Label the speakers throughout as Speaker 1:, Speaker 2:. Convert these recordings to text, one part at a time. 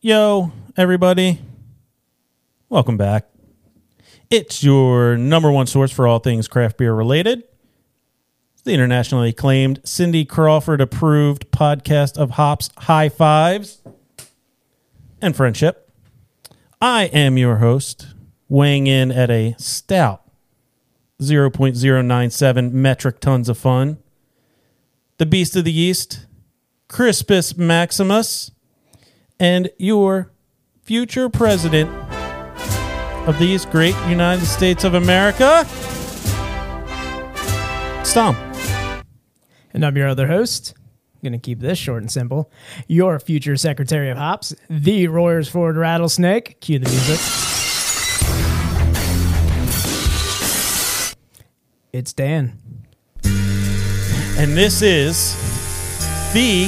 Speaker 1: Yo, everybody. Welcome back. It's your number one source for all things craft beer related. The internationally acclaimed Cindy Crawford approved podcast of hops, high fives, and friendship. I am your host, weighing in at a stout 0.097 metric tons of fun. The Beast of the Yeast, Crispus Maximus, and your future president of these great United States of America, Stom.
Speaker 2: And I'm your other host. I'm going to keep this short and simple. Your future Secretary of Hops, the Royers Ford Rattlesnake. Cue the music. It's Dan.
Speaker 1: And this is the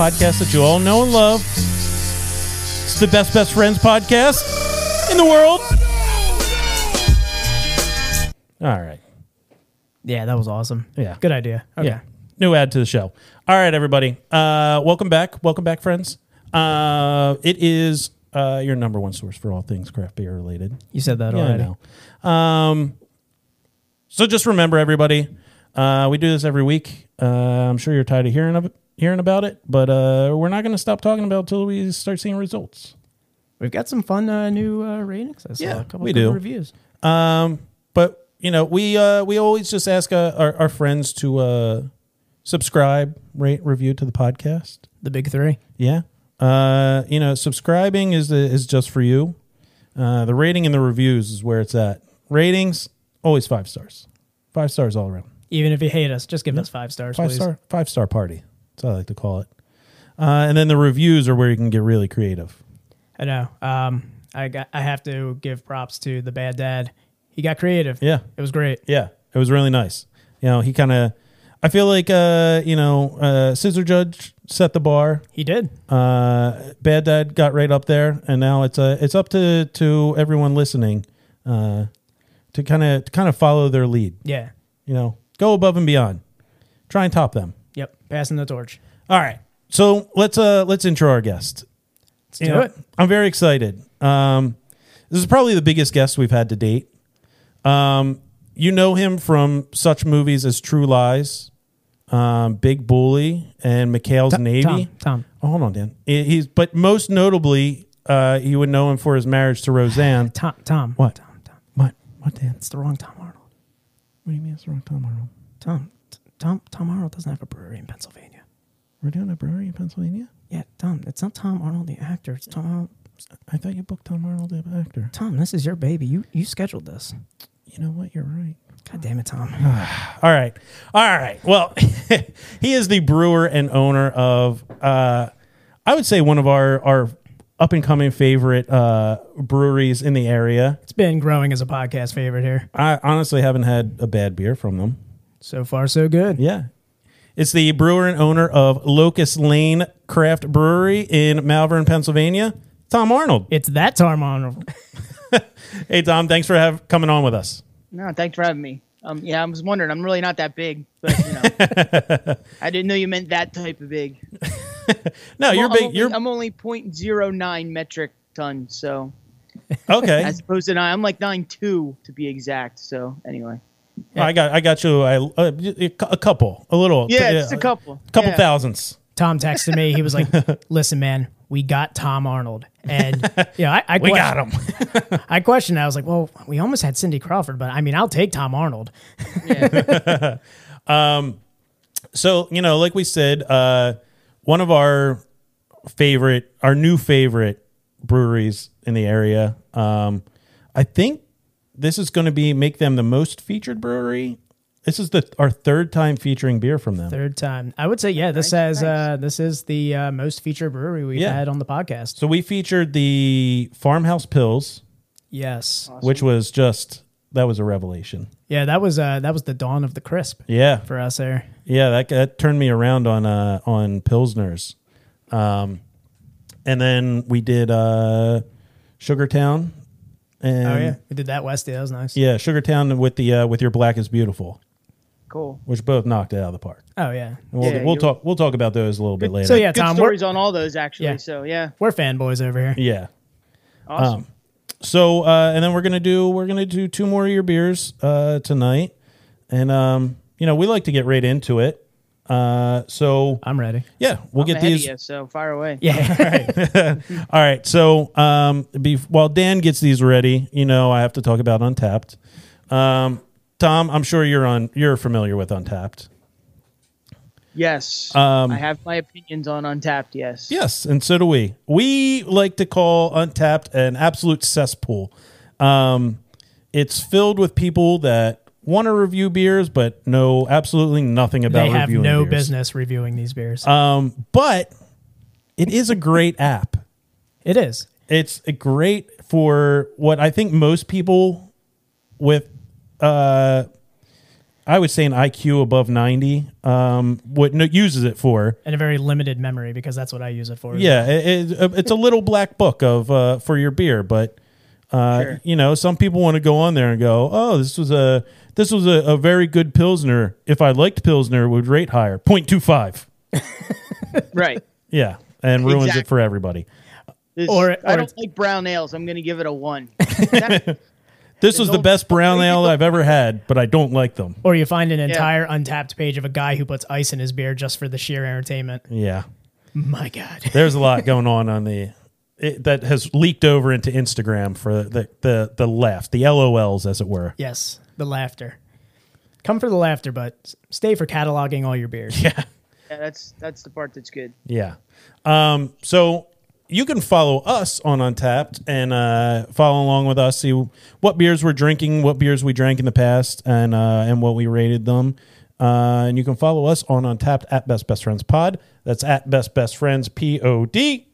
Speaker 1: podcast that you all know and love. It's the Best Best Friends podcast in the world. All right.
Speaker 2: Yeah, that was awesome.
Speaker 1: Yeah.
Speaker 2: Good idea. Okay.
Speaker 1: Yeah. New add to the show. All right, everybody. Uh, welcome back. Welcome back, friends. Uh, it is uh, your number one source for all things craft beer related.
Speaker 2: You said that
Speaker 1: Yeah,
Speaker 2: already.
Speaker 1: I know. Um, so just remember, everybody, uh, we do this every week. Uh, I'm sure you're tired of hearing of hearing about it, but uh, we're not going to stop talking about it till we start seeing results.
Speaker 2: We've got some fun uh, new uh, ratings. I saw
Speaker 1: Yeah,
Speaker 2: a couple
Speaker 1: we
Speaker 2: good
Speaker 1: do.
Speaker 2: reviews.
Speaker 1: Um, but you know, we uh, we always just ask uh, our, our friends to uh, subscribe, rate, review to the podcast.
Speaker 2: The big three.
Speaker 1: Yeah. Uh, you know, subscribing is the, is just for you. Uh, the rating and the reviews is where it's at. Ratings always five stars, five stars all around.
Speaker 2: Even if you hate us, just give us five stars,
Speaker 1: Five
Speaker 2: please.
Speaker 1: star, five star party. That's how I like to call it. Uh, and then the reviews are where you can get really creative.
Speaker 2: I know. Um, I got. I have to give props to the bad dad. He got creative.
Speaker 1: Yeah,
Speaker 2: It was great.
Speaker 1: yeah, it was really nice. You know, he kind of, I feel like, uh, you know, uh, Scissor Judge set the bar.
Speaker 2: He did.
Speaker 1: Uh, Bad Dad got right up there, and now it's uh, it's up to to everyone listening, uh, to kind of to kind of follow their lead.
Speaker 2: Yeah.
Speaker 1: you know, go above and beyond. Try and top them.
Speaker 2: Yep. Passing the torch.
Speaker 1: All right. So let's uh let's intro our guest.
Speaker 2: Let's
Speaker 1: You
Speaker 2: do
Speaker 1: know,
Speaker 2: it.
Speaker 1: I'm very excited. Um this is probably the biggest guest we've had to date. Um you know him from such movies as True Lies, um, Big Bully, and McHale's Navy.
Speaker 2: Tom. Tom.
Speaker 1: Oh, hold on, Dan. He- He's but most notably, uh, you would know him for his marriage to Roseanne.
Speaker 2: Tom. Tom.
Speaker 1: What?
Speaker 2: Tom. Tom.
Speaker 1: What? What, Dan?
Speaker 2: It's the wrong Tom Arnold.
Speaker 1: What do you mean it's the wrong time, Arnold?
Speaker 2: Tom. T- Tom. Tom Arnold doesn't have a brewery in Pennsylvania.
Speaker 1: We're doing a brewery in Pennsylvania.
Speaker 2: Yeah, Tom. It's not Tom Arnold the actor. It's Tom. Arnold.
Speaker 1: I thought you booked Tom Arnold as actor.
Speaker 2: Tom, this is your baby. You you scheduled this.
Speaker 1: You know what? You're right.
Speaker 2: God damn it, Tom.
Speaker 1: Ah. All right. All right. Well, he is the brewer and owner of, uh, I would say, one of our, our up and coming favorite uh, breweries in the area.
Speaker 2: It's been growing as a podcast favorite here.
Speaker 1: I honestly haven't had a bad beer from them.
Speaker 2: So far, so good.
Speaker 1: Yeah. It's the brewer and owner of Locust Lane Craft Brewery in Malvern, Pennsylvania, Tom Arnold.
Speaker 2: It's that Tom Arnold.
Speaker 1: Hey, Tom, thanks for have, coming on with us.
Speaker 3: No, thanks for having me. Um, yeah, I was wondering. I'm really not that big, but you know, I didn't know you meant that type of big.
Speaker 1: No, you're
Speaker 3: Well,
Speaker 1: big.
Speaker 3: I'm
Speaker 1: You're
Speaker 3: Only, I'm only 0.09 metric ton, so
Speaker 1: okay.
Speaker 3: as opposed to nine, I'm like nine two to be exact. So anyway,
Speaker 1: I got. I got you. I uh, a couple, a little. uh,
Speaker 3: yeah, just a couple,
Speaker 1: couple
Speaker 3: yeah.
Speaker 1: thousands.
Speaker 2: Tom texted me. He was like, "Listen, man, we got Tom Arnold." And yeah, I, I
Speaker 1: We
Speaker 2: question-
Speaker 1: got him.
Speaker 2: I questioned. I was like, "Well, we almost had Cindy Crawford, but I mean, I'll take Tom Arnold."
Speaker 1: So, you know, like we said, uh, one of our favorite, our new favorite breweries in the area. Um, I think this is going to be make them the most featured brewery. This is the our third time featuring beer from them.
Speaker 2: Third time, I would say, yeah, this
Speaker 3: Nice,
Speaker 2: has uh, this is the uh, most featured brewery we've
Speaker 1: Yeah.
Speaker 2: had on the podcast.
Speaker 1: So we featured the Farmhouse Pills,
Speaker 2: Yes,
Speaker 1: which was just that was a revelation.
Speaker 2: yeah, that was uh, that was the dawn of the crisp
Speaker 1: Yeah,
Speaker 2: for us there.
Speaker 1: Yeah, that that turned me around on uh on pilsners, um, and then we did uh, Sugartown, and
Speaker 3: Oh,
Speaker 2: oh yeah, Um, we did that Westy. That was nice.
Speaker 1: yeah, Sugartown with the uh, with your black is beautiful.
Speaker 3: cool.
Speaker 1: which both knocked it out of the park.
Speaker 2: Oh
Speaker 1: And
Speaker 2: yeah.
Speaker 1: we'll
Speaker 3: Yeah,
Speaker 1: we'll
Speaker 3: you-
Speaker 1: talk we'll talk about those a little bit later.
Speaker 2: So yeah,
Speaker 3: Good
Speaker 2: Tom, we're,
Speaker 3: stories on all those actually.
Speaker 2: Yeah.
Speaker 3: So yeah,
Speaker 2: we're fanboys over here.
Speaker 1: yeah.
Speaker 3: awesome.
Speaker 1: Um, so uh, and then we're gonna do we're gonna do two more of your beers uh, tonight, and um, you know we like to get right into it. Uh, so
Speaker 2: I'm ready.
Speaker 1: yeah, we'll
Speaker 3: I'm
Speaker 1: get
Speaker 3: ahead of
Speaker 1: these.
Speaker 3: you, so fire away.
Speaker 2: Yeah.
Speaker 1: All right. So um, be, while Dan gets these ready, you know I have to talk about Untapped. Um, Tom, I'm sure you're on you're familiar with Untapped.
Speaker 3: Yes,
Speaker 1: Um,
Speaker 3: I have my opinions on Untapped. Yes.
Speaker 1: Yes, and so do we. We like to call Untapped an absolute cesspool. Um, it's filled with people that want to review beers but know absolutely nothing about
Speaker 2: they have
Speaker 1: reviewing
Speaker 2: no
Speaker 1: beers.
Speaker 2: business reviewing these beers.
Speaker 1: Um, but it is a great app.
Speaker 2: it is.
Speaker 1: It's a great for what I think most people with uh, I would say an IQ above 90 um, what no, uses it for.
Speaker 2: And a very limited memory because that's what I use it for.
Speaker 1: Yeah, it, it, it's a little black book of uh, for your beer, but uh,
Speaker 3: Sure.
Speaker 1: you know, some people want to go on there and go, "Oh, this was a this was a, a very good pilsner. If I liked pilsner, it would rate higher 0.25.
Speaker 3: Right.
Speaker 1: Yeah, and ruins it
Speaker 3: Exactly.
Speaker 1: for everybody.
Speaker 3: This,
Speaker 2: Or-
Speaker 3: I
Speaker 2: or
Speaker 3: don't
Speaker 2: it's-
Speaker 3: like brown ales. I'm going to give it a one.
Speaker 1: This was the
Speaker 3: no-
Speaker 1: best brown ale I've ever had, but I don't like them.
Speaker 2: Or you find an entire untapped page of a guy who puts ice in his beer just for the sheer entertainment.
Speaker 1: Yeah, Mm-hmm.
Speaker 2: My God.
Speaker 1: there's a lot going on on the. It, that has leaked over into Instagram for the, the the left, the LOLs, as it were.
Speaker 2: Yes, the laughter. Come for the laughter, but s- stay for cataloging all your beers.
Speaker 1: Yeah.
Speaker 3: yeah, that's that's the part that's good.
Speaker 1: Yeah. Um, so you can follow us on Untapped and uh, follow along with us, see what beers we're drinking, what beers we drank in the past, and uh, and what we rated them. Uh, and you can follow us on Untapped at Best Best Friends Pod. That's at Best Best Friends P O D.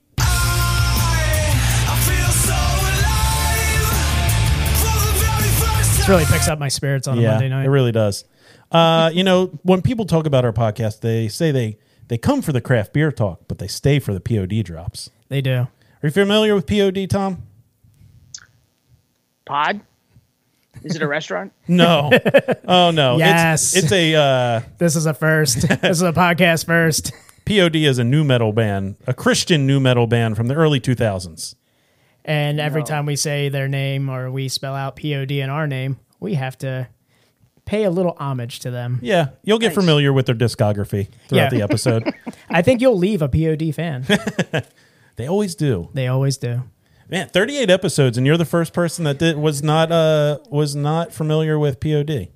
Speaker 2: This really picks up my spirits on a
Speaker 1: Yeah,
Speaker 2: Monday night.
Speaker 1: it really does. Uh, you know, when people talk about our podcast, they say they they come for the craft beer talk, but they stay for the POD drops.
Speaker 2: they do.
Speaker 1: Are you familiar with POD, Tom?
Speaker 3: Pod? Is it a restaurant?
Speaker 1: No. oh no.
Speaker 2: Yes.
Speaker 1: It's, it's a uh,
Speaker 2: This is a first. this is a podcast first.
Speaker 1: POD is a new metal band, a Christian new metal band from the early 2000s.
Speaker 2: And every
Speaker 3: No.
Speaker 2: time we say their name or we spell out POD in our name, we have to pay a little homage to them.
Speaker 1: Yeah, you'll get
Speaker 3: Nice.
Speaker 1: familiar with their discography throughout
Speaker 2: Yeah.
Speaker 1: the episode.
Speaker 2: I think you'll leave a POD fan.
Speaker 1: they always do.
Speaker 2: they always do.
Speaker 1: Man, 38 episodes and you're the first person that did, was not uh was not familiar with POD.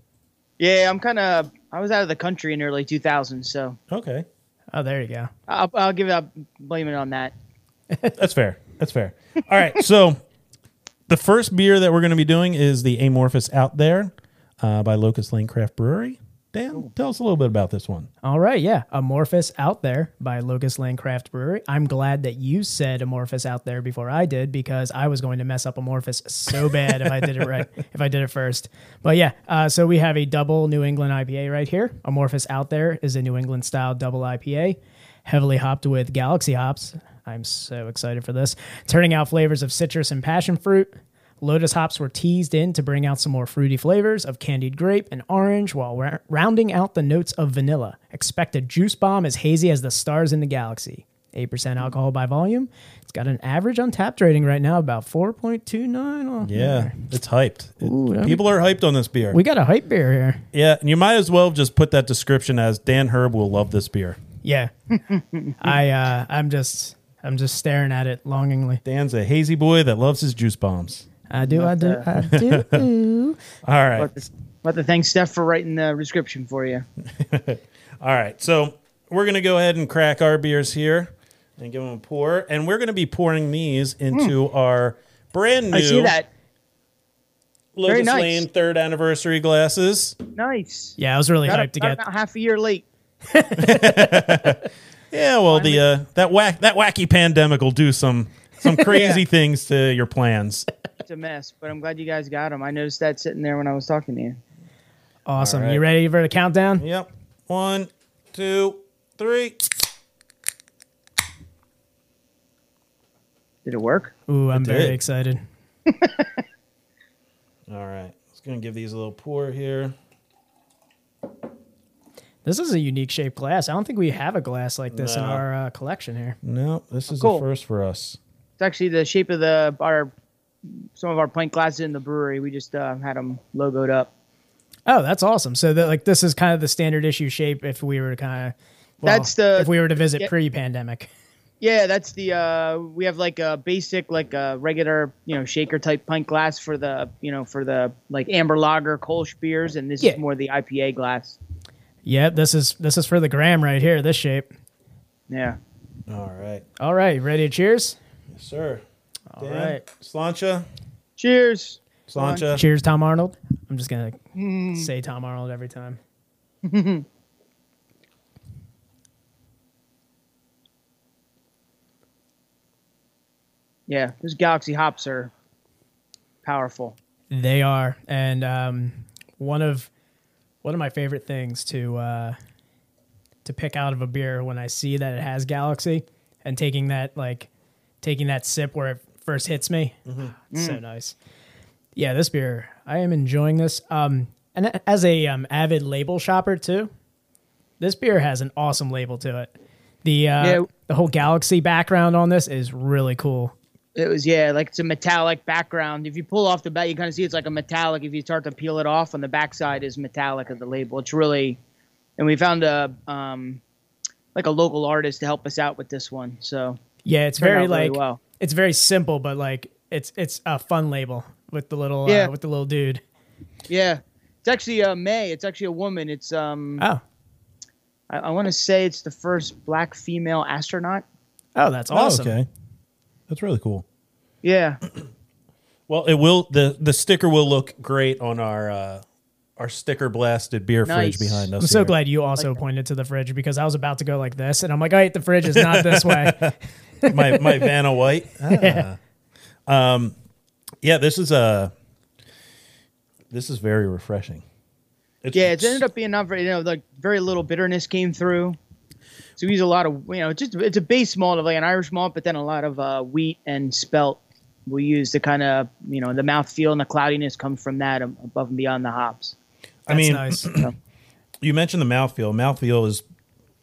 Speaker 3: Yeah, I'm kind of. I was out of the country in the early 2000s, so
Speaker 1: Okay.
Speaker 2: Oh, there you go.
Speaker 3: I'll, I'll give it up. Blame it on that.
Speaker 1: That's fair. That's fair. All right. So the first beer that we're going to be doing is the Amorphous Out There uh, by Locust Lane Craft Brewery. Dan, tell us a little bit about this one.
Speaker 2: All right, yeah. Amorphous Out There by Locust Lane Craft Brewery. I'm glad that you said Amorphous Out There before I did because I was going to mess up Amorphous so bad if I did it right, if I did it first. But yeah, uh, so we have a double New England IPA right here. Amorphous Out There is a New England style double IPA, heavily hopped with Galaxy hops. I'm so excited for this. Turning out flavors of citrus and passion fruit. Lotus hops were teased in to bring out some more fruity flavors of candied grape and orange while ra- rounding out the notes of vanilla. Expect a juice bomb as hazy as the stars in the galaxy. 8% alcohol by volume. It's got an average untapped rating right now, about 4.29. Oh,
Speaker 1: Yeah, it's hyped. It-
Speaker 2: Ooh, that'd be-
Speaker 1: people are hyped on this beer.
Speaker 2: We got a hype beer here.
Speaker 1: Yeah, and you might as well just put that description as Dan Herb will love this beer.
Speaker 2: Yeah. I uh I'm just I'm just staring at it longingly.
Speaker 1: Dan's a hazy boy that loves his juice bombs.
Speaker 2: I do, I do, I do.
Speaker 1: All right.
Speaker 3: Let the, let the thank Steph for writing the description for you.
Speaker 1: All right. So we're going to go ahead and crack our beers here and give them a pour. And we're going to be pouring these into
Speaker 2: Hmm.
Speaker 1: our brand new
Speaker 3: I see that.
Speaker 1: Lotus
Speaker 3: Very nice.
Speaker 1: Lane third anniversary glasses.
Speaker 3: Nice.
Speaker 2: Yeah, I was really
Speaker 3: Got
Speaker 2: hyped to
Speaker 3: got
Speaker 2: get
Speaker 3: about half a year late.
Speaker 1: Yeah, well, the uh, that whack that wacky pandemic will do some some crazy things to your plans.
Speaker 3: It's a mess, but I'm glad you guys got them. I noticed that sitting there when I was talking to you.
Speaker 2: awesome.
Speaker 1: All right.
Speaker 2: You ready for the countdown?
Speaker 1: Yep. One, two, three.
Speaker 3: Did it work?
Speaker 2: Ooh, I'm very
Speaker 1: did.
Speaker 2: excited.
Speaker 1: All right. Just going to give these a little pour here.
Speaker 2: This is a unique shaped glass. I don't think we have a glass like this in
Speaker 1: No.
Speaker 2: our uh, collection here.
Speaker 1: No, this is
Speaker 3: Cool.
Speaker 1: a first for us.
Speaker 3: It's actually the shape of the our some of our pint glasses in the brewery. We just uh, had them logoed up.
Speaker 2: Oh, that's awesome. So that like this is kind of the standard issue shape if we were to kind of well,
Speaker 3: That's the-
Speaker 2: if we were to visit
Speaker 3: yeah.
Speaker 2: pre-pandemic.
Speaker 3: Yeah, that's the uh, we have like a basic, like a regular, you know, shaker type pint glass for the, you know, for the like amber lager, Kolsch beers, and this
Speaker 2: Yeah.
Speaker 3: is more the IPA glass.
Speaker 2: Yep, this is this is for the gram right here, this shape.
Speaker 3: Yeah.
Speaker 1: All right.
Speaker 2: All right, ready to cheers?
Speaker 1: Yes, sir. All right,
Speaker 2: right.
Speaker 1: Slancha.
Speaker 3: Cheers.
Speaker 1: Slancha.
Speaker 2: Cheers, Tom Arnold. I'm just gonna
Speaker 3: Hmm.
Speaker 2: say Tom Arnold every time.
Speaker 3: Yeah, those Galaxy hops are powerful.
Speaker 2: They are, and um, one of one of my favorite things to uh, to pick out of a beer when I see that it has Galaxy, and taking that like taking that sip where it first hits me, Ah, it's so nice. Yeah, this beer, I am enjoying this. Um, and a- as a um, avid label shopper too, this beer has an awesome label to it. The uh,
Speaker 3: Yeah.
Speaker 2: the whole Galaxy background on this is really cool.
Speaker 3: It was yeah, like it's a metallic background. If you pull off the back, you kind of see it's like a metallic. If you start to peel it off, on the backside is metallic of the label. It's really, and we found a um, like a local artist to help us out with this one. So
Speaker 2: Yeah, it's
Speaker 3: Turned
Speaker 2: very
Speaker 3: out really
Speaker 2: like
Speaker 3: well.
Speaker 2: it's very simple, but like it's it's a fun label with the little
Speaker 3: Yeah.
Speaker 2: uh, with the little dude.
Speaker 3: yeah, it's actually uh, May. It's actually a woman. It's um,
Speaker 2: Oh,
Speaker 3: I, I want to say it's the first black female astronaut.
Speaker 2: oh, that's
Speaker 1: Oh,
Speaker 2: awesome.
Speaker 1: okay. That's really cool.
Speaker 3: Yeah,
Speaker 1: Well, it will the the sticker will look great on our uh our sticker blasted beer fridge
Speaker 3: Nice.
Speaker 1: behind us.
Speaker 2: I'm so
Speaker 1: here.
Speaker 2: glad you also pointed to the fridge because I was about to go like this, and I'm like, all right, the fridge is not this way.
Speaker 1: my my Vanna White. Ah. Um, yeah, this is a this is very refreshing. It's,
Speaker 3: yeah. It ended up being not very, you know, like very little bitterness came through. So we use a lot of, you know, just it's a base malt of like an Irish malt, but then a lot of uh, wheat and spelt we use to kind of, you know, the mouthfeel and the cloudiness comes from that um, above and beyond the hops.
Speaker 1: I mean,
Speaker 2: That's nice.
Speaker 1: you mentioned the mouthfeel. Mouthfeel is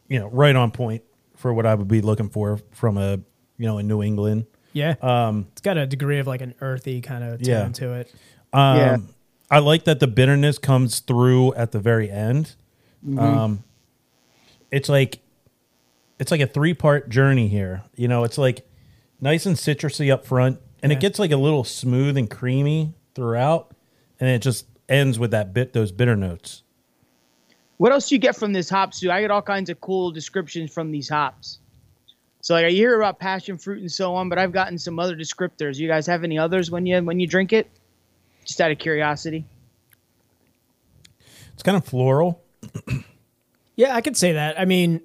Speaker 1: you know right on point for what I would be looking for from a you know in New England.
Speaker 2: yeah, um, it's got a degree of like an earthy kind of tone
Speaker 1: Yeah.
Speaker 2: to it.
Speaker 1: Um,
Speaker 3: Yeah.
Speaker 1: I like that the bitterness comes through at the very end.
Speaker 3: Mm-hmm.
Speaker 1: Um, it's like it's like a three part journey here. You know, it's like nice and citrusy up front, and
Speaker 2: Yeah.
Speaker 1: it gets like a little smooth and creamy throughout, and it just ends with that bit those bitter notes.
Speaker 3: What else do you get from this hop, Sue? I get all kinds of cool descriptions from these hops. So like I hear about passion fruit and so on, but I've gotten some other descriptors. You guys have any others when you when you drink it? Just out of curiosity.
Speaker 1: It's kind of floral.
Speaker 2: Yeah, I could say that. I mean,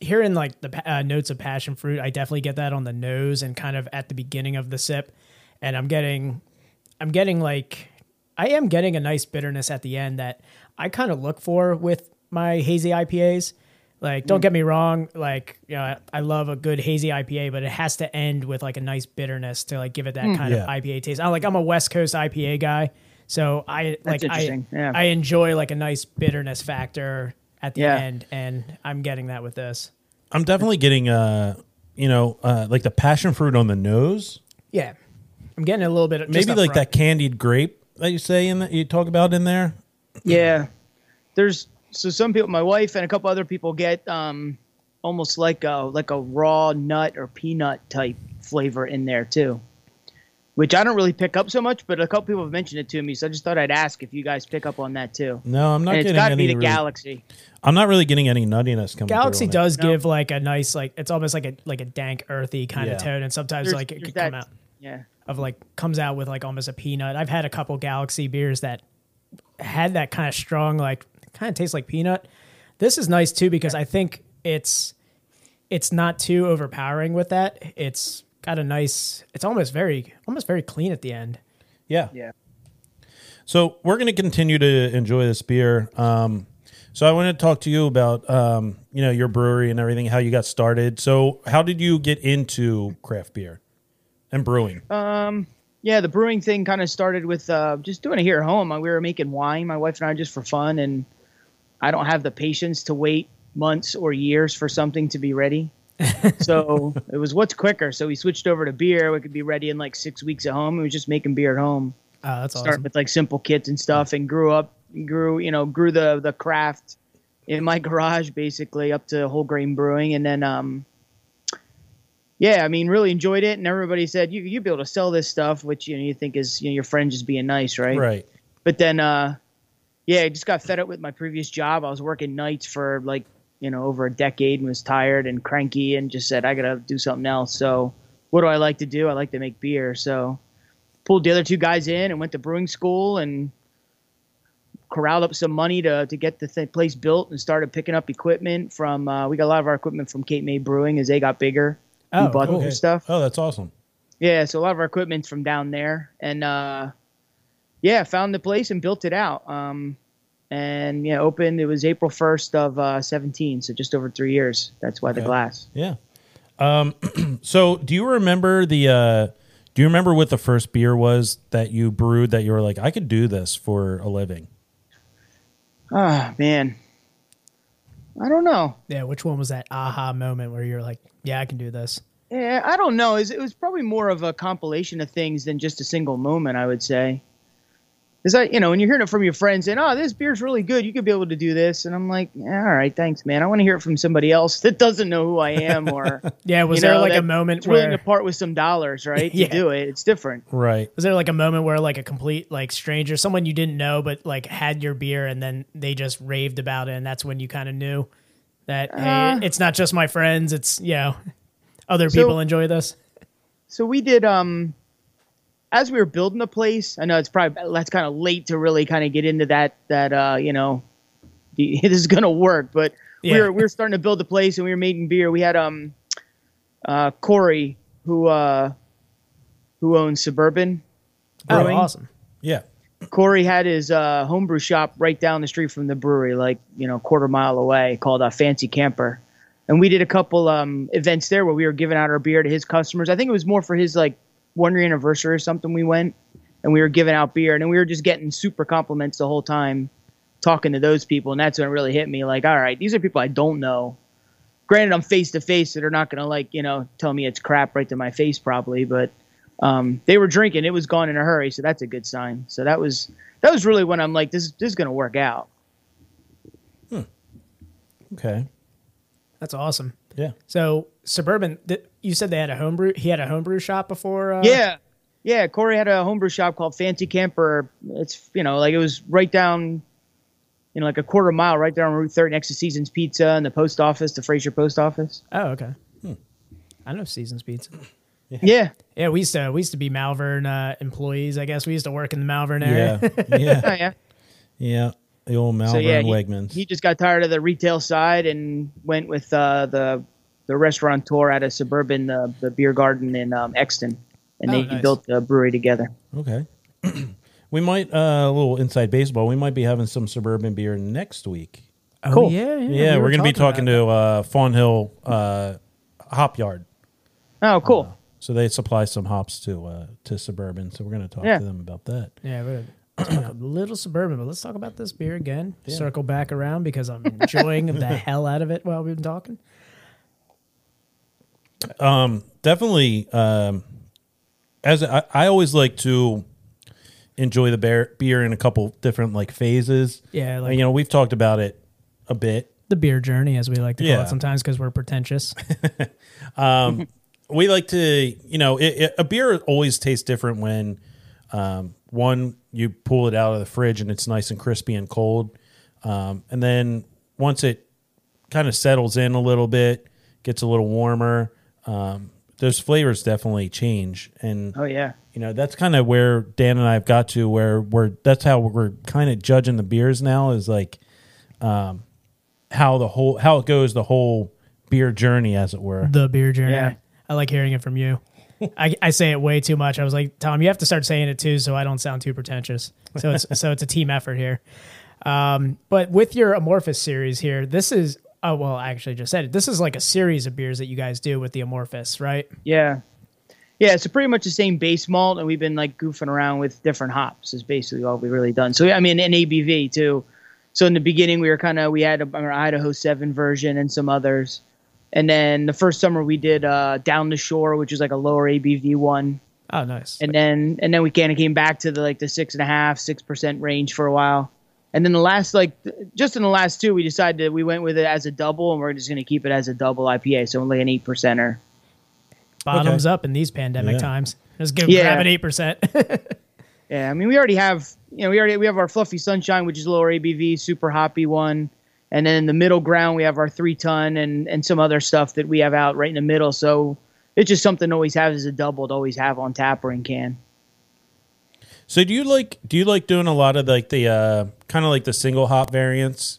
Speaker 2: hearing like the pa- uh, notes of passion fruit, I definitely get that on the nose and kind of at the beginning of the sip, and I'm getting, I'm getting like, I am getting a nice bitterness at the end that I kind of look for with my hazy IPAs. Like,
Speaker 3: Mm.
Speaker 2: don't get me wrong, like you know, I, I love a good hazy IPA, but it has to end with like a nice bitterness to like give it that
Speaker 3: Mm.
Speaker 2: kind
Speaker 1: Yeah.
Speaker 2: of IPA taste. I like I'm a West Coast IPA guy, so I like I
Speaker 3: interesting, yeah.
Speaker 2: I enjoy like a nice bitterness factor at the
Speaker 3: Yeah.
Speaker 2: end, and I'm getting that with this.
Speaker 1: I'm definitely getting uh you know uh like the passion fruit on the nose,
Speaker 2: Yeah, I'm getting a little bit.
Speaker 1: maybe like that candied grape that you say in that you talk about in there.
Speaker 3: Yeah. There's so some people, my wife and a couple other people get um, almost like a like a raw nut or peanut type flavor in there too, which I don't really pick up so much. But a couple people have mentioned it to me, so I just thought I'd ask if you guys pick up on that too.
Speaker 1: No, I'm not
Speaker 3: And it's
Speaker 1: getting
Speaker 3: got to
Speaker 1: any
Speaker 3: be the
Speaker 1: really-
Speaker 3: galaxy.
Speaker 1: I'm not really getting any nuttiness coming.
Speaker 2: Galaxy
Speaker 1: through on it.
Speaker 2: does give like a nice like it's almost like a like a dank earthy kind
Speaker 1: Yeah.
Speaker 2: of tone, and sometimes
Speaker 3: There's-
Speaker 2: like it
Speaker 3: there's
Speaker 2: could
Speaker 3: that-
Speaker 2: come out
Speaker 3: Yeah.
Speaker 2: of like comes out with like almost a peanut. I've had a couple Galaxy beers that had that kind of strong like kind of tastes like peanut. This is nice too because I think it's it's not too overpowering with that. It's got a nice. It's almost very almost very clean at the end.
Speaker 1: Yeah.
Speaker 3: Yeah.
Speaker 1: So we're going to continue to enjoy this beer. Um, so I want to talk to you about um, you know your brewery and everything, how you got started. So how did you get into craft beer and brewing?
Speaker 2: Oh.
Speaker 3: Yeah, the brewing thing kind of started with uh, just doing it here at home. We were making wine, my wife and I, just for fun, and I don't have the patience to wait months or years for something to be ready. so it was what's quicker. So we switched over to beer. We could be ready in like six weeks at home. We was just making beer at home.
Speaker 2: Oh, that's
Speaker 3: Start
Speaker 2: awesome.
Speaker 3: with like simple kits and stuff, and grew up, grew you know, grew the the craft in my garage basically up to whole grain brewing, and then um, yeah, I mean, really enjoyed it. And everybody said you you'd be able to sell this stuff, which you know you think is you know your friend just being nice, right?
Speaker 1: Right.
Speaker 3: but then uh yeah i just got fed up with my previous job i was working nights for like you know over a decade and was tired and cranky and just said i gotta do something else so what do i like to do i like to make beer so pulled the other two guys in and went to brewing school and corralled up some money to, to get the th- place built and started picking up equipment from uh, we got a lot of our equipment from cape may brewing as they got bigger
Speaker 2: Oh,
Speaker 3: we bought
Speaker 2: cool.
Speaker 3: their stuff
Speaker 1: Oh, that's awesome.
Speaker 3: yeah, so a lot of our equipment's from down there, and uh, yeah, found the place and built it out. Um, and yeah, opened. It was April first of uh, seventeen, so just over three years. That's why the
Speaker 1: Okay.
Speaker 3: glass.
Speaker 1: Yeah. Um, so do you remember the uh, do you remember what the first beer was that you brewed that you were like, I could do this for a living?
Speaker 3: Ah, man, I don't know.
Speaker 2: Yeah, which one was that aha moment where you're like, yeah, I can do this?
Speaker 3: Yeah, I don't know. It was, it was probably more of a compilation of things than just a single moment. I would say. Is that you know when you're hearing it from your friends and oh this beer's really good you could be able to do this and I'm like yeah, all right thanks man I want to hear it from somebody else that doesn't know who I am or
Speaker 2: Yeah, was
Speaker 3: You
Speaker 2: there
Speaker 3: know,
Speaker 2: like a
Speaker 3: that-
Speaker 2: moment
Speaker 3: it's willing
Speaker 2: where
Speaker 3: to part with some dollars, right?
Speaker 2: Yeah.
Speaker 3: To do it, it's different.
Speaker 1: Right.
Speaker 2: was there like a moment where like a complete like stranger, someone you didn't know but like had your beer and then they just raved about it and that's when you kind of knew that
Speaker 3: Uh.
Speaker 2: hey, it's not just my friends, it's you know, other people enjoy this.
Speaker 3: So we did. Um, as we were building the place, I know it's probably that's kind of late to really kind of get into that. That uh, you know, the, this is gonna work. But
Speaker 2: Yeah.
Speaker 3: we were we were starting to build the place, and we were making beer. We had um, uh, Corey who uh, who owns Suburban.
Speaker 2: Oh,
Speaker 3: Brewing.
Speaker 2: awesome.
Speaker 1: Yeah.
Speaker 3: Corey had his uh, homebrew shop right down the street from the brewery, like you know, quarter mile away, called uh, Fancy Camper. And we did a couple um, events there where we were giving out our beer to his customers. I think it was more for his like one year anniversary or something. We went and we were giving out beer, and then we were just getting super compliments the whole time, talking to those people, and that's when it really hit me. Like, all right, these are people I don't know. Granted, I'm face to face, so they're not gonna like you know tell me it's crap right to my face probably, but um, they were drinking. It was gone in a hurry, so that's a good sign. So that was that was really when I'm like, this this is gonna work out.
Speaker 1: Okay.
Speaker 2: That's awesome.
Speaker 1: Yeah.
Speaker 2: So suburban, th- you said they had a homebrew. He had a homebrew shop before. Uh,
Speaker 3: Yeah, yeah. Corey had a homebrew shop called Fancy Camper. It's you know like it was right down, you know, like a quarter mile right there on Route 30 next to Seasons Pizza and the post office, the Fraser Post Office.
Speaker 2: Oh, okay. I know Seasons Pizza.
Speaker 3: Yeah,
Speaker 2: Yeah, we used to we used to be Malvern uh, employees. I guess we used to work in the Malvern area.
Speaker 1: Yeah. Yeah.
Speaker 3: oh, yeah.
Speaker 1: Yeah. The old Malvern
Speaker 3: So yeah, he,
Speaker 1: Wegmans.
Speaker 3: he just got tired of the retail side and went with uh, the the restaurateur out of suburban the, the beer garden in um, Exton, and
Speaker 2: Oh,
Speaker 3: they
Speaker 2: nice.
Speaker 3: built the brewery together.
Speaker 1: okay. we might uh, a little inside baseball. We might be having some suburban beer next week.
Speaker 2: Oh,
Speaker 1: Cool.
Speaker 2: Yeah, yeah.
Speaker 1: Yeah,
Speaker 2: we
Speaker 1: we are
Speaker 2: were
Speaker 1: gonna be talking
Speaker 2: about
Speaker 1: to uh, Fawn Hill uh, Hop Yard.
Speaker 3: Oh, cool.
Speaker 1: So they supply some hops to uh, to suburban. So we're gonna talk
Speaker 3: Yeah.
Speaker 1: to them about that.
Speaker 2: that. Yeah, we're let's talk a little suburban, but let's talk about this beer again. Circle back around because I'm enjoying the hell out of it while we've been talking.
Speaker 1: definitely um as I, I always like to enjoy the beer beer in a couple different like phases
Speaker 2: Yeah, like-
Speaker 1: like, you know we've talked about it a bit
Speaker 2: The beer journey, as we like to call
Speaker 1: Yeah.
Speaker 2: it sometimes, because we're pretentious.
Speaker 1: we like to you know it, it, a beer always tastes different when um one you pull it out of the fridge and it's nice and crispy and cold um and then once it kind of settles in a little bit gets a little warmer um those flavors definitely change and
Speaker 3: Oh yeah.
Speaker 1: you know that's kind of where dan and i've got to where we're that's how we're kind of judging the beers now is like um how the whole how it goes the whole beer journey as it were
Speaker 2: the beer journey.
Speaker 3: Yeah.
Speaker 2: I like hearing it from you. I, I say it way too much. I was like, Tom, you have to start saying it too, so I don't sound too pretentious. So it's so it's a team effort here. Um, but with your Amorphous series here, this is oh well, I actually just said it. This is like a series of beers that you guys do with the Amorphous, right?
Speaker 3: Yeah. Yeah, so pretty much the same base malt, and we've been like goofing around with different hops is basically all we've really done. So yeah, I mean, and ABV too. So in the beginning, we were kind of we had a, our Idaho Seven version and some others, and then the first summer we did uh, Down the Shore, which is like a lower ABV one,
Speaker 2: Oh, nice.
Speaker 3: and then and then we kind of came back to the like the six and a half, six percent range for a while, and then the last like th- just in the last two, we decided that we went with it as a double, and we're just going to keep it as a double IPA, so only an eight percenter.
Speaker 2: Bottoms up in these pandemic
Speaker 1: Yeah.
Speaker 2: times. Just go
Speaker 3: Yeah.
Speaker 2: grab an eight percent.
Speaker 3: Yeah, I mean, we already have you know we already we have our fluffy sunshine, which is lower ABV, super hoppy one, and then in the middle ground we have our three ton and and some other stuff that we have out right in the middle. So it's just something to always have as a double to always have on tap or in can.
Speaker 1: So do you like do you like doing a lot of like the uh kind of like the single hop variants?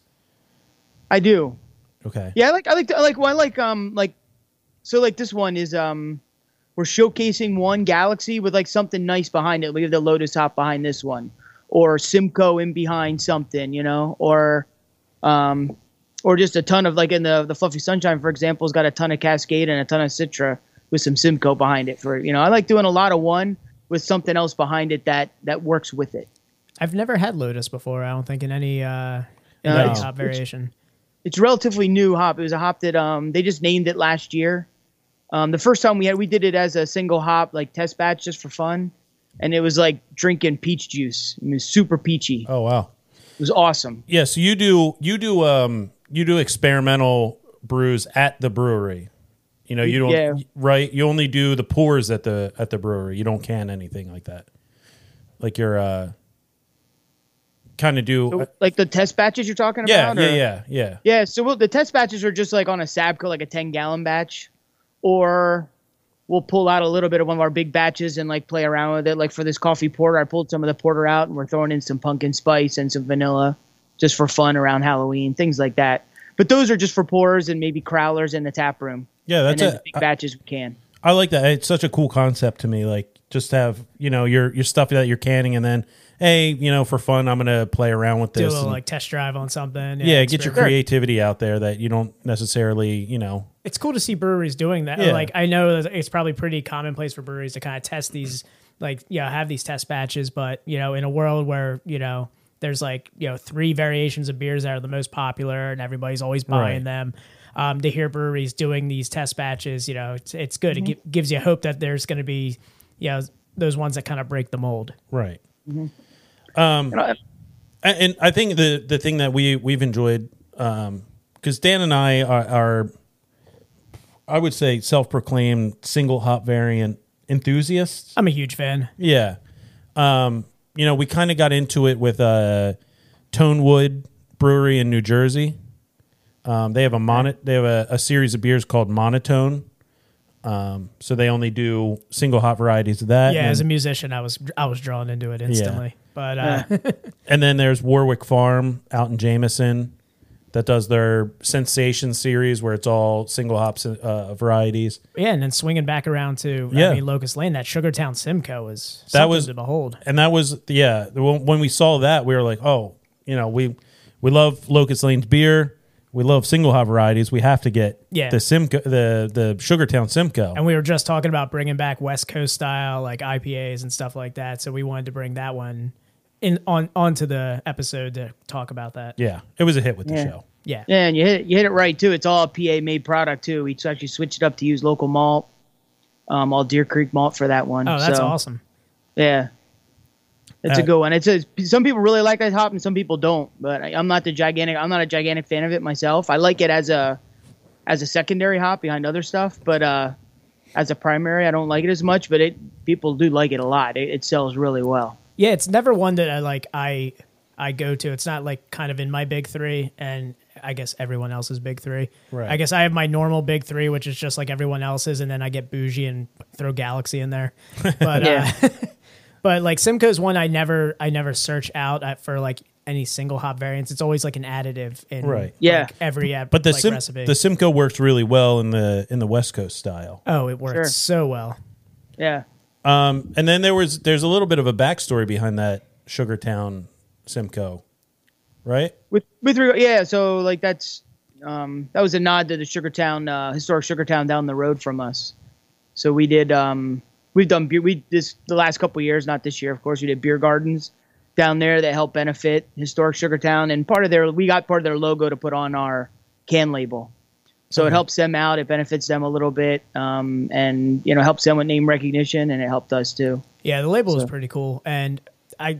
Speaker 3: I do.
Speaker 1: Okay.
Speaker 3: Yeah, I like I like I like well, I like um like so like this one is um we're showcasing one galaxy with like something nice behind it. We have the Lotus Hop behind this one, or Simco in behind something, you know, or um or just a ton of like in the the Fluffy Sunshine for example has got a ton of Cascade and a ton of Citra with some Simco behind it for you know. I like doing a lot of one with something else behind it that that works with it.
Speaker 2: I've never had Lotus before. I don't think in any uh, in
Speaker 3: No,
Speaker 2: any
Speaker 1: it's-
Speaker 2: top variation.
Speaker 3: it's a relatively new hop. It was a hop that um, they just named it last year. Um, the first time we had, we did it as a single hop, like test batch, just for fun, and it was like drinking peach juice. It was super peachy.
Speaker 1: Oh wow.
Speaker 3: It was awesome.
Speaker 1: Yeah, so you do you do um you do experimental brews at the brewery. You know, you don't
Speaker 3: Yeah.
Speaker 1: right, you only do the pours at the at the brewery. You don't can anything like that. Like you're uh kind of do uh,
Speaker 3: Like the test batches you're talking
Speaker 1: yeah,
Speaker 3: about.
Speaker 1: yeah,
Speaker 3: or-
Speaker 1: yeah, yeah.
Speaker 3: Yeah, so we'll, the test batches are just like on a Sabco, like a 10 gallon batch, or we'll pull out a little bit of one of our big batches and like play around with it. Like for this coffee porter, I pulled some of the porter out and we're throwing in some pumpkin spice and some vanilla just for fun around Halloween, things like that. But those are just for pourers and maybe crowlers in the tap room.
Speaker 1: Yeah,
Speaker 3: and
Speaker 1: that's
Speaker 3: then
Speaker 1: it.
Speaker 3: the big batches we can.
Speaker 1: I like that. It's such a cool concept to me. Like just have you know your your stuff that you're canning, and then hey, you know for fun, I'm gonna play around with
Speaker 2: Do a
Speaker 1: this.
Speaker 2: little,
Speaker 1: and-
Speaker 2: like test drive on something.
Speaker 1: yeah, get your
Speaker 2: experiment.
Speaker 1: creativity out there that you don't necessarily you know.
Speaker 2: It's cool to see breweries doing that.
Speaker 1: Yeah.
Speaker 2: Like I know that it's probably pretty commonplace for breweries to kind of test these, like yeah, have these test batches. But you know, in a world where you know there's like you know three variations of beers that are the most popular and everybody's always buying
Speaker 1: Right.
Speaker 2: them. Um, to hear breweries doing these test batches, you know, it's it's good.
Speaker 1: Mm-hmm.
Speaker 2: It gi- gives you hope that there's going to be, you know, those ones that kind of break the mold.
Speaker 1: Right.
Speaker 3: Mm-hmm. You know,
Speaker 1: and, and I think the the thing that we we've enjoyed because Dan and I are, are I would say self proclaimed single hop variant enthusiasts.
Speaker 2: I'm a huge fan.
Speaker 1: Yeah, um, you know we kind of got into it with uh, Tonewood Brewery in New Jersey. Um, they have a mono, they have a, a series of beers called Monotone. Um, so they only do single hop varieties of that.
Speaker 2: Yeah,
Speaker 1: and-
Speaker 2: as a musician, I was I was drawn into it instantly. But uh,
Speaker 1: And then there's Warwick Farm out in Jameson that does their Sensation series where it's all single hops uh, varieties.
Speaker 2: Yeah, and then swinging back around to
Speaker 1: Yeah.
Speaker 2: I mean, Locust Lane, that Sugartown Simcoe was
Speaker 1: That
Speaker 2: something
Speaker 1: was-
Speaker 2: to behold.
Speaker 1: And that was, yeah, when when we saw that, we were like, oh, you know, we we love Locust Lane's beer. We love single hop varieties. We have to get
Speaker 2: Yeah.
Speaker 1: the Simcoe, the the Sugartown Simcoe.
Speaker 2: And we were just talking about bringing back West Coast style like IPAs and stuff like that, so we wanted to bring that one in on onto the episode to talk about that.
Speaker 1: yeah, it was a hit with the
Speaker 3: Yeah.
Speaker 1: show.
Speaker 2: Yeah,
Speaker 3: Yeah, and you hit it, you hit it right too. It's all PA made product too. We actually switched it up to use local malt, um, all Deer Creek malt for that one.
Speaker 2: oh, that's
Speaker 3: so.
Speaker 2: awesome.
Speaker 3: Yeah. It's
Speaker 1: Uh,
Speaker 3: a good one. It's a, some people really like that hop and some people don't. But I, I'm not the gigantic. I'm not a gigantic fan of it myself. I like it as a as a secondary hop behind other stuff, but uh, as a primary, I don't like it as much. But it people do like it a lot. It, it sells really well.
Speaker 2: Yeah, it's never one that I like. I I go to. It's not like kind of in my big three, and I guess everyone else's big three.
Speaker 1: Right.
Speaker 2: I guess I have my normal big three, which is just like everyone else's, and then I get bougie and throw Galaxy in there. But uh,
Speaker 3: Yeah,
Speaker 2: But like Simcoe's one, I never I never search out at, for like any single hop variants. It's always like an additive in
Speaker 1: Right.
Speaker 3: Yeah.
Speaker 2: like, every app.
Speaker 1: But the
Speaker 2: like,
Speaker 1: Sim-
Speaker 2: recipe.
Speaker 1: the Simcoe works really well in the in the West Coast style.
Speaker 2: oh, it works
Speaker 3: Sure.
Speaker 2: so well.
Speaker 3: yeah.
Speaker 1: Um, and then there was there's a little bit of a backstory behind that Sugartown Simcoe, right?
Speaker 3: With with regard, yeah. So like that's um, that was a nod to the Sugartown uh, historic Sugartown down the road from us. So we did um, we've done beer, we this the last couple years, not this year, of course. We did beer gardens, down there that help benefit historic Sugar Town, and part of their we got part of their logo to put on our can label. So
Speaker 1: Mm-hmm.
Speaker 3: it helps them out. It benefits them a little bit, um, and you know helps them with name recognition, and it helped us too.
Speaker 2: Yeah, the label is
Speaker 3: So-
Speaker 2: pretty cool, and I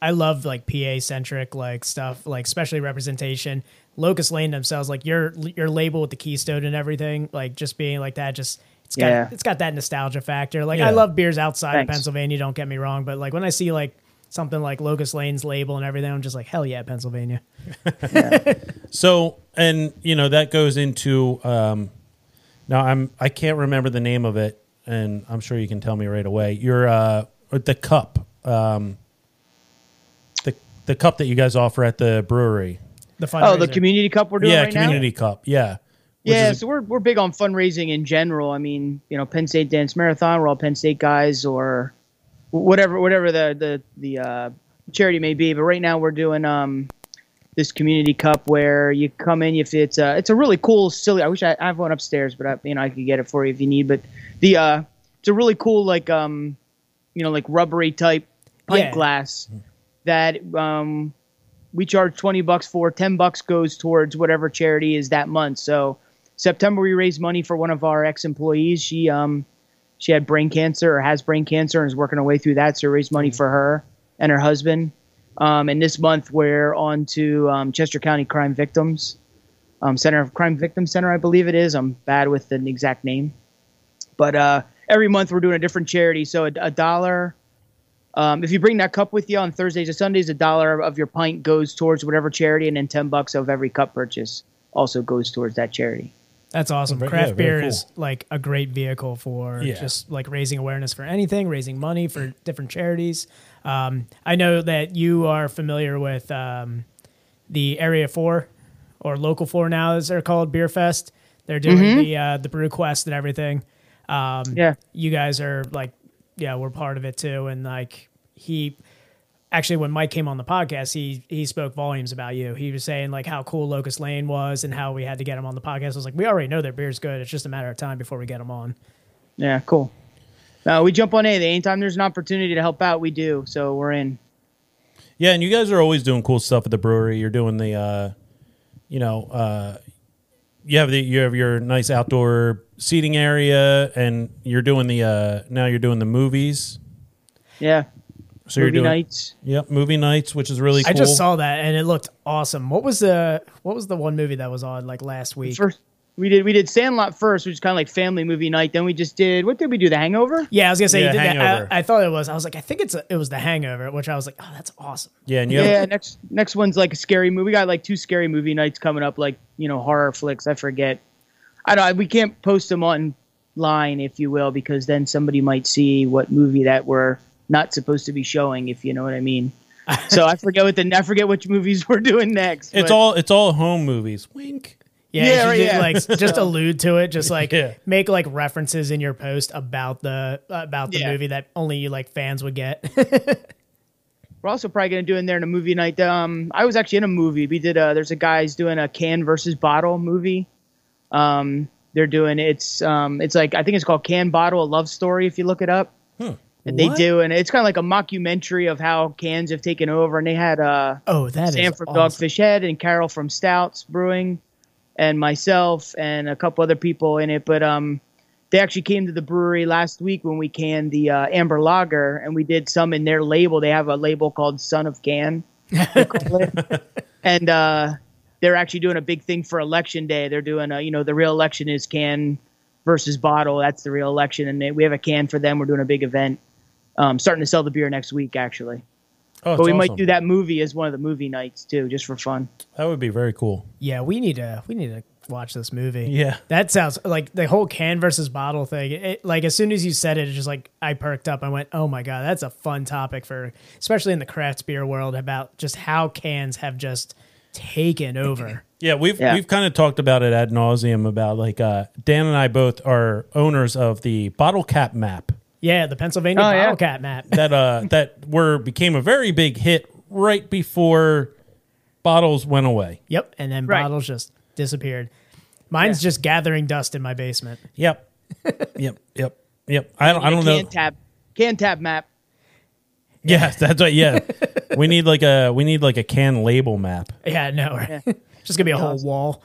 Speaker 2: I love like PA centric like stuff, like especially representation. Locust Lane themselves, like your your label with the keystone and everything, like just being like that, just it's got
Speaker 3: Yeah.
Speaker 2: it's got that nostalgia factor. Like
Speaker 1: Yeah.
Speaker 2: I love beers outside
Speaker 3: Thanks.
Speaker 2: of Pennsylvania, don't get me wrong, but like when I see like something like Locust Lane's label and everything, I'm just like hell yeah, Pennsylvania.
Speaker 1: So, and you know that goes into um, now. I'm I can't remember the name of it, and I'm sure you can tell me right away. Your uh, the cup, um, the the cup that you guys offer at the brewery.
Speaker 2: The fun.
Speaker 3: Oh, the community cup we're doing
Speaker 1: yeah,
Speaker 3: right
Speaker 1: community
Speaker 3: now.
Speaker 1: cup. Yeah, Which
Speaker 3: Yeah,
Speaker 1: is a-
Speaker 3: so we're we're big on fundraising in general. I mean, you know, Penn State Dance Marathon, we're all Penn State guys, or whatever whatever the the the uh, charity may be. But right now we're doing um this community cup where you come in if it's uh it's a really cool silly. I wish I, I have one upstairs, but I, you know I could get it for you if you need. But the uh it's a really cool like um you know like rubbery type pint
Speaker 2: Yeah.
Speaker 3: glass that um we charge 20 bucks for 10 bucks goes towards whatever charity is that month so september we raised money for one of our ex-employees she um she had brain cancer or has brain cancer and is working her way through that so we raised money for her and her husband um, and this month we're on to um, chester county crime victims um, center of crime victim center i believe it is i'm bad with the exact name but uh, every month we're doing a different charity so a, a dollar um, if you bring that cup with you on Thursdays and Sundays, a dollar of your pint goes towards whatever charity, and then ten bucks of every cup purchase also goes towards that charity.
Speaker 2: That's awesome.
Speaker 1: Very-
Speaker 2: Craft
Speaker 1: yeah, very
Speaker 2: beer is like a great vehicle for
Speaker 1: Yeah.
Speaker 2: just like raising awareness for anything, raising money for different charities. Um, I know that you are familiar with um, the Area Four or Local Four now, as they're called, Beer Fest. They're doing the uh, the brew quest and everything. Um,
Speaker 3: Yeah.
Speaker 2: you guys are like, yeah, we're part of it too. And like he, actually when Mike came on the podcast, he he spoke volumes about you. He was saying like how cool Locust Lane was and how we had to get him on the podcast. I was like, we already know their beer's good. It's just a matter of time before we get him on.
Speaker 3: Yeah, cool. Uh, we jump on anything. Anytime there's an opportunity to help out, we do. So we're in.
Speaker 1: yeah, and you guys are always doing cool stuff at the brewery. You're doing the, uh, you know, uh, you have the you have your nice outdoor seating area, and you're doing the uh, now you're doing the movies.
Speaker 3: Yeah,
Speaker 1: So
Speaker 3: movie
Speaker 1: you're doing
Speaker 3: nights.
Speaker 1: Yep, movie nights, which is really cool.
Speaker 2: I just saw that and it looked awesome. What was the what was the one movie that was on like last week?
Speaker 3: First, we did we did Sandlot first, which is kind of like family movie night. Then we just did what did we do? The Hangover.
Speaker 2: Yeah, I was gonna say you
Speaker 1: Yeah,
Speaker 2: did that. I-
Speaker 1: Hangover.
Speaker 2: I, thought it was. I was like, I think it's a, it was The Hangover, which I was like, oh, that's awesome.
Speaker 1: yeah, and you
Speaker 3: Yeah.
Speaker 1: have
Speaker 3: Next next one's like a scary movie. We got like two scary movie nights coming up, like you know horror flicks. I forget. I don't. We can't post them online, if you will, because then somebody might see what movie that we're not supposed to be showing, if you know what I mean. so I forget what the I forget which movies we're doing next.
Speaker 1: it's
Speaker 3: but-
Speaker 1: all it's all home movies. Wink.
Speaker 2: Yeah,
Speaker 3: Yeah,
Speaker 2: you
Speaker 3: right,
Speaker 2: did,
Speaker 3: yeah.
Speaker 2: like just allude to it, just like
Speaker 1: Yeah.
Speaker 2: make like references in your post about the about the
Speaker 3: Yeah.
Speaker 2: movie that only like fans would get.
Speaker 3: We're also probably gonna do in there in a movie night. Um, I was actually in a movie. We did. A, there's a guy's doing a can versus bottle movie. Um, they're doing it's um, it's like I think it's called Can Bottle: A Love Story. If you look it up, and they
Speaker 1: What?
Speaker 3: do, and it's kind of like a mockumentary of how cans have taken over. And they had uh,
Speaker 2: oh, that is
Speaker 3: Sam from
Speaker 2: awesome.
Speaker 3: Dogfish Head and Carol from Stouts Brewing, and myself and a couple other people in it. But um, they actually came to the brewery last week when we canned the uh, Amber Lager, and we did some in their label. They have a label called Son of Can, they call it. and uh, they're actually doing a big thing for election day. They're doing a you know the real election is can versus bottle. That's the real election, and they, we have a can for them. We're doing a big event. Um, starting to sell the beer next week, actually.
Speaker 1: Oh,
Speaker 3: But we might do that movie as one of the movie nights too, just for fun.
Speaker 1: That would be very cool.
Speaker 2: Yeah, we need to we need to watch this movie.
Speaker 1: Yeah.
Speaker 2: That sounds like the whole can versus bottle thing. It, like as soon as you said it, it just like I perked up. I went, "Oh my god, that's a fun topic for especially in the craft beer world about just how cans have just taken over."
Speaker 1: Yeah, we've
Speaker 3: Yeah.
Speaker 1: we've kind of talked about it ad nauseum about like uh, Dan and I both are owners of the bottle cap map
Speaker 2: yeah, the Pennsylvania
Speaker 3: Oh,
Speaker 2: bottle
Speaker 3: yeah.
Speaker 2: cap map.
Speaker 1: that uh that were became a very big hit right before bottles went away.
Speaker 2: Yep, and then
Speaker 3: Right.
Speaker 2: bottles just disappeared. Mine's just gathering dust in my basement.
Speaker 1: Yep. yep. Yep. Yep. I don't I don't
Speaker 3: can
Speaker 1: know.
Speaker 3: Tab, can tab map.
Speaker 1: Yeah, that's right. Yeah, we need like a we need like a can label map.
Speaker 2: Yeah, no. right. Just gonna be a whole
Speaker 3: Does.
Speaker 2: wall.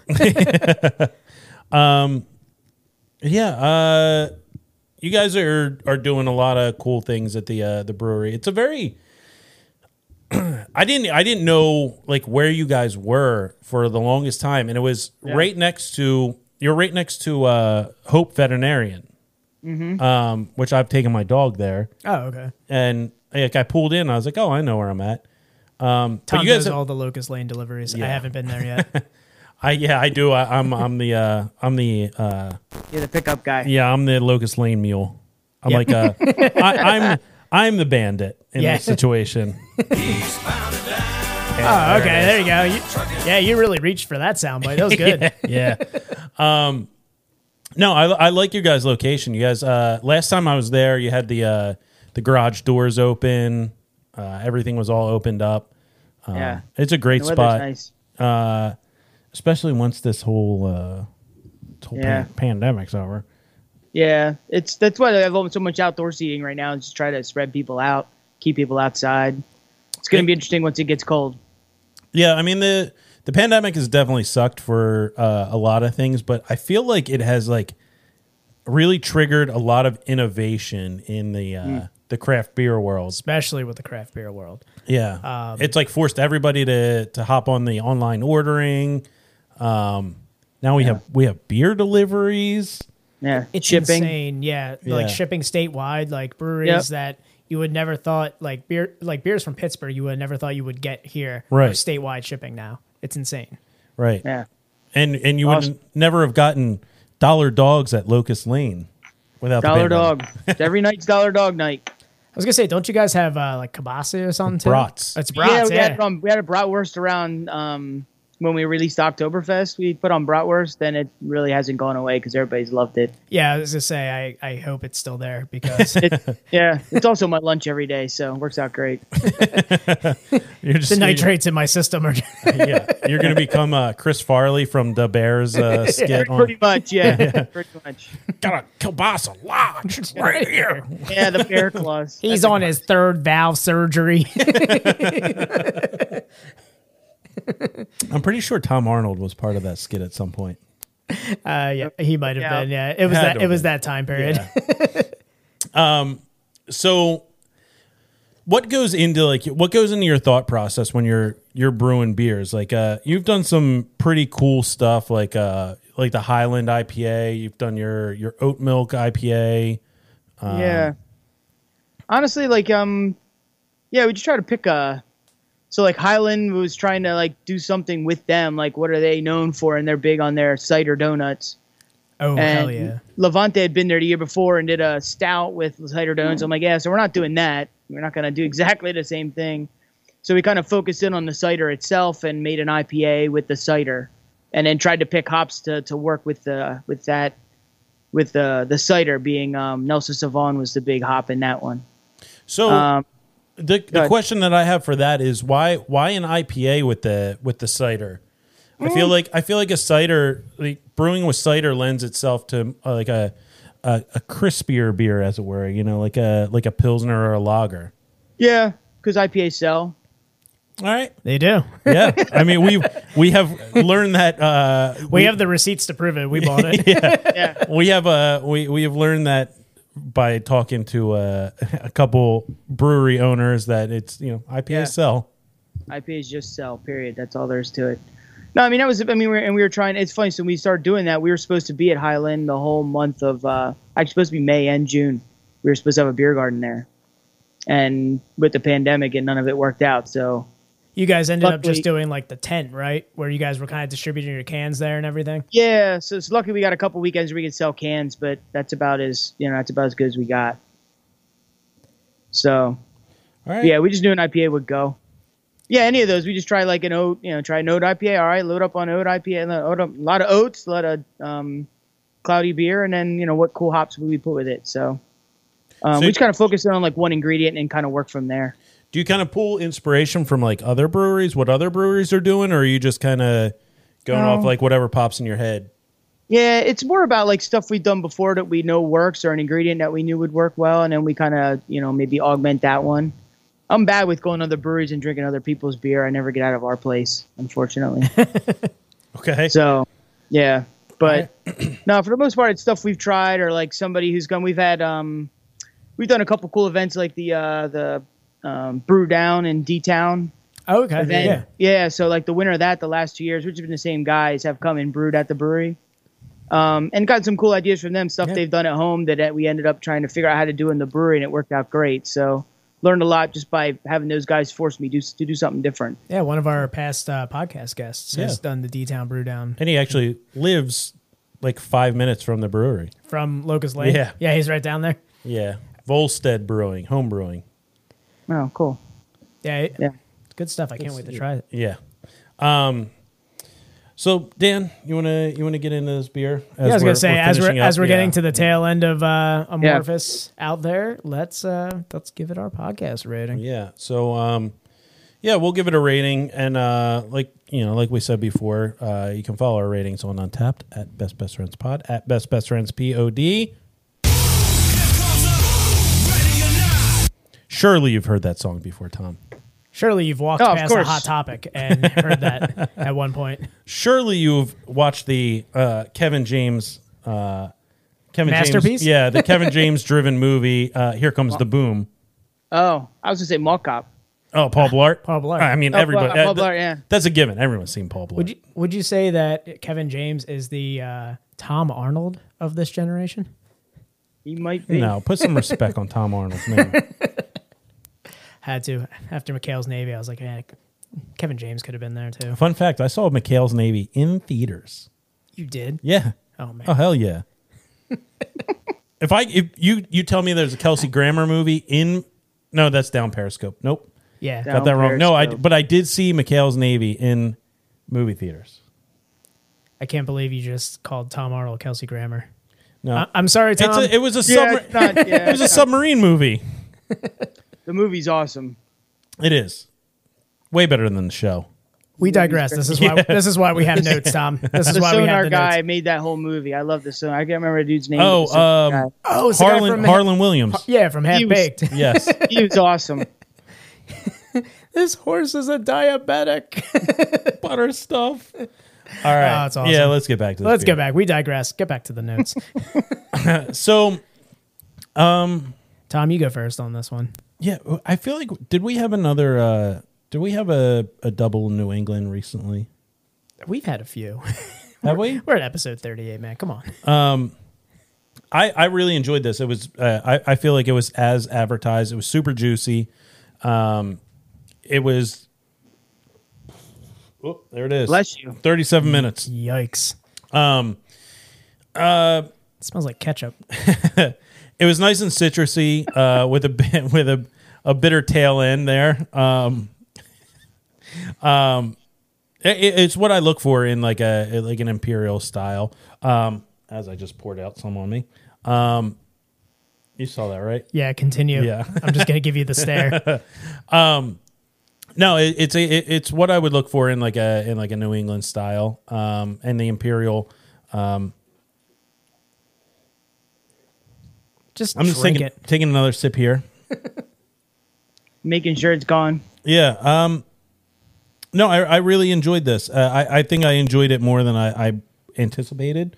Speaker 1: Yeah, uh, you guys are are doing a lot of cool things at the uh, the brewery. It's a very I didn't I didn't know like where you guys were for the longest time, and it was right next to you're right next to uh, Hope Veterinarian, um, which I've taken my dog there,
Speaker 2: Oh, okay.
Speaker 1: and like I pulled in, I was like, oh, I know where I'm at. Um,
Speaker 2: Tom
Speaker 1: but you guys,
Speaker 2: does
Speaker 1: have-
Speaker 2: all the locust lane deliveries.
Speaker 1: Yeah.
Speaker 2: I haven't been there yet.
Speaker 1: I yeah, I do. I, I'm I'm the uh, I'm the uh,
Speaker 3: You're the pickup guy.
Speaker 1: Yeah, I'm the locust lane mule. I'm
Speaker 2: Yeah.
Speaker 1: like a, I, I'm I'm the bandit in
Speaker 2: Yeah.
Speaker 1: this situation.
Speaker 2: oh, okay. There you go. You, yeah, you really reached for that soundbite. That was good.
Speaker 1: yeah. Um, no, I, I like your guys' location. You guys, uh, last time I was there, you had the uh, the garage doors open. Uh, everything was all opened up. Um,
Speaker 3: Yeah.
Speaker 1: it's a great
Speaker 3: The weather's
Speaker 1: spot,
Speaker 3: nice.
Speaker 1: uh, especially once this whole uh, this whole
Speaker 3: Yeah.
Speaker 1: pan- pandemic's over.
Speaker 3: Yeah, it's that's why I have so much outdoor seating right now. Is just try to spread people out, keep people outside. It's going to be interesting once it gets cold.
Speaker 1: Yeah, I mean the the pandemic has definitely sucked for uh, a lot of things, but I feel like it has like really triggered a lot of innovation in the uh,
Speaker 3: Hmm.
Speaker 1: the craft beer world.
Speaker 2: Especially with the craft beer world.
Speaker 1: Yeah, it's like forced everybody to to hop on the online ordering. Um, now we have we have beer deliveries.
Speaker 3: Yeah,
Speaker 2: It's
Speaker 3: shipping.
Speaker 2: insane. Yeah,
Speaker 1: Yeah.
Speaker 2: Like shipping statewide, like breweries
Speaker 3: Yep.
Speaker 2: that you would never thought like beer like beers from Pittsburgh you would never thought you would get here. are
Speaker 1: Right.
Speaker 2: Statewide shipping now. It's insane.
Speaker 1: Right,
Speaker 3: Yeah,
Speaker 1: and and you
Speaker 3: Awesome.
Speaker 1: would never have gotten dollar dogs at Locust Lane without the
Speaker 3: dollar
Speaker 1: pandemic.
Speaker 3: dog. Every night's dollar dog night.
Speaker 2: I was gonna say, don't you guys have uh, like kibasi or something? too? Oh,
Speaker 1: Brats.
Speaker 2: It's brats.
Speaker 3: we,
Speaker 2: Yeah,
Speaker 3: Had, um, we had a bratwurst around um, when we released Oktoberfest. We put on bratwurst, and it really hasn't gone away because everybody's loved it.
Speaker 2: Yeah, I was gonna say, I, I hope it's still there because
Speaker 3: It's- yeah, it's also my lunch every day, so it works out great.
Speaker 1: You're just
Speaker 2: the nitrates in my system are.
Speaker 1: yeah, you're gonna become uh, Chris Farley from the Bears uh, skit. on-
Speaker 3: Pretty much, yeah, pretty much.
Speaker 1: got a kielbasa lodge right here.
Speaker 3: Yeah, the bear claws.
Speaker 2: He's on his third valve surgery.
Speaker 1: I'm pretty sure Tom Arnold was part of that skit at some point.
Speaker 2: Uh, yeah, he might have
Speaker 3: Yeah.
Speaker 2: been. Yeah, it was
Speaker 1: Had to
Speaker 2: that. It
Speaker 1: have
Speaker 2: was
Speaker 1: been.
Speaker 2: that time period.
Speaker 1: So, what goes into like what goes into your thought process when you're you're brewing beers? Like, uh, you've done some pretty cool stuff, like uh, like the Highland IPA. You've done your your oat milk IPA.
Speaker 3: yeah. Honestly, like um, yeah, we just try to pick a. So like Highland was trying to like do something with them. Like, what are they known for? And they're big on their cider donuts.
Speaker 2: Oh hell
Speaker 3: And
Speaker 2: yeah!
Speaker 3: Levante had been there the year before and did a stout with cider
Speaker 2: Mm.
Speaker 3: donuts. I'm like, yeah, so we're not doing that. We're not going to do exactly the same thing. So we kind of focused in on the cider itself and made an IPA with the cider, and then tried to pick hops to, to work with the with that with the the cider being um, Nelson Savon was the big hop in that one.
Speaker 1: So,
Speaker 3: Um,
Speaker 1: the, the
Speaker 3: ahead.
Speaker 1: question that I have for that is why why an IPA with the with the cider? I
Speaker 3: Mm.
Speaker 1: feel like I feel like a cider like brewing with cider lends itself to uh, like a, a a crispier beer, as it were. You know, like a like a pilsner or a lager.
Speaker 3: yeah, because IPA sell.
Speaker 1: All right,
Speaker 2: They do.
Speaker 1: yeah. I mean we we have learned that uh,
Speaker 2: We have the receipts to prove it. We bought it.
Speaker 3: Yeah,
Speaker 1: we have uh we we have learned that by talking to uh, a couple brewery owners that it's you know IPA
Speaker 3: Yeah.
Speaker 1: sell.
Speaker 3: IPAs just sell. Period. That's all there is to it. No, I mean that was. I mean, we were, and we were trying. It's funny. So we started doing that. We were supposed to be at Highland the whole month of. Uh, actually, supposed to be May and June. We were supposed to have a beer garden there, and with the pandemic, and none of it worked out. So
Speaker 2: You guys ended up just
Speaker 3: Luckily-
Speaker 2: doing like the tent, right? Where you guys were kind of distributing your cans there and everything.
Speaker 3: yeah. So it's lucky we got a couple weekends where we could sell cans, but that's about as you know that's about as good as we got. So
Speaker 1: All right,
Speaker 3: yeah, we just knew an IPA would go. Yeah, any of those. We just try like an oat, you know, try an oat IPA. All right, load up on oat IPA, and then oat up- a lot of oats, a lot of um, cloudy beer, and then you know what cool hops would we put with it. So, um,
Speaker 1: So-
Speaker 3: we just kind of focus in on like one ingredient and kind of work from there.
Speaker 1: Do you kind of pull inspiration from like other breweries, what other breweries are doing, or are you just kind of going
Speaker 3: No.
Speaker 1: off like whatever pops in your head?
Speaker 3: Yeah, it's more about like stuff we've done before that we know works or an ingredient that we knew would work well, and then we kind of you know maybe augment that one. I'm bad with going to other breweries and drinking other people's beer. I never get out of our place, unfortunately.
Speaker 1: Okay.
Speaker 3: So, yeah, but no, for the most part, it's stuff we've tried or like somebody who's gone. We've had um, we've done a couple cool events like the uh, the um, Brew Down in D Town.
Speaker 2: Oh, okay. Yeah.
Speaker 3: yeah. So like the winner of that, the last two years, which has been the same guys, have come and brewed at the brewery. Um, and got some cool ideas from them, stuff
Speaker 2: Yeah.
Speaker 3: they've done at home that uh, we ended up trying to figure out how to do in the brewery, and it worked out great. So learned a lot just by having those guys force me to, to do something different.
Speaker 2: Yeah. One of our past uh, podcast guests has
Speaker 1: Yeah.
Speaker 2: done the D Town Brew Down
Speaker 1: and he actually lives like five minutes from the brewery.
Speaker 2: from Locust Lake.
Speaker 1: Yeah.
Speaker 2: Yeah. He's right down there.
Speaker 1: Yeah. Volstead Brewing, home brewing.
Speaker 3: Oh, cool.
Speaker 2: Yeah. it-
Speaker 3: Yeah.
Speaker 2: it's Good stuff. I can't wait to try it.
Speaker 1: Yeah. Um. So Dan, you wanna you wanna get into this beer? As
Speaker 2: yeah, I was
Speaker 1: we're-
Speaker 2: gonna say as we're
Speaker 1: finishing up?
Speaker 2: as we're
Speaker 1: Yeah.
Speaker 2: getting to the tail end of uh, Amorphous out there, let's uh, let's give it our podcast rating.
Speaker 1: Yeah. So um yeah, we'll give it a rating and uh like you know, like we said before, uh you can follow our ratings on Untapped at Best Best Friends Pod at Best Best Friends P O D. Surely you've heard that song before, Tom.
Speaker 2: Surely you've walked
Speaker 3: Oh, of
Speaker 2: past a
Speaker 3: course.
Speaker 2: hot topic and heard that at one point.
Speaker 1: Surely you've watched the uh Kevin James uh Kevin
Speaker 2: Masterpiece?
Speaker 1: James, yeah, the Kevin James driven movie. Uh, Here comes the boom.
Speaker 3: Oh, I was gonna say Mall Cop.
Speaker 1: Oh, Paul Blart.
Speaker 2: Ah, Paul Blart.
Speaker 1: I mean,
Speaker 3: Oh, Paul-
Speaker 1: everybody.
Speaker 3: Paul
Speaker 1: uh, th-
Speaker 3: Blart, yeah.
Speaker 1: That's a given. Everyone's seen Paul Blart.
Speaker 2: Would you would you say that Kevin James is the uh, Tom Arnold of this generation?
Speaker 3: He might be.
Speaker 1: no, put some respect on Tom Arnold's name.
Speaker 2: Had to after McHale's Navy, I was like, man, Kevin James could have been there too.
Speaker 1: Fun fact: I saw McHale's Navy in theaters.
Speaker 2: You did.
Speaker 1: Yeah.
Speaker 2: Oh man,
Speaker 1: Oh hell yeah. if I if you you tell me there's a Kelsey Grammer movie in, no, that's down Periscope. Nope,
Speaker 2: yeah.
Speaker 1: got
Speaker 3: Down
Speaker 1: that wrong. No, I
Speaker 3: Periscope.
Speaker 1: but I did see McHale's Navy in movie theaters.
Speaker 2: I can't believe you just called Tom Arnold Kelsey Grammer.
Speaker 1: No,
Speaker 2: I- I'm sorry,
Speaker 1: it's
Speaker 2: Tom.
Speaker 1: a, it was a
Speaker 3: Yeah,
Speaker 1: submar-
Speaker 3: it's not,
Speaker 1: it
Speaker 3: yeah.
Speaker 1: was a submarine movie.
Speaker 3: the movie's awesome.
Speaker 1: It is way better than the show.
Speaker 2: we digress. This is why. This is why we have notes, Tom. This is
Speaker 3: The
Speaker 2: why we have
Speaker 3: sonar
Speaker 2: the
Speaker 3: guy
Speaker 2: notes.
Speaker 3: made that whole movie. I love the sonar. I can't remember the dude's name.
Speaker 1: Oh,
Speaker 3: but the sonar
Speaker 1: um,
Speaker 2: Oh, it's the guy
Speaker 1: Harlan
Speaker 2: from-
Speaker 1: Harlan Williams.
Speaker 2: Yeah, from Half
Speaker 3: was-
Speaker 2: Baked.
Speaker 1: yes.
Speaker 3: guy. he was awesome.
Speaker 2: this horse is a diabetic.
Speaker 1: butter stuff. All right.
Speaker 2: Ah, that's awesome.
Speaker 1: Yeah, let's get back to this
Speaker 2: Let's
Speaker 1: beer.
Speaker 2: go back. We digress. Get back to the notes.
Speaker 1: So,
Speaker 2: Tom, you go first on this one.
Speaker 1: yeah, I feel like did we have another uh did we have a, a double New England recently?
Speaker 2: We've had a few.
Speaker 1: Have we?
Speaker 2: We're at episode 38, man. Come on.
Speaker 1: I I really enjoyed this. It was uh, I I feel like it was as advertised. It was super juicy. Um it was Oh, there it is.
Speaker 3: Bless you.
Speaker 1: 37 minutes.
Speaker 2: Yikes. Um, uh, smells like ketchup.
Speaker 1: It was nice and citrusy uh, with a bit, with a, a bitter tail end there. Um, um, it- it- it's what I look for in like a like an imperial style. Um, as I just poured out some on me. Um, you saw that right?
Speaker 2: Yeah, continue.
Speaker 1: Yeah.
Speaker 2: I'm just going to give you the stare.
Speaker 1: No, it, it's a, it, it's what I would look for in like a in like a New England style. Um, and the imperial.
Speaker 2: Just
Speaker 1: I'm just
Speaker 2: drink
Speaker 1: taking
Speaker 2: it.
Speaker 1: taking another sip here.
Speaker 3: Making sure it's gone.
Speaker 1: Yeah. Um, no, I, I really enjoyed this. Uh, I, I think I enjoyed it more than I, I anticipated.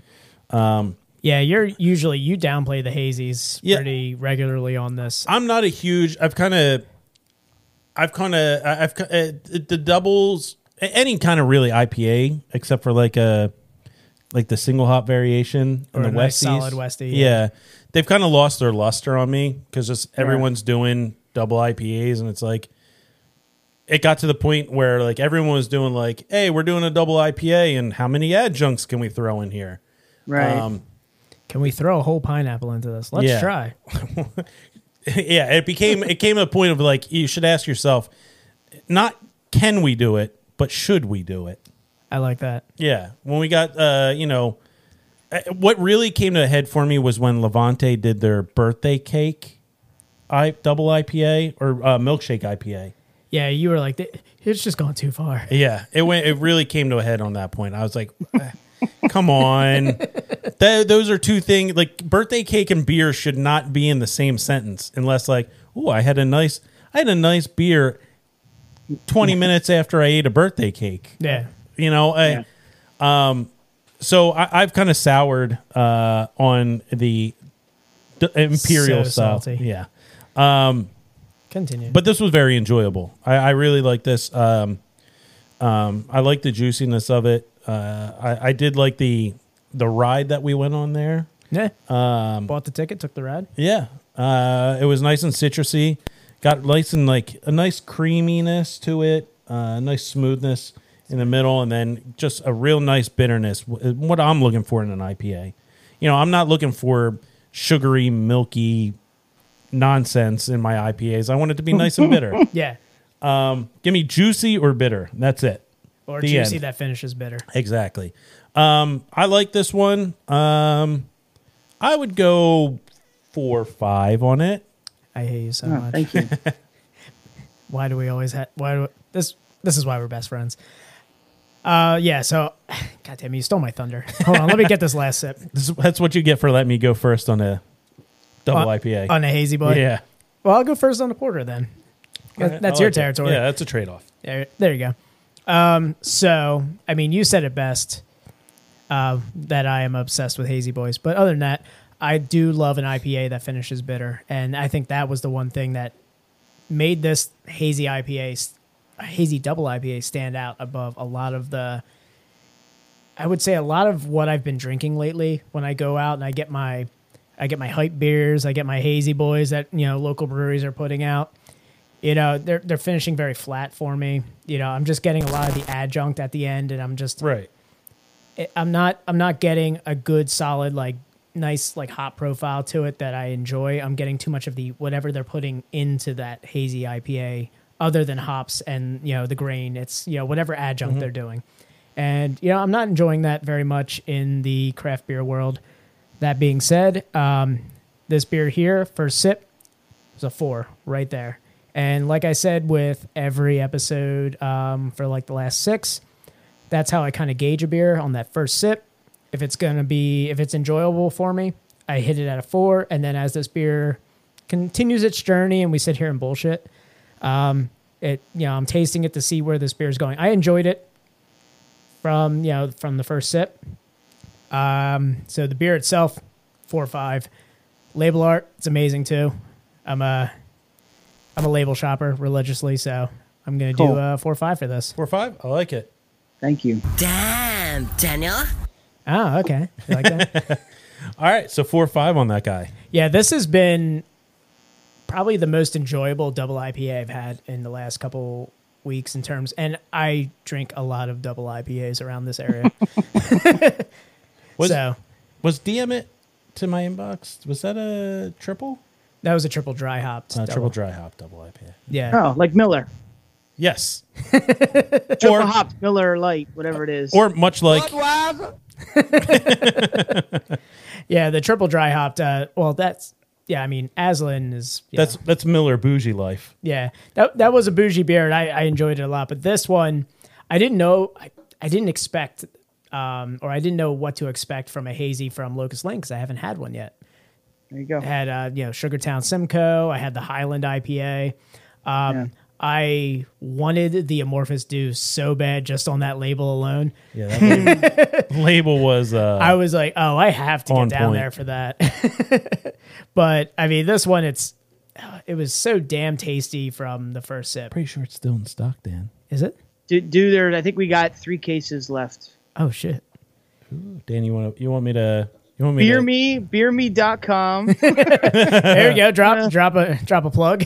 Speaker 2: Yeah, you're usually, you downplay the hazies
Speaker 1: Yeah.
Speaker 2: pretty regularly on this.
Speaker 1: I'm not a huge. I've kind of. I've kind of. I've ki- uh, the doubles. a- Any kind of really IPA, except for like a, like the single hop variation
Speaker 2: Or
Speaker 1: and the
Speaker 2: a nice
Speaker 1: Westies.
Speaker 2: solid Westie,
Speaker 1: Yeah.
Speaker 2: yeah.
Speaker 1: they've kind of lost their luster on me because just everyone's doing double IPAs, and it's like. It got to the point where like everyone was doing like, hey, we're doing a double IPA, and how many adjuncts can we throw in here?
Speaker 3: Right.
Speaker 1: Um,
Speaker 2: Can we throw a whole pineapple into this? Let's
Speaker 1: Yeah.
Speaker 2: try.
Speaker 1: yeah, it became it came to a point of like you should ask yourself, not can we do it, but should we do it?
Speaker 2: I like that.
Speaker 1: Yeah, when we got uh, you know, uh, what really came to a head for me was when Levante did their birthday cake, I double IPA or uh, milkshake IPA.
Speaker 2: Yeah, you were like, it's just gone too far.
Speaker 1: Yeah, it went. It really came to a head on that point. I was like, eh, "Come on, Th- those are two things. Like birthday cake and beer should not be in the same sentence, unless like, oh, I had a nice, I had a nice beer 20 minutes after I ate a birthday cake.
Speaker 2: Yeah.
Speaker 1: You know, I, um, so I, I've kind of soured uh, on the d- imperial
Speaker 2: So
Speaker 1: style.
Speaker 2: salty.
Speaker 1: Yeah,
Speaker 2: Continue.
Speaker 1: but this was very enjoyable. I, I really like this. Um, um, I like the juiciness of it. Uh, I, I did like the the ride that we went on there.
Speaker 2: yeah.
Speaker 1: um,
Speaker 2: Bought the ticket, took the ride.
Speaker 1: Yeah. Uh, it was nice and citrusy. Got nice and like a nice creaminess to it, uh, nice smoothness in the middle, and then just a real nice bitterness. wh- What I'm looking for in an IPA. You know, I'm not looking for sugary, milky nonsense in my IPAs. I want it to be nice and bitter.
Speaker 2: Yeah.
Speaker 1: Give me juicy or bitter. That's it.
Speaker 2: Or
Speaker 1: The
Speaker 2: juicy
Speaker 1: end.
Speaker 2: that finishes bitter.
Speaker 1: Exactly. Um, I like this one. Um, I would go four or five on it.
Speaker 2: I hate you so
Speaker 3: Oh,
Speaker 2: much.
Speaker 3: thank you.
Speaker 2: why do we always have why do this this is why we're best friends uh yeah so god damn it, you stole my thunder hold on let me get this last sip
Speaker 1: This, that's what you get for letting me go first on a double
Speaker 2: On-
Speaker 1: IPA.
Speaker 2: on a hazy boy
Speaker 1: yeah,
Speaker 2: well i'll go first on the porter then That- that's
Speaker 1: I
Speaker 2: your
Speaker 1: like it.
Speaker 2: territory
Speaker 1: Yeah, that's a trade off.
Speaker 2: there, there you go um so i mean you said it best uh, that i am obsessed with hazy boys but other than that i do love an ipa that finishes bitter and i think that was the one thing that made this hazy IPA, s- hazy double IPA stand out above a lot of the, I would say a lot of what I've been drinking lately when I go out and I get my, I get my hype beers, I get my hazy boys that, you know, local breweries are putting out. You know, they're, they're finishing very flat for me. You know, I'm just getting a lot of the adjunct at the end and I'm just,
Speaker 1: Right.
Speaker 2: it- I'm not I'm not getting a good solid like nice like hot profile to it that I enjoy. I'm getting too much of the whatever they're putting into that hazy IPA other than hops and you know the grain. It's you know whatever adjunct they're doing. And you know I'm not enjoying that very much in the craft beer world. That being said, um, this beer here first sip was a four right there. And like I said with every episode um, for like the last six, that's how I kind of gauge a beer on that first sip. If it's going to be, if it's enjoyable for me, I hit it at a four. And then as this beer continues its journey and we sit here and bullshit, um, it, you know, I'm tasting it to see where this beer is going. I enjoyed it from, you know, from the first sip. Um, so the beer itself, four or five. Label art, it's amazing too. I'm a, I'm a label shopper religiously, so I'm gonna
Speaker 3: Cool.
Speaker 2: do uh, four or five for this.
Speaker 1: Four or five. I like it.
Speaker 3: Thank you.
Speaker 4: Damn, Daniel.
Speaker 2: Oh, okay. You like that?
Speaker 1: All right. So four or five on that guy.
Speaker 2: Yeah, this has been probably the most enjoyable double IPA I've had in the last couple weeks in terms and I drink a lot of double IPAs around this area.
Speaker 1: Was
Speaker 2: so
Speaker 1: was DM it to my inbox? Was that a triple?
Speaker 2: that was a triple dry hopped.
Speaker 1: Uh,
Speaker 2: double.
Speaker 1: triple dry hop double IPA.
Speaker 2: Yeah.
Speaker 3: Oh, like Miller.
Speaker 1: Yes.
Speaker 3: Triple hop, Miller Light, whatever it is.
Speaker 1: Or much like
Speaker 2: Yeah, the triple dry hopped uh well that's yeah, I mean Aslan is yeah.
Speaker 1: that's that's Miller bougie life.
Speaker 2: Yeah, that that was a bougie beer, and I, I enjoyed it a lot. But this one, I didn't know, I, I didn't expect, um, or I didn't know what to expect from a hazy from Locust Lane because I haven't had one yet.
Speaker 3: there you go.
Speaker 2: I had uh, you know Sugartown Simcoe. I had the Highland IPA. Um, I wanted the Amorphous Dew so bad just on that label alone.
Speaker 1: Yeah. That label, label was uh,
Speaker 2: I was like, oh, I have to
Speaker 1: On
Speaker 2: get down
Speaker 1: point.
Speaker 2: there for that. but I mean, this one, it's uh, it was so damn tasty from the first sip.
Speaker 1: pretty sure it's still in stock, Dan.
Speaker 2: Is it?
Speaker 3: Do, do there? I think we got three cases left.
Speaker 2: Oh shit.
Speaker 1: Dan, you want to you want me to you want me
Speaker 3: Beer
Speaker 1: to
Speaker 3: me, beerme.com.
Speaker 2: There you go. Drop drop a drop a plug.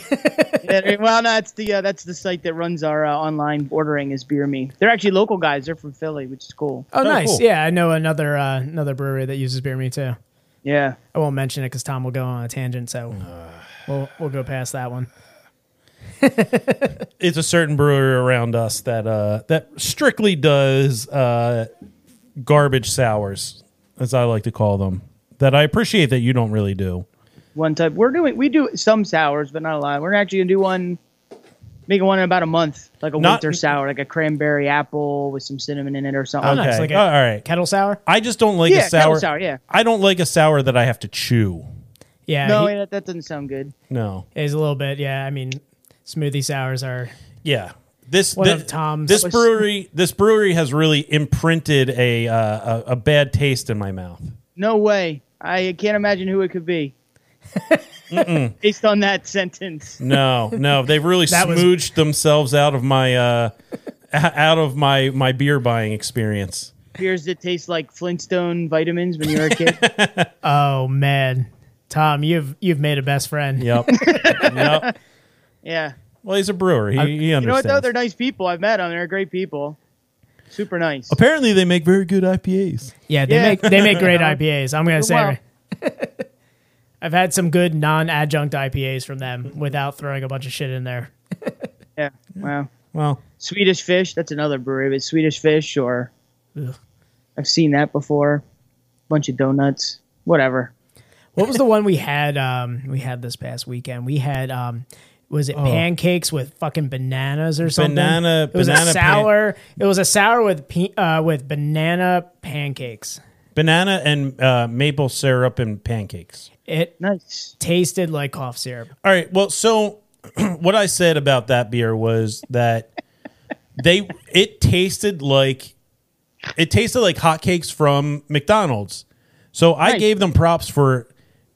Speaker 3: That- well, no, that's the uh, that's the site that runs our uh, online ordering is Beer Me. They're actually local guys. They're from Philly, which is cool.
Speaker 2: oh, nice.
Speaker 1: cool.
Speaker 2: Yeah, I know another uh, another brewery that uses beer me too.
Speaker 3: Yeah,
Speaker 2: I won't mention it because Tom will go on a tangent, so we'll we'll go past that one.
Speaker 1: it's a certain brewery around us that uh, that strictly does uh, garbage sours, as I like to call them. That I appreciate that you don't really do.
Speaker 3: one type. We're doing we do some sours, but not a lot. We're actually gonna do one, making one in about a month, like a
Speaker 1: Not-
Speaker 3: winter sour, like a cranberry apple with some cinnamon in it or something.
Speaker 2: Oh, nice.
Speaker 1: Okay,
Speaker 2: Like a-
Speaker 1: all right.
Speaker 2: Kettle sour.
Speaker 1: I just don't like
Speaker 3: Yeah,
Speaker 1: a sour.
Speaker 3: kettle sour, yeah.
Speaker 1: I don't like a sour that I have to chew.
Speaker 2: Yeah,
Speaker 3: No,
Speaker 2: he
Speaker 3: yeah, that doesn't sound good.
Speaker 1: No,
Speaker 2: is a little bit. Yeah, I mean, Smoothie sours are
Speaker 1: Yeah. This
Speaker 2: One
Speaker 1: thi-
Speaker 2: of Tom's-
Speaker 1: this brewery this brewery has really imprinted a, uh, a a bad taste in my mouth.
Speaker 3: No way. I can't imagine who it could be. Based on that sentence,
Speaker 1: No, no, they've really
Speaker 2: That was-
Speaker 1: smooched themselves out of my uh, a- out of my my beer buying experience.
Speaker 3: beers that taste like Flintstone vitamins when you were a kid.
Speaker 2: oh man, Tom, you've you've made a best friend.
Speaker 1: Yep. yep.
Speaker 3: yeah.
Speaker 1: Well, he's a brewer. He, he
Speaker 3: You know what
Speaker 1: understands.
Speaker 3: though? They're nice people. I've met them. They're great people. Super nice.
Speaker 1: Apparently, they make very good IPAs.
Speaker 2: Yeah, they
Speaker 3: Yeah.
Speaker 2: make they make great IPAs. I'm gonna say.
Speaker 3: Wow.
Speaker 2: I've had some good non-adjunct IPAs from them without throwing a bunch of shit in there.
Speaker 3: Yeah. Wow.
Speaker 1: Well,
Speaker 3: Swedish Fish. That's another brewery, but Swedish Fish or
Speaker 2: Ugh.
Speaker 3: I've seen that before. Bunch of donuts. Whatever.
Speaker 2: What was the one we had? Um, we had this past weekend. We had um, was it pancakes with fucking bananas or something?
Speaker 1: Oh. Banana-
Speaker 2: It was
Speaker 1: banana pan-
Speaker 2: a sour. it was a sour with pe- uh, with banana pancakes.
Speaker 1: banana and uh, maple syrup and pancakes.
Speaker 2: It
Speaker 3: Nice.
Speaker 2: tasted like cough syrup.
Speaker 1: All right. Well, so what I said about that beer was that they it tasted like it tasted like hotcakes from McDonald's. So I
Speaker 3: Nice.
Speaker 1: gave them props for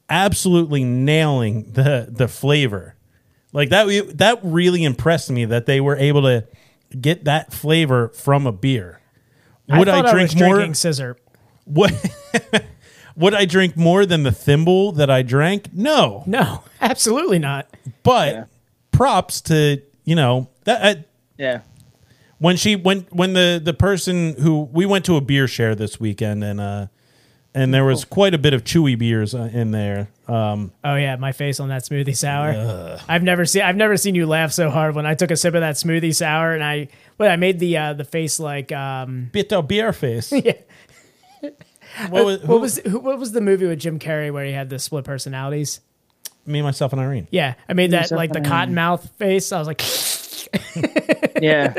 Speaker 1: absolutely nailing the the flavor. Like that that really impressed me that they were able to get that flavor from a beer. Would I,
Speaker 2: thought
Speaker 1: drink
Speaker 2: was
Speaker 1: more?
Speaker 2: Drinking scissor.
Speaker 1: What would I drink more than the thimble that I drank? No.
Speaker 2: No, absolutely not.
Speaker 1: But props to you know that uh,
Speaker 3: Yeah.
Speaker 1: when she when when the the person who we went to a beer share this weekend and uh and there was quite a bit of chewy beers uh, in there. Um,
Speaker 2: Oh yeah, my face on that smoothie sour. I've never seen I've never seen you laugh so hard when I took a sip of that smoothie sour and I what I made the uh, the face like um
Speaker 1: bit of beer face.
Speaker 2: Yeah.
Speaker 1: What was,
Speaker 2: what was who, what was the movie with Jim Carrey where he had the split personalities?
Speaker 1: me, myself, and Irene?
Speaker 2: Yeah, I made that
Speaker 3: so
Speaker 2: like the
Speaker 3: funny.
Speaker 2: cotton mouth face. I was like
Speaker 3: Yeah.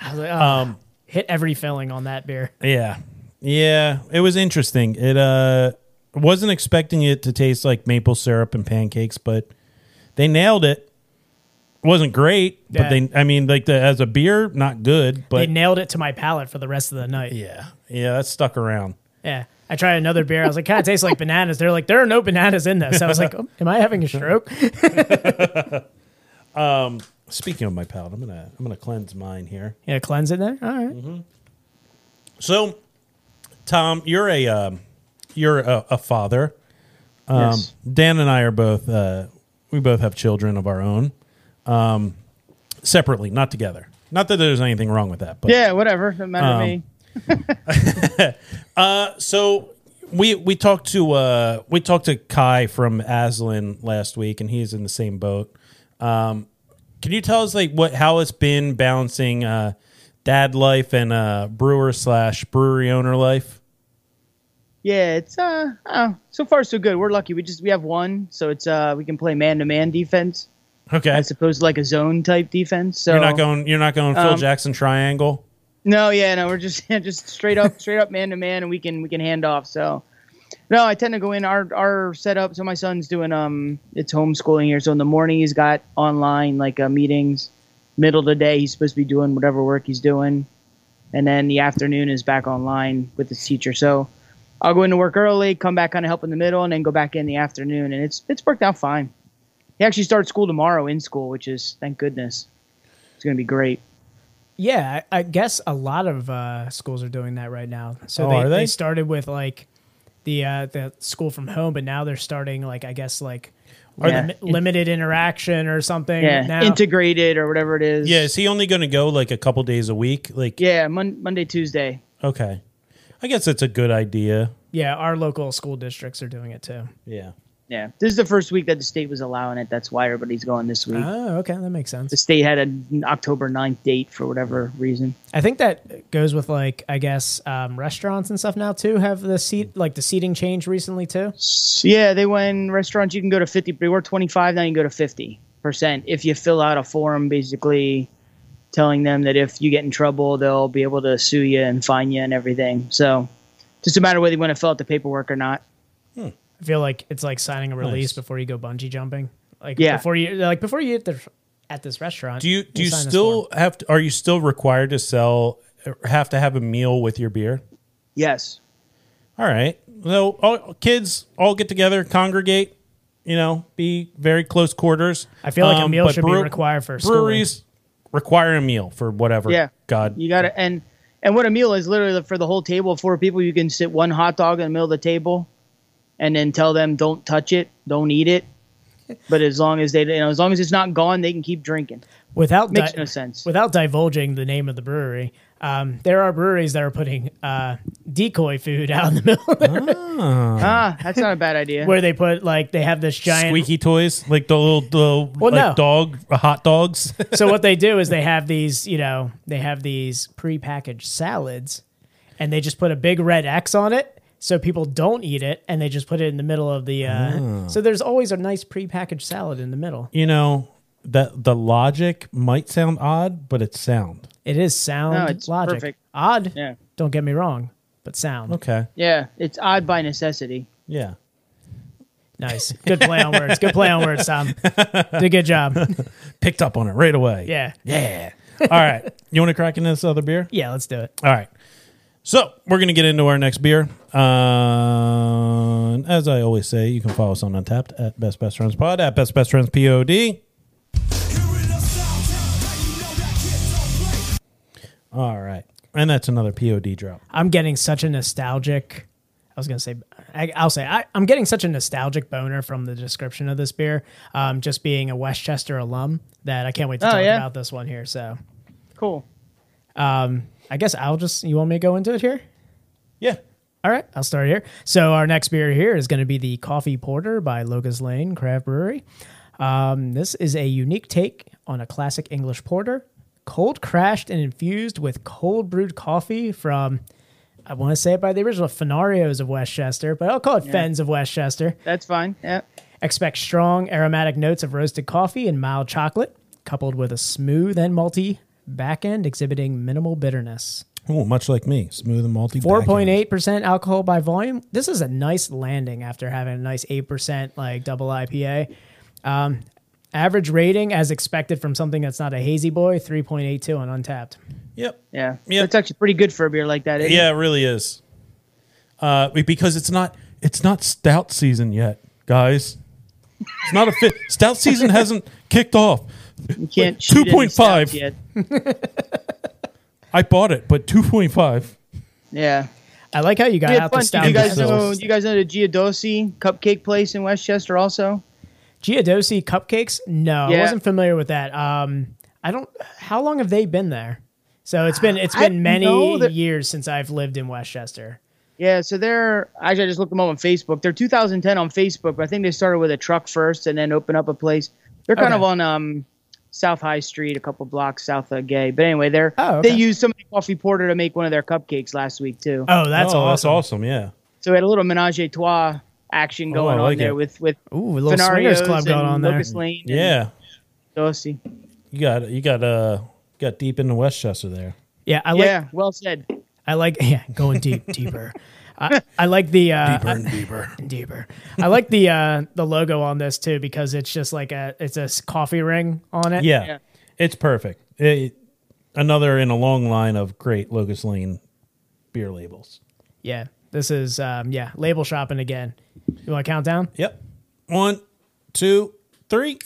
Speaker 2: I was like oh,
Speaker 1: Um,
Speaker 2: hit every filling on that beer.
Speaker 1: Yeah, yeah. It was interesting. It uh wasn't expecting it to taste like maple syrup and pancakes, but they nailed it. It wasn't great, but
Speaker 2: Yeah.
Speaker 1: they. I mean, like the as a beer, not good,
Speaker 2: They
Speaker 1: but
Speaker 2: nailed it to my palate for the rest of the night. Yeah.
Speaker 1: yeah, yeah, that stuck around.
Speaker 2: I tried another beer. I was like, kind of tastes like bananas. They're like, there are no bananas in this. I was like, oh, am I having a stroke?
Speaker 1: Speaking of my palate, I'm gonna I'm gonna cleanse mine here.
Speaker 2: Yeah, cleanse in there. All right.
Speaker 1: So, Tom, you're a um, you're a, a father. Um,
Speaker 3: yes.
Speaker 1: Dan and I are both uh, we both have children of our own, um, separately, not together. Not that there's anything wrong with that, but
Speaker 3: Yeah. Whatever. Doesn't
Speaker 1: um,
Speaker 3: matter to me.
Speaker 1: So we we talked to uh, we talked to Kai from Aslan last week, and he's in the same boat. Um, can you tell us like what how it's been balancing uh, dad life and uh, brewer slash brewery owner life?
Speaker 3: Yeah, it's uh, oh, so far so good. We're lucky. We just we have one, so it's uh, we can play man to man defense
Speaker 1: Okay,
Speaker 3: as opposed to like a zone type defense. So
Speaker 1: you're not going you're not going Phil
Speaker 3: Um,
Speaker 1: Jackson triangle.
Speaker 3: No, yeah, no, we're just just straight up, straight up man to man, and we can we can hand off. So, no, I tend to go in our our setup. So my son's doing um, it's homeschooling here. So in the morning he's got online like uh, meetings. Middle of the day he's supposed to be doing whatever work he's doing, and then the afternoon is back online with his teacher. So I'll go into work early, come back kind of help in the middle, and then go back in the afternoon, and it's it's worked out fine. He actually starts school tomorrow in school, which is thank goodness. It's gonna be great.
Speaker 2: Yeah, I, I guess a lot of uh, schools are doing that right now. So
Speaker 1: Oh,
Speaker 2: they,
Speaker 1: are
Speaker 2: they?
Speaker 1: they?
Speaker 2: started with like the uh, the school from home, but now they're starting like I guess like
Speaker 3: Yeah.
Speaker 2: lim- limited interaction or something.
Speaker 3: yeah,
Speaker 2: now.
Speaker 3: integrated or whatever it is.
Speaker 1: Yeah, is he only going to go like a couple days a week? Like
Speaker 3: Yeah, mon- Monday, Tuesday.
Speaker 1: okay, I guess it's a good idea.
Speaker 2: yeah, our local school districts are doing it too.
Speaker 1: Yeah.
Speaker 3: Yeah, this is the first week that the state was allowing it. That's why everybody's going this week.
Speaker 2: Oh, okay, that makes sense.
Speaker 3: The state had an October 9th date for whatever reason.
Speaker 2: I think that goes with like I guess um, restaurants and stuff now too have the seat like the seating change recently too.
Speaker 3: So, yeah, they went restaurants. You can go to 50. They were 25. Now you can go to 50 percent if you fill out a form, basically telling them that if you get in trouble, they'll be able to sue you and fine you and everything. So, just a matter of whether you want to fill out the paperwork or not.
Speaker 2: I feel like it's like signing a release
Speaker 1: Nice.
Speaker 2: before you go bungee jumping. Like
Speaker 3: Yeah.
Speaker 2: before you like before you get there at this restaurant.
Speaker 1: Do you do
Speaker 2: you
Speaker 1: you
Speaker 2: sign this
Speaker 1: still have to? Are you still required to sell? Have to have a meal with your beer?
Speaker 3: Yes.
Speaker 1: All right. So all, kids all get together, congregate. You know, be very close quarters.
Speaker 2: I feel like a meal
Speaker 1: um, but
Speaker 2: should be required for schooling.
Speaker 1: breweries. Require a meal for whatever.
Speaker 3: Yeah.
Speaker 1: God.
Speaker 3: You got to and and what a meal is literally for the whole table of four people. You can sit one hot dog in the middle of the table, and then tell them don't touch it, don't eat it. But as long as they, you know, as long as it's not gone, they can keep drinking.
Speaker 2: without
Speaker 3: Makes
Speaker 2: di-
Speaker 3: no sense.
Speaker 2: without divulging the name of the brewery. Um, there are breweries that are putting uh, decoy food out in the middle,
Speaker 3: Ah, that's not a bad idea.
Speaker 2: where they put like they have this giant.
Speaker 1: Squeaky toys, like the little, the like
Speaker 2: Well, no.
Speaker 1: dog hot dogs.
Speaker 2: So what they do is they have these, you know, they have these prepackaged salads, and they just put a big red X on it, so people don't eat it, and they just put it in the middle of the. Uh, So there's always a nice prepackaged salad in the middle.
Speaker 1: you know that the logic might sound odd, but it's sound.
Speaker 2: It is sound
Speaker 3: No, it's
Speaker 2: logic.
Speaker 3: perfect.
Speaker 2: Odd.
Speaker 3: Yeah.
Speaker 2: Don't get me wrong, but sound
Speaker 1: Okay.
Speaker 3: Yeah, it's odd by necessity.
Speaker 1: Yeah.
Speaker 2: nice. Good play on words. Good play on words, Tom. Did a good job.
Speaker 1: Picked up on it right away.
Speaker 2: Yeah.
Speaker 1: Yeah. All right. You want to crack into this other beer?
Speaker 2: Yeah. Let's do it.
Speaker 1: All right. So we're going to get into our next beer. Uh, as I always say, you can follow us on Untapped at Best Best Friends Pod, at Best Best Friends POD. All right. And that's another POD drop.
Speaker 2: I'm getting such a nostalgic. I was gonna say, I, I'll say, I, I'm getting such a nostalgic boner from the description of this beer. Um, just being a Westchester alum, that I can't wait to
Speaker 3: Oh,
Speaker 2: talk
Speaker 3: yeah?
Speaker 2: about this one here. So,
Speaker 3: Cool.
Speaker 2: um, I guess I'll just. You want me to go into it here?
Speaker 1: Yeah.
Speaker 2: All right, I'll start here. So our next beer here is going to be the Coffee Porter by Locust Lane Craft Brewery. Um, this is a unique take on a classic English porter, cold crashed and infused with cold brewed coffee from. I want to say it by the original Fenarios of Westchester, but I'll call it Fens of Westchester.
Speaker 3: That's fine. Yeah.
Speaker 2: Expect strong aromatic notes of roasted coffee and mild chocolate, coupled with a smooth and malty back end exhibiting minimal bitterness.
Speaker 1: Ooh, much like me, smooth and malty.
Speaker 2: Four point eight percent alcohol by volume. This is a nice landing after having a nice eight percent like double IPA. Um, average rating, as expected from something that's not a hazy boy, three point eight two on Untapped.
Speaker 1: Yep.
Speaker 3: Yeah.
Speaker 1: Yeah.
Speaker 3: That's actually pretty good for a beer like that. isn't it?
Speaker 1: Yeah, it really is. Uh, be- because it's not it's not stout season yet, guys. It's not a fit. stout season hasn't kicked off.
Speaker 3: You can't shoot any stouts
Speaker 1: 2.5.
Speaker 3: yet.
Speaker 1: I bought it, but two point five.
Speaker 3: Yeah.
Speaker 2: I like how you got
Speaker 3: We had
Speaker 2: out the
Speaker 3: fun. Did
Speaker 2: stout.
Speaker 3: you guys
Speaker 1: Yeah.
Speaker 3: know? You guys know the Giadosi cupcake place in Westchester also?
Speaker 2: Giadosi cupcakes? No, I
Speaker 3: Yeah.
Speaker 2: wasn't familiar with that. Um, I don't. How long have they been there? So it's been it's been
Speaker 3: I
Speaker 2: many
Speaker 3: know that-
Speaker 2: years since I've lived in Westchester.
Speaker 3: Yeah. So they're actually I just looked them up on Facebook. They're 2010 on Facebook, but I think they started with a truck first and then opened up a place. They're kind
Speaker 2: Okay.
Speaker 3: of on um South High Street, a couple blocks south of Gay. But anyway, they're
Speaker 2: Oh, okay.
Speaker 3: they used somebody coffee porter to make one of their cupcakes last week too.
Speaker 2: Oh, that's awesome.
Speaker 1: Yeah.
Speaker 3: So we had a little menage a trois action
Speaker 1: Oh, I
Speaker 3: going
Speaker 1: like
Speaker 3: on there
Speaker 1: it.
Speaker 3: with with
Speaker 2: Ooh, a little swingers
Speaker 3: Fenarios
Speaker 2: club going
Speaker 3: and
Speaker 2: on there.
Speaker 3: Locust Lane and
Speaker 1: Yeah.
Speaker 3: Giadosi.
Speaker 1: You got you got uh got deep into Westchester there.
Speaker 2: Yeah, I like
Speaker 3: Yeah, well said.
Speaker 2: I like yeah, going deep, deeper. I, I like the uh, deeper and deeper, deeper. I like the uh, the logo on this too because it's just like a it's a s- coffee ring on it.
Speaker 1: Yeah.
Speaker 3: Yeah.
Speaker 1: It's perfect. It, another in a long line of great Locust Lane beer labels.
Speaker 2: yeah. This is um, yeah label shopping again. You want to count down?
Speaker 1: Yep. One, two, three.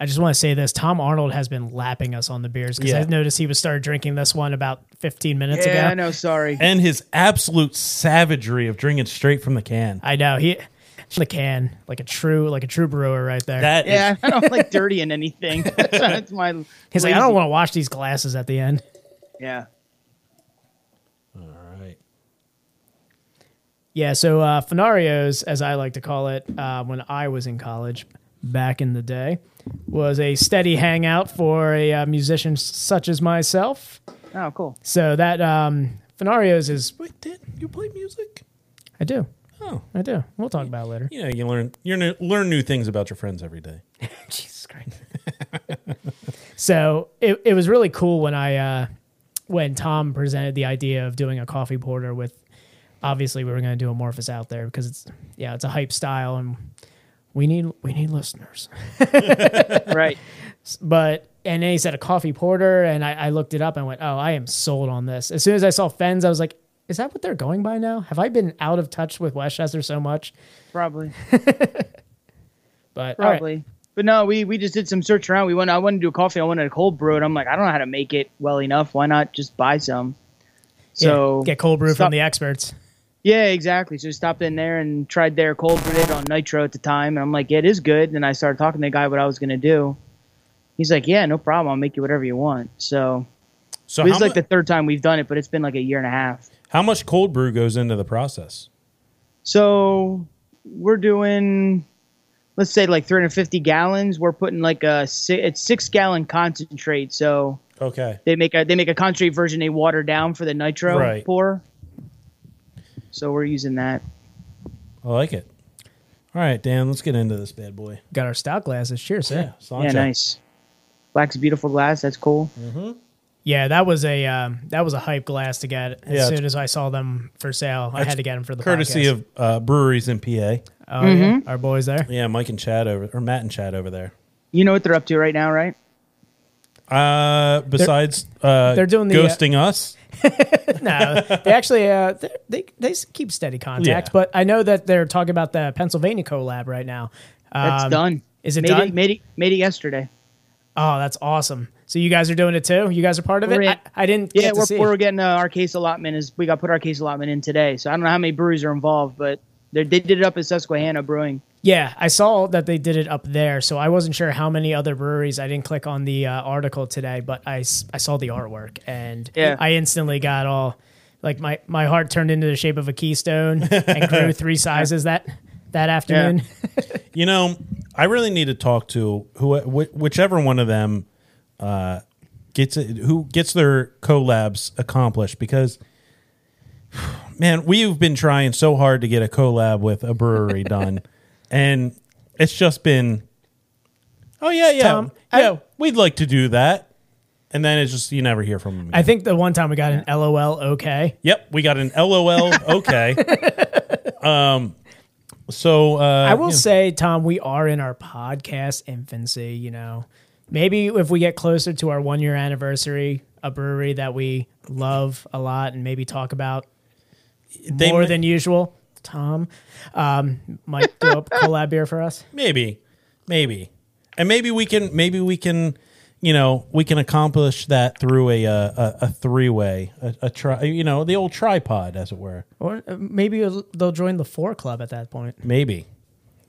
Speaker 2: I just want to say this: Tom Arnold has been lapping us on the beers because I
Speaker 1: Yeah.
Speaker 2: noticed he was started drinking this one about 15 minutes
Speaker 3: Yeah,
Speaker 2: ago.
Speaker 3: I know. Sorry.
Speaker 1: And his absolute savagery of drinking straight from the can.
Speaker 2: I know he the can like a true like a true brewer right there.
Speaker 1: That is
Speaker 3: Yeah, I don't like dirty in anything. That's my.
Speaker 2: He's like, I don't want to wash these glasses at the end.
Speaker 3: Yeah.
Speaker 1: All right.
Speaker 2: Yeah, so uh, Fenarios, as I like to call it, uh, when I was in college back in the day, was a steady hangout for a uh, musician s- such as myself.
Speaker 3: Oh, cool.
Speaker 2: So that um, Fenarios is,
Speaker 1: Wait, did you play music?
Speaker 2: I do,
Speaker 1: Oh,
Speaker 2: I do. We'll talk about it later.
Speaker 1: you know, you learn you know, learn new things about your friends every day.
Speaker 2: Jesus Christ. so it, it was really cool when I uh, when Tom presented the idea of doing a coffee porter with obviously we were going to do amorphous out there because it's yeah it's a hype style and We need we need listeners.
Speaker 3: right.
Speaker 2: But and then he said a coffee porter, and I, I looked it up and went, oh, I am sold on this. As soon as I saw Fens, I was like, is that what they're going by now? Have I been out of touch with Westchester so much?
Speaker 3: Probably.
Speaker 2: But all right.
Speaker 3: Probably. But no, we, we just did some search around. We went. I wanted to do a coffee. I wanted a cold brew, and I'm like, I don't know how to make it well enough. Why not just buy some?
Speaker 2: Yeah,
Speaker 3: So
Speaker 2: get cold brew from
Speaker 3: stop-
Speaker 2: the experts.
Speaker 3: Yeah, exactly. So we stopped in there and tried their cold brew it on nitro at the time, and I'm like, yeah, it is good. And I started talking to the guy what I was gonna do. He's like, yeah, no problem. I'll make you whatever you want. So
Speaker 1: So
Speaker 3: this
Speaker 1: how,
Speaker 3: is like
Speaker 1: mu-
Speaker 3: the third time we've done it, but it's been like a year and a half.
Speaker 1: how much cold brew goes into the process?
Speaker 3: So we're doing, let's say like 350 gallons. We're putting like a si- it's six gallon concentrate. So
Speaker 1: Okay.
Speaker 3: they make a they make a concentrate version they water down for the nitro
Speaker 1: Right.
Speaker 3: pour. So we're using that.
Speaker 1: I like it. All right, Dan, let's get into this bad boy.
Speaker 2: Got our stout glasses. Cheers, sir.
Speaker 1: Sancho.
Speaker 3: Yeah, nice. Black's beautiful glass. That's cool.
Speaker 2: Yeah, that was a um, that was a hype glass to get. As
Speaker 1: Yeah,
Speaker 2: soon as I saw them for sale, I had to get them for the
Speaker 1: Courtesy
Speaker 2: podcast.
Speaker 1: of uh, breweries in PA.
Speaker 2: oh, yeah, our boys there.
Speaker 1: Yeah, Mike and Chad over, or Matt and Chad over there.
Speaker 3: You know what they're up to right now, right?
Speaker 1: Uh, besides, uh,
Speaker 2: they're doing the, uh,
Speaker 1: ghosting us.
Speaker 2: no, they actually uh, they, they they s- keep steady contact.
Speaker 1: Yeah.
Speaker 2: But I know that they're talking about the Pennsylvania collab right now. Um,
Speaker 3: That's done.
Speaker 2: Is it
Speaker 3: made
Speaker 2: done?
Speaker 3: It, made it made it yesterday.
Speaker 2: oh, that's awesome. So you guys are doing it too. You guys are part of
Speaker 3: We're
Speaker 2: it.
Speaker 3: in.
Speaker 2: I, I didn't.
Speaker 3: Yeah,
Speaker 2: get to
Speaker 3: we're,
Speaker 2: see.
Speaker 3: we're getting uh, our case allotment is we got put our case allotment in today. So I don't know how many breweries are involved, but they they did it up at Susquehanna Brewing.
Speaker 2: Yeah, I saw that they did it up there, so I wasn't sure how many other breweries. I didn't click on the uh, article today, but I, s- I saw the artwork and
Speaker 3: Yeah.
Speaker 2: I instantly got all like my, my heart turned into the shape of a keystone and grew three sizes that that afternoon.
Speaker 1: You know, I really need to talk to who, wh- whichever one of them uh, gets it, who gets their collabs accomplished because. Man, we've been trying so hard to get a collab with a brewery done, and it's just been, oh yeah, yeah,
Speaker 2: Tom, I-
Speaker 1: yeah. we'd like to do that, and then it's just you never hear from them.
Speaker 2: I think the one time we got an LOL okay.
Speaker 1: Yep, we got an LOL. Okay. um, so uh,
Speaker 2: I will
Speaker 1: you know,
Speaker 2: say, Tom, we are in our podcast infancy. You know, maybe if we get closer to our one year anniversary, a brewery that we love a lot and maybe talk about
Speaker 1: they
Speaker 2: more
Speaker 1: ma-
Speaker 2: than usual. Tom um, might do a collab beer for us.
Speaker 1: maybe, maybe, and maybe we can, maybe we can, you know, we can accomplish that through a uh, a, a three way, a, a tri, you know, the old tripod, as it were.
Speaker 2: Or uh, maybe it'll- they'll join the four club at that point.
Speaker 1: Maybe,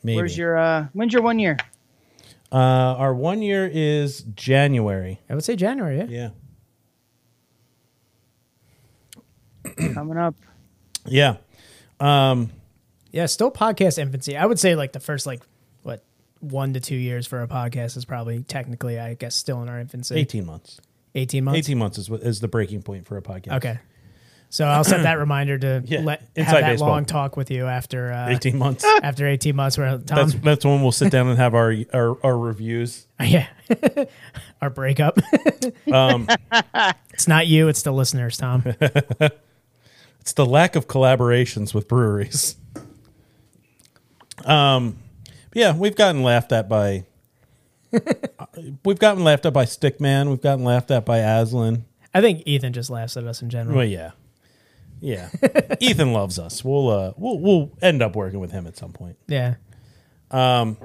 Speaker 1: maybe.
Speaker 3: Where's your uh when's your one year?
Speaker 1: Uh, our one year is January.
Speaker 2: I would say January. Yeah.
Speaker 1: Yeah,
Speaker 3: Coming up.
Speaker 1: yeah. Um,
Speaker 2: Yeah, Still podcast infancy. I would say like the first like what one to two years for a podcast is probably technically, I guess, still in our infancy.
Speaker 1: eighteen months.
Speaker 2: 18 months.
Speaker 1: Eighteen months is what is the breaking point for a podcast.
Speaker 2: Okay. So I'll set that reminder to
Speaker 1: Yeah,
Speaker 2: let have
Speaker 1: inside
Speaker 2: that
Speaker 1: baseball.
Speaker 2: long talk with you after uh,
Speaker 1: eighteen months.
Speaker 2: after 18 months where Tom
Speaker 1: That's that's when we'll sit down and have our our, our reviews.
Speaker 2: yeah our breakup.
Speaker 1: Um,
Speaker 2: it's not you, it's the listeners, Tom.
Speaker 1: It's the lack of collaborations with breweries. Um, yeah, we've gotten laughed at by. we've gotten laughed at by Stickman. We've gotten laughed at by Aslan.
Speaker 2: I think Ethan just laughs at us in general.
Speaker 1: Well, yeah, yeah. Ethan loves us. We'll uh, we'll we'll end up working with him at some point.
Speaker 2: Yeah.
Speaker 1: Are you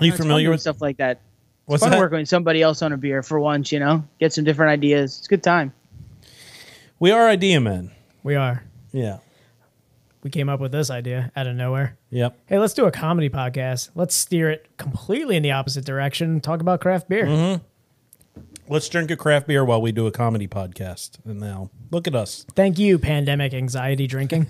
Speaker 3: It's fun
Speaker 1: familiar
Speaker 3: doing
Speaker 1: with
Speaker 3: stuff like that? It's
Speaker 1: what's
Speaker 3: fun
Speaker 1: that?
Speaker 3: working with somebody else on a beer for once, you know? Get some different ideas. It's a good time.
Speaker 1: We are idea men.
Speaker 2: We are.
Speaker 1: Yeah.
Speaker 2: We came up with this idea out of nowhere.
Speaker 1: Yep.
Speaker 2: Hey, let's do a comedy podcast. Let's steer it completely in the opposite direction. Talk about craft beer.
Speaker 1: Mm-hmm. Let's drink a craft beer while we do a comedy podcast. And now look at us.
Speaker 2: Thank you, pandemic anxiety drinking.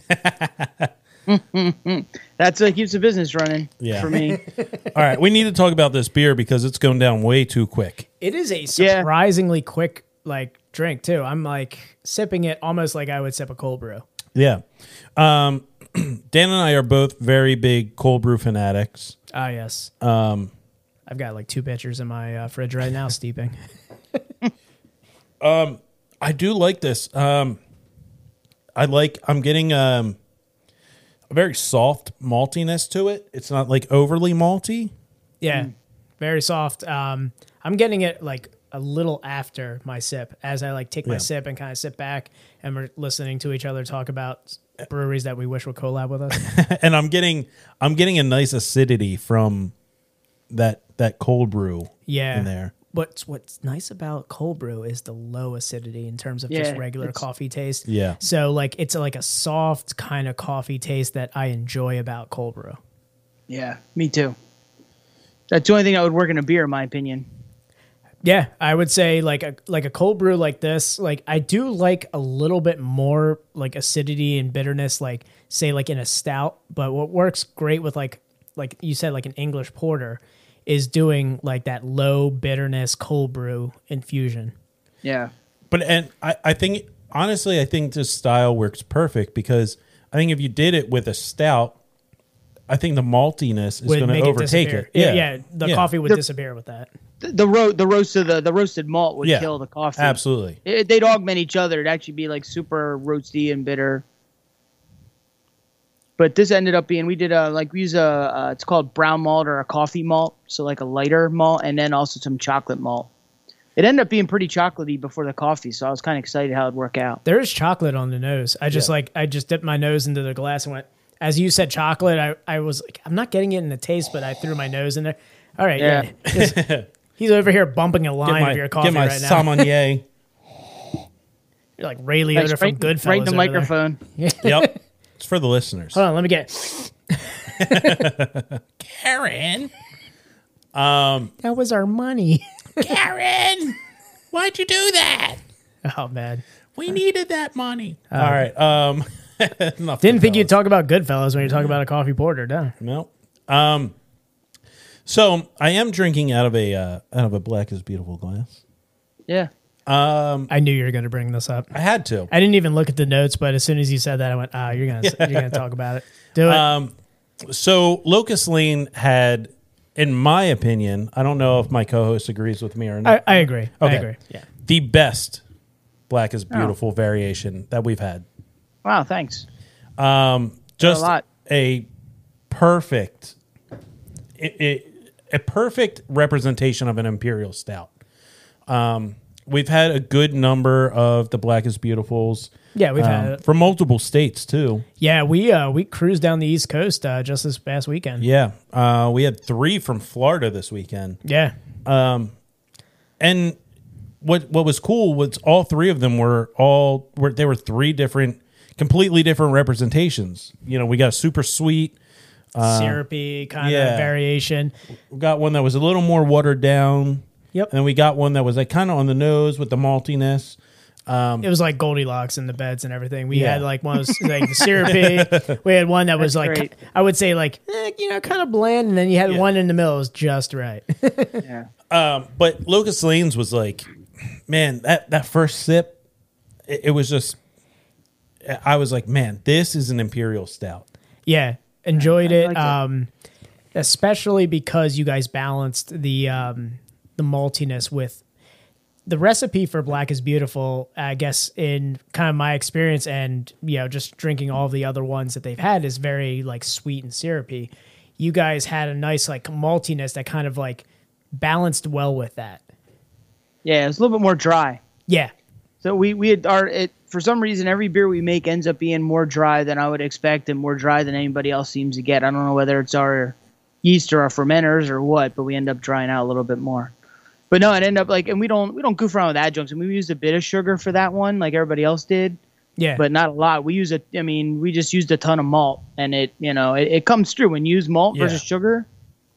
Speaker 3: That's what keeps the business running
Speaker 1: Yeah.
Speaker 3: for me.
Speaker 1: All right, we need to talk about this beer because it's going down way too quick.
Speaker 2: it is a
Speaker 3: Yeah.
Speaker 2: surprisingly quick like drink too. I'm like sipping it almost like I would sip a cold brew.
Speaker 1: Yeah. Um, Dan and I are both very big cold brew fanatics.
Speaker 2: Ah, yes. Um, I've got like two pitchers in my uh, fridge right now steeping.
Speaker 1: I do like this. Um, I like. I'm getting. Um, a very soft maltiness to it. It's not like overly malty.
Speaker 2: Yeah, very soft. Um, I'm getting it like a little after my sip, as I like take my
Speaker 1: Yeah.
Speaker 2: sip and kind of sit back, and we're listening to each other talk about breweries that we wish would collab with us.
Speaker 1: and I'm getting I'm getting a nice acidity from that that cold brew
Speaker 2: Yeah,
Speaker 1: in there.
Speaker 2: What's what's nice about cold brew is the low acidity in terms of just
Speaker 3: Yeah,
Speaker 2: regular
Speaker 3: it's-
Speaker 2: coffee taste.
Speaker 1: Yeah.
Speaker 2: So like it's like a soft kind of coffee taste that I enjoy about cold brew.
Speaker 3: Yeah, me too. That's the only thing that would work in a beer, in my opinion.
Speaker 2: Yeah, I would say like a like a cold brew like this. Like I do like a little bit more like acidity and bitterness, like say like in a stout. But what works great with like like you said like an English porter is doing like that low bitterness cold brew infusion.
Speaker 3: Yeah.
Speaker 1: But and I, I think honestly I think this style works perfect because I think if you did it with a stout, I think the maltiness is
Speaker 2: Would
Speaker 1: going to
Speaker 2: make it
Speaker 1: overtake
Speaker 2: disappear.
Speaker 1: it.
Speaker 2: Yeah, yeah, the coffee would
Speaker 3: The-
Speaker 2: disappear with that.
Speaker 3: The, the ro- the roast of the the roasted malt would
Speaker 1: Yeah.
Speaker 3: kill the coffee.
Speaker 1: Absolutely.
Speaker 3: It, they'd augment each other. It'd actually be like super roasty and bitter. But this ended up being we did a like we use a uh, it's called brown malt or a coffee malt, so like a lighter malt, and then also some chocolate malt. It ended up being pretty chocolatey before the coffee, so I was kind of excited how it'd work out.
Speaker 2: There is chocolate on the nose. I just
Speaker 1: Yeah.
Speaker 2: like I just dipped my nose into the glass and went. As you said, chocolate. I, I was like, I'm not getting it in the taste, but I threw my nose in there. All right, yeah.
Speaker 3: Yeah.
Speaker 2: Just- he's over here bumping a line of your coffee
Speaker 1: get my
Speaker 2: right now.
Speaker 1: sommelier.
Speaker 2: You're like Ray
Speaker 3: Thanks,
Speaker 2: Liotta from
Speaker 3: right,
Speaker 2: Goodfellas.
Speaker 3: right in the
Speaker 2: over There.
Speaker 3: microphone.
Speaker 1: yep. It's for the listeners.
Speaker 2: Hold on, let me get.
Speaker 1: Karen,
Speaker 2: That was our money.
Speaker 1: Karen, why'd you do that?
Speaker 2: Oh man,
Speaker 1: We needed that money. All right. Um, enough
Speaker 2: Uh, didn't think
Speaker 1: Goodfellas.
Speaker 2: you'd talk about Goodfellas when you're
Speaker 3: Mm-hmm.
Speaker 2: talking about a coffee porter, no?
Speaker 1: No. Um, so I am drinking out of a uh, out of a black is beautiful glass.
Speaker 3: Yeah.
Speaker 2: I knew you were going to bring this up.
Speaker 1: I had to.
Speaker 2: I didn't even look at the notes, but as soon as you said that, I went, "Ah, you're gonna you're gonna talk about it. Do it."
Speaker 1: Um, So Locust Lane had, in my opinion, I don't know if my co-host agrees with me or
Speaker 2: I,
Speaker 1: not.
Speaker 2: I agree. I
Speaker 1: Okay.
Speaker 2: agree. Oh. Yeah.
Speaker 1: the best black is beautiful variation that we've had.
Speaker 3: Wow. Thanks.
Speaker 1: Just
Speaker 3: lot.
Speaker 1: a perfect, it, it, a perfect representation of an imperial stout. Um, we've had a good number of the black is beautifuls.
Speaker 2: Yeah, we've had
Speaker 1: um,
Speaker 2: it.
Speaker 1: from multiple states too.
Speaker 2: Yeah, we uh we cruised down the East Coast uh, just this past weekend.
Speaker 1: Yeah, uh, we had three from Florida this weekend,
Speaker 2: Yeah.
Speaker 1: and what what was cool was all three of them were all were they were three different, completely different representations. You know, we got a super sweet,
Speaker 2: Syrupy kind
Speaker 1: Uh, yeah.
Speaker 2: of variation.
Speaker 1: we got one that was a little more watered down,
Speaker 2: Yep.
Speaker 1: and then we got one that was like kind of on the nose with the maltiness.
Speaker 2: it was like Goldilocks and the beds and everything. We
Speaker 1: um, Yeah.
Speaker 2: had like one of those, like the syrupy. we had one that was
Speaker 3: That's
Speaker 2: like
Speaker 3: great.
Speaker 2: I would say like eh, you know kind of bland, and then you had
Speaker 1: Yeah.
Speaker 2: one in the middle that was just right.
Speaker 3: Yeah.
Speaker 1: But Locust Lanes was like, man, that that first sip, it, it was just. I was like, man, this is an imperial stout.
Speaker 2: yeah, enjoyed it.
Speaker 3: liked it.
Speaker 2: Um, especially because you guys balanced the um the maltiness with the recipe for black is beautiful i guess in kind of my experience and you know just drinking all the other ones that they've had is very like sweet and syrupy you guys had a nice like maltiness that kind of like balanced well with that
Speaker 3: Yeah. It's a little bit more dry.
Speaker 2: yeah
Speaker 3: So we we had our it for some reason every beer we make ends up being more dry than I would expect and more dry than anybody else seems to get. I don't know whether it's our yeast or our fermenters or what, but we end up drying out a little bit more. But no, it ended up like and we don't we don't goof around with adjuncts and we used a bit of sugar for that one like everybody else did,
Speaker 2: yeah
Speaker 3: but not a lot. We use a I mean, we just used a ton of malt and it you know, it, it comes through when you use malt
Speaker 1: Yeah.
Speaker 3: versus sugar.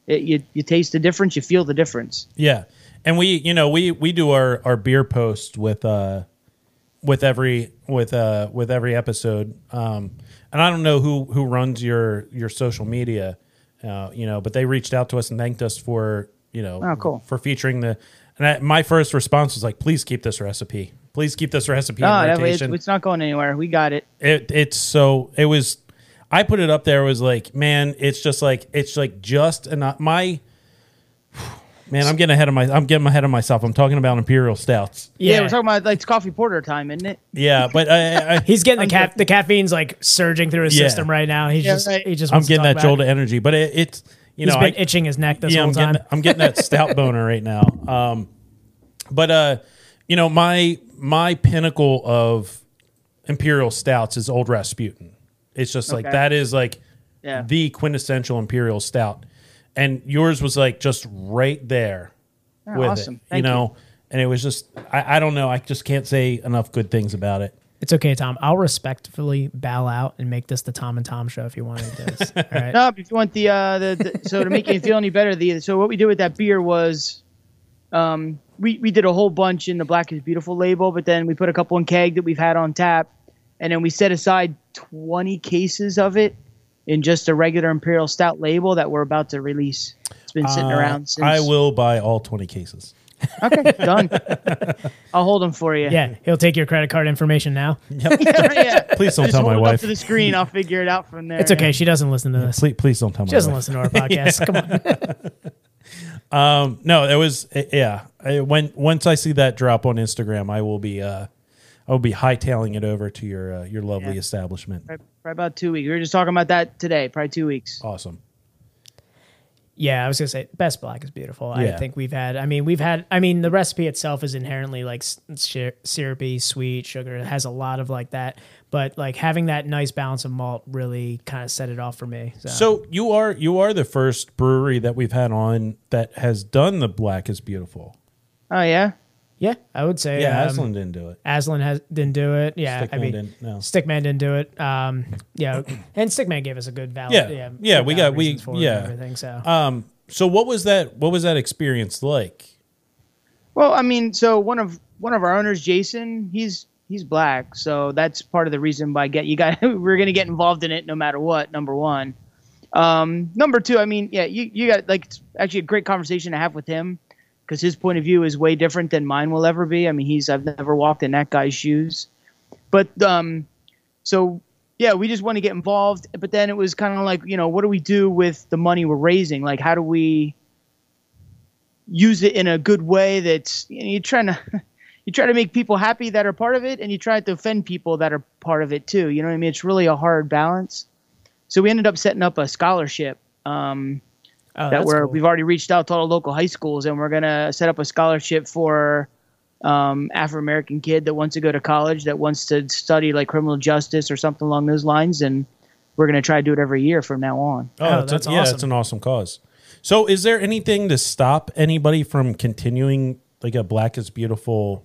Speaker 3: It, you you taste the difference, you feel the difference.
Speaker 1: Yeah. And we, you know, we we do our our beer posts with uh with every with uh with every episode. Um and I don't know who who runs your your social media uh you know, but they reached out to us and thanked us for, you know,
Speaker 3: Oh, cool.
Speaker 1: for featuring the and I, my first response was like, "Please keep this recipe. Please keep this recipe
Speaker 3: No,
Speaker 1: in
Speaker 3: that- it's,
Speaker 1: rotation."
Speaker 3: it's not going anywhere. We got it.
Speaker 1: it it's so it was i put it up there it was like man it's just like it's like just enough my Man, I'm getting ahead of my. I'm getting ahead of myself. I'm talking about imperial stouts.
Speaker 3: Yeah, we're talking about like it's coffee porter time, isn't it?
Speaker 1: Yeah, but I, I, I,
Speaker 2: He's getting the ca- the caffeine's like surging through his
Speaker 1: Yeah.
Speaker 2: system right now. He's
Speaker 3: Yeah,
Speaker 2: just
Speaker 3: right.
Speaker 2: he just
Speaker 1: I'm
Speaker 2: wants to
Speaker 1: getting
Speaker 2: talk
Speaker 1: that jolt
Speaker 2: about
Speaker 1: of
Speaker 2: it.
Speaker 1: energy. But it, it's you know
Speaker 2: He's been
Speaker 1: I,
Speaker 2: itching his neck this
Speaker 1: yeah,
Speaker 2: whole
Speaker 1: I'm getting,
Speaker 2: time.
Speaker 1: that, I'm getting that stout boner right now. Um, but uh, you know my my pinnacle of imperial stouts is Old Rasputin. It's just like
Speaker 3: Okay.
Speaker 1: that is like
Speaker 3: Yeah.
Speaker 1: the quintessential imperial stout, and yours was like just right there
Speaker 3: Oh,
Speaker 1: with
Speaker 3: awesome.
Speaker 1: it.
Speaker 3: Thank
Speaker 1: you know, and it was just I, I don't know. I just can't say enough good things about it.
Speaker 2: It's okay, Tom. I'll respectfully bow out and make this the Tom and Tom show if you want to do this. All right.
Speaker 3: No, if you want the, uh, the, the so to make you feel any better, the so what we did with that beer was, um, we we did a whole bunch in the Black is Beautiful label, but then we put a couple in keg that we've had on tap, and then we set aside twenty cases of it in just a regular Imperial Stout label that we're about to release. It's been sitting
Speaker 1: Uh,
Speaker 3: around since.
Speaker 1: I will buy all twenty cases.
Speaker 3: Okay, done. I'll hold them for you.
Speaker 2: Yeah, he'll take your credit card information now.
Speaker 3: yeah.
Speaker 1: Please don't
Speaker 3: Just
Speaker 1: tell
Speaker 3: hold
Speaker 1: my
Speaker 3: it up
Speaker 1: wife.
Speaker 3: to the screen. I'll figure it out from there.
Speaker 2: It's okay. She doesn't listen to this.
Speaker 1: Please, please don't tell my
Speaker 2: She doesn't
Speaker 1: wife.
Speaker 2: listen to our podcast. Come on.
Speaker 1: No, it was it- yeah. I, when once I see that drop on Instagram, I will be uh, I will be hightailing it over to your uh, your lovely
Speaker 3: Yeah.
Speaker 1: establishment.
Speaker 3: Probably about two weeks. We were just talking about that today. Probably two weeks.
Speaker 1: Awesome.
Speaker 2: Yeah, I was gonna say best black is beautiful.
Speaker 1: Yeah.
Speaker 2: I think we've had. I mean, we've had. I mean, the recipe itself is inherently like s- si- syrupy, sweet, sugar. It has a lot of like that. But like having that nice balance of malt really kind of set it off for me. So,
Speaker 1: So you are you are the first brewery that we've had on that has done the black is beautiful.
Speaker 3: Oh yeah.
Speaker 2: yeah, I would say
Speaker 1: Yeah,
Speaker 2: um,
Speaker 1: Aslan didn't do it.
Speaker 2: Aslan has didn't do it. Yeah, I
Speaker 1: Stickman
Speaker 2: mean,
Speaker 1: didn't, no.
Speaker 2: Stickman didn't do it. Um, yeah, and Stickman gave us a good valid.
Speaker 1: Yeah, yeah,
Speaker 2: good
Speaker 1: we
Speaker 2: valid
Speaker 1: got- we-
Speaker 2: reasons for it and
Speaker 1: yeah.
Speaker 2: everything. So
Speaker 1: Um, so what was that? What was that experience like?
Speaker 3: Well, I mean, so one of one of our owners, Jason, he's he's black, so that's part of the reason why I get you got we're gonna get involved in it no matter what. Number one, um, number two, I mean, yeah, you you got like it's actually a great conversation to have with him because his point of view is way different than mine will ever be. I mean, he's I've never walked in that guy's shoes, but um, so yeah, we just want to get involved. But then it was kind of like you know, what do we do with the money we're raising? Like, how do we use it in a good way that's you know, you're trying to you try to make people happy that are part of it and you try to offend people that are part of it too you know what i mean it's really a hard balance so we ended up setting up a scholarship um,
Speaker 2: oh,
Speaker 3: that
Speaker 2: that's
Speaker 3: we're
Speaker 2: cool.
Speaker 3: we've already reached out to all the local high schools and we're gonna set up a scholarship for um, Afro American kid that wants to go to college that wants to study like criminal justice or something along those lines and we're gonna try to do it every year from now on.
Speaker 1: Oh,
Speaker 2: Oh,
Speaker 1: it's
Speaker 2: that's
Speaker 1: a, yeah, it's
Speaker 2: awesome.
Speaker 1: an awesome cause. So, is there anything to stop anybody from continuing like a Black is Beautiful?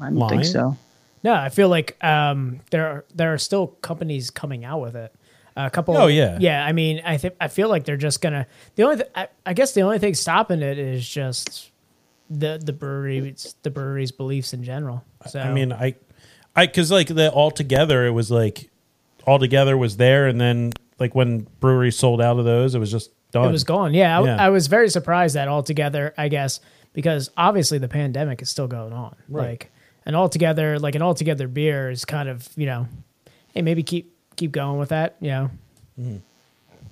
Speaker 3: I don't
Speaker 1: Line?
Speaker 3: think so.
Speaker 2: No, I feel like um, there are there are still companies coming out with it. A couple.
Speaker 1: Oh, yeah.
Speaker 2: yeah. I mean, I think I feel like they're just gonna. The only th- I, I guess the only thing stopping it is just the the brewery it's the brewery's beliefs in general. So
Speaker 1: I mean, I, I because like the all together, it was like all together was there, and then like when breweries sold out of those, it was just done.
Speaker 2: it was gone. Yeah, I,
Speaker 1: Yeah.
Speaker 2: I was very surprised that altogether. I guess because obviously the pandemic is still going on.
Speaker 1: Right.
Speaker 2: Like an altogether like an altogether beer is kind of you know, hey maybe keep keep going with that. You know,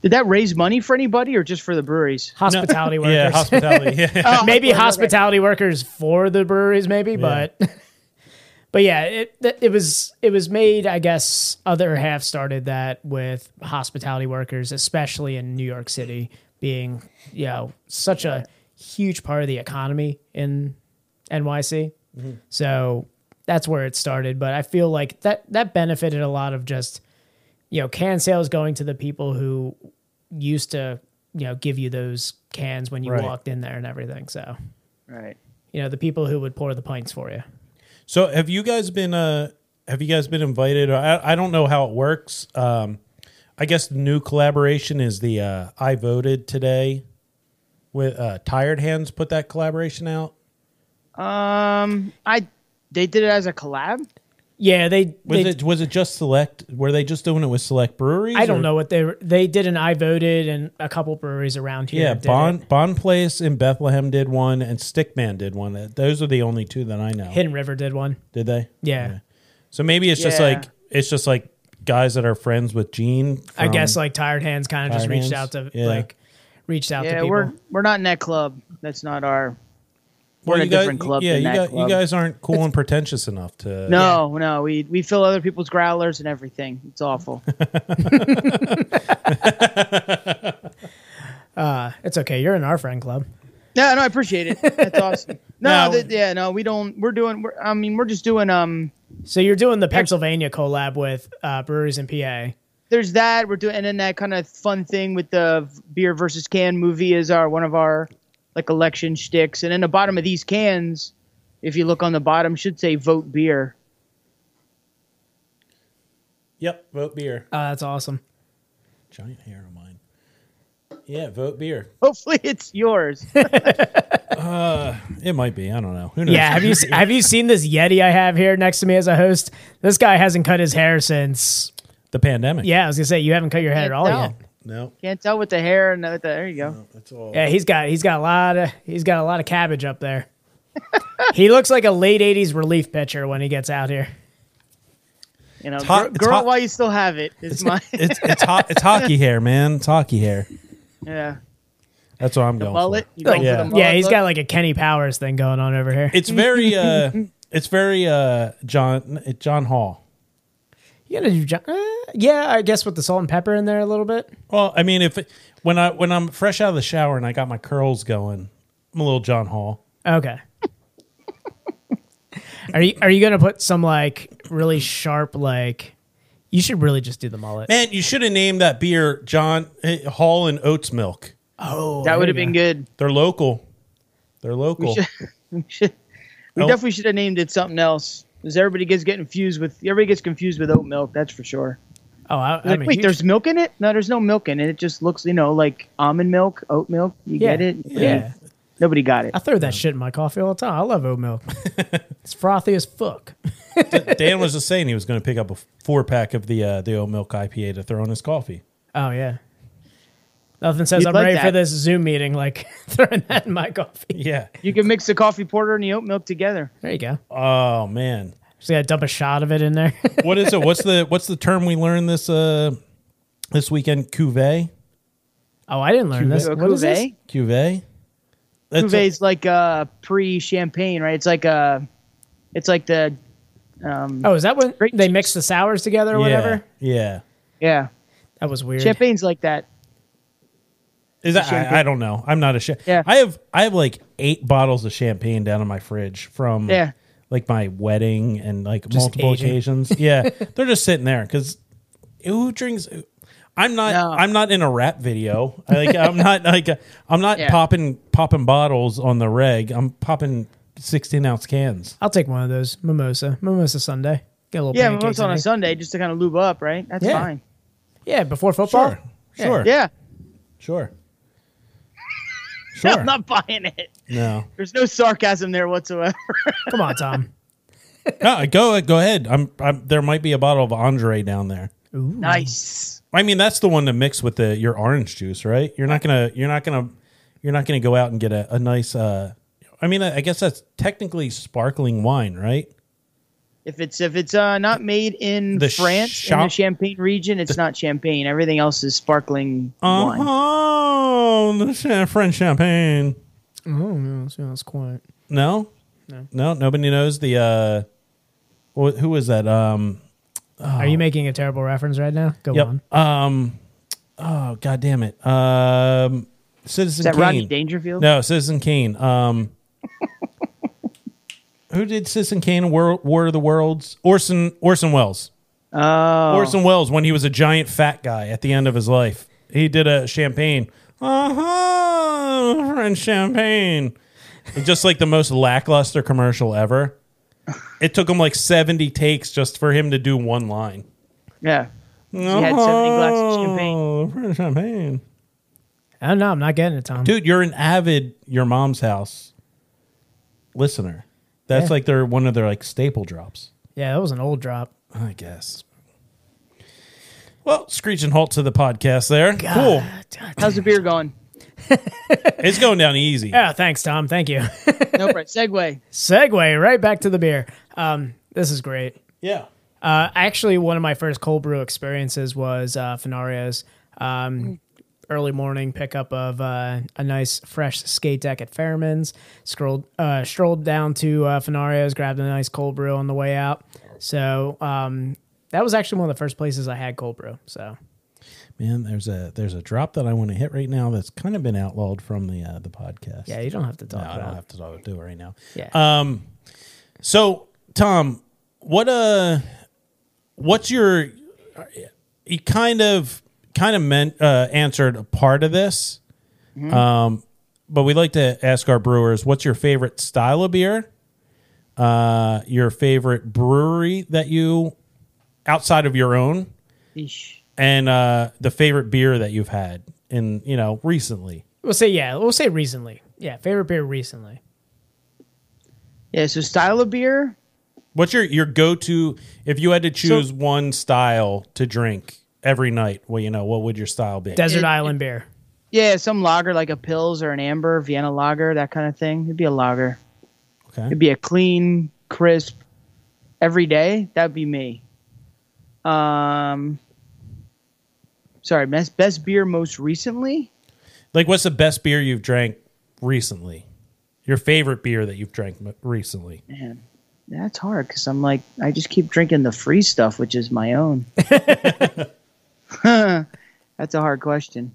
Speaker 3: Did that raise money for anybody or just for the breweries?
Speaker 2: hospitality workers.
Speaker 1: Yeah, hospitality. Yeah.
Speaker 2: maybe hospitality workers for the breweries, maybe, but but yeah, it th- it was it was made. I guess other half started that with hospitality workers, especially in New York City, being you know such a huge part of the economy in NYC.
Speaker 1: Mm-hmm.
Speaker 2: So that's where it started. But I feel like that that benefited a lot of just you know can sales going to the people who used to you know give you those cans when you
Speaker 1: Right.
Speaker 2: walked in there and everything. So
Speaker 3: Right.
Speaker 2: you know the people who would pour the pints for you.
Speaker 1: so, have you guys been? Uh, have you guys been invited? I, I don't know how it works. Um, I guess the new collaboration is the uh, I voted today. With uh, Tired Hands put that collaboration out.
Speaker 3: Um, I they did it as a collab.
Speaker 2: Yeah, they.
Speaker 1: Was
Speaker 2: they
Speaker 1: it was it just select? Were they just doing it with select breweries?
Speaker 2: I don't
Speaker 1: or-
Speaker 2: know what they were, they did an I voted and a couple breweries around here.
Speaker 1: Yeah,
Speaker 2: did it.
Speaker 1: Bond Bond Place in Bethlehem did one, and Stickman did one. Uh, Those are the only two that I know.
Speaker 2: Hidden River did one.
Speaker 1: Did they?
Speaker 2: Yeah.
Speaker 1: So maybe it's just
Speaker 3: Yeah.
Speaker 1: like it's just like guys that are friends with Gene.
Speaker 2: I guess
Speaker 1: from-
Speaker 2: like Tired Hands kind of just
Speaker 1: Tired
Speaker 2: reached
Speaker 1: Hands?
Speaker 2: out to
Speaker 1: Yeah.
Speaker 2: like reached out to
Speaker 3: Yeah,
Speaker 2: people.
Speaker 3: we're we're not in that club. That's not our. We're
Speaker 1: Well,
Speaker 3: in a
Speaker 1: you guys-
Speaker 3: different club
Speaker 1: Yeah,
Speaker 3: than
Speaker 1: you,
Speaker 3: that
Speaker 1: guys-
Speaker 3: club.
Speaker 1: you guys aren't cool and pretentious enough to.
Speaker 3: No, no, we we fill other people's growlers and everything. It's awful.
Speaker 2: It's okay. You're in our friend club.
Speaker 3: no, no, I appreciate it. That's awesome. No,
Speaker 1: Now-
Speaker 3: that- yeah, no, we don't. We're doing. We're, I mean, we're just doing. Um,
Speaker 2: So you're doing the Pennsylvania collab with uh, breweries in PA.
Speaker 3: there's that we're doing, and then that kind of fun thing with the beer versus can movie is our one of our like election shticks, and then the bottom of these cans, if you look on the bottom, should say vote beer.
Speaker 1: Yep, vote beer.
Speaker 2: Oh, that's awesome.
Speaker 1: Giant hair of mine. Yeah, vote beer.
Speaker 3: Hopefully, it's yours.
Speaker 1: It might be. I don't know. Who knows?
Speaker 2: Yeah, have you se- have you seen this Yeti I have here next to me as a host? This guy hasn't cut his hair since.
Speaker 1: the pandemic?
Speaker 2: Yeah, I was gonna say you haven't cut your hair at
Speaker 3: Can't
Speaker 2: all
Speaker 3: tell.
Speaker 2: yet.
Speaker 1: No,
Speaker 3: Can't tell with the hair and the, with the- there you go.
Speaker 1: that's all.
Speaker 2: Yeah, he's got he's got a lot of he's got a lot of cabbage up there. he looks like a late '80s relief pitcher when he gets out here.
Speaker 3: You know,
Speaker 1: hot-
Speaker 3: gr-
Speaker 1: it's
Speaker 3: grow
Speaker 1: hot.
Speaker 3: it while you still have it. Is my
Speaker 1: It's it's, ho- it's hockey hair, man. It's hockey hair.
Speaker 3: yeah
Speaker 1: That's what I'm going
Speaker 3: mullet.
Speaker 1: for.
Speaker 3: You going for
Speaker 1: Yeah.
Speaker 3: the mullet
Speaker 2: yeah, he's
Speaker 3: look?
Speaker 2: got like a Kenny Powers thing going on over here.
Speaker 1: It's very uh, it's very uh, John uh, John Hall.
Speaker 2: You gotta do, jo- uh, yeah, I guess with the salt and pepper in there a little bit.
Speaker 1: Well, I mean, if when I when I'm fresh out of the shower and I got my curls going, I'm a little John Hall.
Speaker 2: Okay. are you are you gonna put some like really sharp like? You should really just do the mullet.
Speaker 1: Man, you should have named that beer John eh, Hall and Oats Milk.
Speaker 2: Oh,
Speaker 3: that would have
Speaker 2: there you
Speaker 3: been
Speaker 2: go.
Speaker 3: good.
Speaker 1: They're local. They're local.
Speaker 3: should- We should- we
Speaker 1: Oh.
Speaker 3: definitely should have named it something else. Because everybody gets getting confused with everybody gets confused with oat milk. That's for sure.
Speaker 2: Oh, I, I
Speaker 3: Like,
Speaker 2: mean,
Speaker 3: wait,
Speaker 2: you-
Speaker 3: there's milk in it? No, there's no milk in it. It just looks, you know, like almond milk, oat milk. You
Speaker 2: yeah,
Speaker 3: get it?
Speaker 2: Yeah.
Speaker 3: Nobody got it.
Speaker 2: I throw that shit in my coffee all the time. I love oat milk. it's frothy as fuck.
Speaker 1: Dan was just saying he was going to pick up a four pack of the uh, the oat milk IPA to throw in his coffee.
Speaker 2: Oh yeah. Nothing says
Speaker 3: You'd
Speaker 2: I'm
Speaker 3: like
Speaker 2: ready for
Speaker 3: that.
Speaker 2: this Zoom meeting like throwing that in my coffee.
Speaker 1: Yeah.
Speaker 3: You can mix the coffee porter and the oat milk together.
Speaker 2: There you go.
Speaker 1: Oh man.
Speaker 2: Just gotta dump a shot of it in there.
Speaker 1: What is it? What's the what's the term we learned this uh this weekend? Cuvee.
Speaker 2: oh, I didn't learn this.
Speaker 3: So a
Speaker 2: What is this?
Speaker 3: cuvee.
Speaker 1: Cuvee. That's a-
Speaker 3: Cuvée like uh, pre-champagne, right? It's like uh it's like the, um,
Speaker 2: Oh, is that when
Speaker 3: Grape
Speaker 2: they mix the sours together or whatever?
Speaker 1: Yeah. yeah.
Speaker 3: yeah,
Speaker 2: That was weird.
Speaker 3: champagne's like that.
Speaker 1: Is that, I, I don't know. I'm not a chef.
Speaker 3: Yeah.
Speaker 1: I have I have like eight bottles of champagne down in my fridge from
Speaker 3: Yeah.
Speaker 1: like my wedding and like multiple
Speaker 2: aging.
Speaker 1: occasions. Yeah, they're just sitting there because who drinks? I'm not.
Speaker 3: No.
Speaker 1: I'm not in a rap video. Like I'm not like I'm not
Speaker 3: Yeah.
Speaker 1: popping popping bottles on the reg. I'm popping 16 ounce cans.
Speaker 2: I'll take one of those mimosa, mimosa Sunday. Get a little
Speaker 3: Yeah,
Speaker 2: pancakes
Speaker 3: it's on
Speaker 2: in
Speaker 3: a
Speaker 2: there.
Speaker 3: Sunday just to kind of lube up, right? That's
Speaker 2: Yeah.
Speaker 3: fine.
Speaker 2: Yeah, before football.
Speaker 1: Sure, sure,
Speaker 3: Yeah,
Speaker 1: sure, sure.
Speaker 3: I'm not buying it.
Speaker 1: no,
Speaker 3: There's no sarcasm there whatsoever.
Speaker 2: Come on, Tom.
Speaker 1: no. Go go ahead. I'm, I'm. There might be a bottle of Andre down there.
Speaker 3: nice.
Speaker 1: I mean, that's the one to mix with the your orange juice, right? You're not gonna you're not gonna you're not gonna go out and get a, a nice. uh I mean, I, I guess that's technically sparkling wine, right?
Speaker 3: If it's if it's uh, not made in
Speaker 1: The
Speaker 3: France in the
Speaker 1: shop-
Speaker 3: Champagne region, it's not champagne. Everything else is sparkling
Speaker 1: Uh-huh.
Speaker 3: wine.
Speaker 1: Oh, the cha- French champagne.
Speaker 2: Oh, that's quiet.
Speaker 1: No, no, no. Nobody knows the. uh wh- Who was that? Um.
Speaker 3: Oh.
Speaker 2: Are you making a terrible reference right now? Go on.
Speaker 1: Yep. Um. Oh God damn it. Um. Citizen
Speaker 3: Is that
Speaker 1: Kane.
Speaker 3: Rodney Dangerfield?
Speaker 1: No, Citizen Kane. Um, who did Citizen Kane in War, War of the Worlds? Orson Orson Welles.
Speaker 3: Oh,
Speaker 1: Orson Welles when he was a giant fat guy at the end of his life. He did a champagne. Uh-huh, French champagne. And just like the most lackluster commercial ever. It took him like 70 takes just for him to do one line.
Speaker 3: yeah. He had 70 glasses of champagne.
Speaker 1: Oh, French champagne.
Speaker 2: I don't know. Oh, I'm not getting it, Tom.
Speaker 1: dude you're an avid your mom's house listener that's
Speaker 2: Yeah.
Speaker 1: like their one of their like staple drops
Speaker 2: Yeah, that was an old drop.
Speaker 1: i guess well screech and halt to the podcast there cool
Speaker 3: How's the beer going?
Speaker 1: it's going down easy
Speaker 2: Yeah, thanks, Tom. Thank you.
Speaker 3: No, right. Segway.
Speaker 2: Segue right back to the beer. Um, this is great.
Speaker 1: yeah
Speaker 2: Uh, actually, one of my first cold brew experiences was uh, Fenario's. Um, early morning pickup of uh, a nice fresh skate deck at Fairman's. Scrolled, uh, strolled down to uh, Finario's, grabbed a nice cold brew on the way out. So um, that was actually one of the first places I had cold brew. So
Speaker 1: Man, there's a there's a drop that I want to hit right now that's kind of been outlawed from the uh, the podcast.
Speaker 2: yeah, you don't have to
Speaker 1: no,
Speaker 2: talk
Speaker 1: I
Speaker 2: about.
Speaker 1: don't
Speaker 2: it.
Speaker 1: have to talk- do it right now.
Speaker 2: Yeah.
Speaker 1: Um, so Tom, what uh, what's your you kind of kind of meant uh, answered a part of this, um, but we like to ask our brewers, what's your favorite style of beer? Uh, your favorite brewery that you outside of your own,
Speaker 3: Eesh.
Speaker 1: and uh, the favorite beer that you've had in you know recently.
Speaker 2: we'll say yeah. We'll say recently. Yeah, favorite beer recently.
Speaker 3: Yeah, so style of beer,
Speaker 1: What's your your go to if you had to choose one style to drink every night? Well, you know, what would your style be?
Speaker 2: Desert
Speaker 3: It-
Speaker 2: Island beer.
Speaker 3: yeah, some lager like a Pils or an Amber, Vienna lager, that kind of thing. It'd be a lager.
Speaker 1: okay.
Speaker 3: It'd be a clean, crisp, every day. That'd be me. Um, sorry, best best beer most recently.
Speaker 1: Like, what's the best beer you've drank recently? Your favorite beer that you've drank m- recently?
Speaker 3: Man, that's hard because I'm like I just keep drinking the free stuff, which is my own. that's a hard question.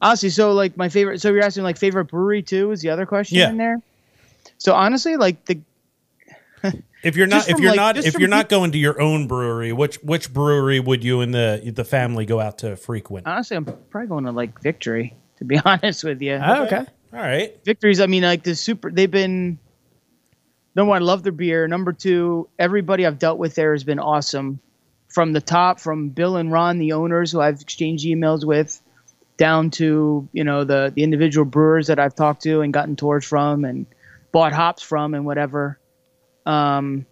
Speaker 3: Honestly, so like my favorite. So you're asking like favorite brewery too? Is the other question
Speaker 1: Yeah.
Speaker 3: in there? So honestly, like the
Speaker 1: If you're
Speaker 3: Just
Speaker 1: not, if
Speaker 3: from,
Speaker 1: you're
Speaker 3: like,
Speaker 1: not,
Speaker 3: just
Speaker 1: if
Speaker 3: from
Speaker 1: you're not
Speaker 3: peop-
Speaker 1: going to your own brewery, which which brewery would you and the the family go out to frequent?
Speaker 3: honestly, I'm probably going to like Victory. To be honest with you,
Speaker 2: Oh, okay.
Speaker 1: All right,
Speaker 3: victories. I mean, like the super. They've been number one. I love their beer. Number two, everybody I've dealt with there has been awesome. From the top, from Bill and Ron, the owners who I've exchanged emails with, down to you know the the individual brewers that I've talked to and gotten tours from and bought hops from and whatever. Um,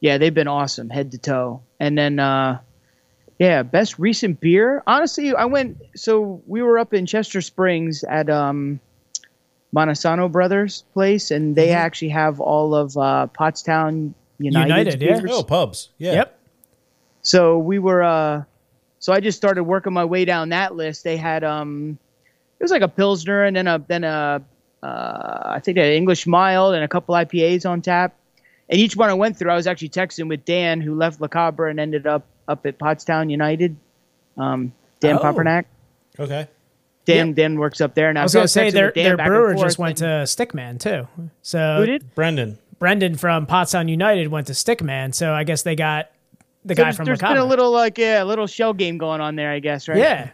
Speaker 3: yeah, they've been awesome head to toe. And then, uh, yeah, best recent beer. Honestly, I went. So we were up in Chester Springs at um, Montesano Brothers place, and they
Speaker 2: Mm-hmm.
Speaker 3: actually have all of uh, Pottstown United.
Speaker 2: United, yeah.
Speaker 1: oh pubs, yeah,
Speaker 2: Yep.
Speaker 3: So we were. Uh, so I just started working my way down that list. They had um, it was like a pilsner and then a then a uh, I think an English mild and a couple IPAs on tap. And each one I went through, I was actually texting with Dan, who left La Cabra and ended up up at Pottstown United. Um, Dan
Speaker 2: Oh.
Speaker 3: Papernak.
Speaker 1: okay.
Speaker 3: Dan Dan works up there, and
Speaker 2: I was gonna say their their brewer just went to Stickman too. So
Speaker 3: Who did?
Speaker 1: Brendan,
Speaker 2: Brendan from Pottstown United went to Stickman, so I guess they got the
Speaker 3: So
Speaker 2: guy
Speaker 3: there's-
Speaker 2: from
Speaker 3: there's been a
Speaker 2: Lacombe.
Speaker 3: little like yeah, a little shell game going on there, I guess, right?
Speaker 2: Yeah.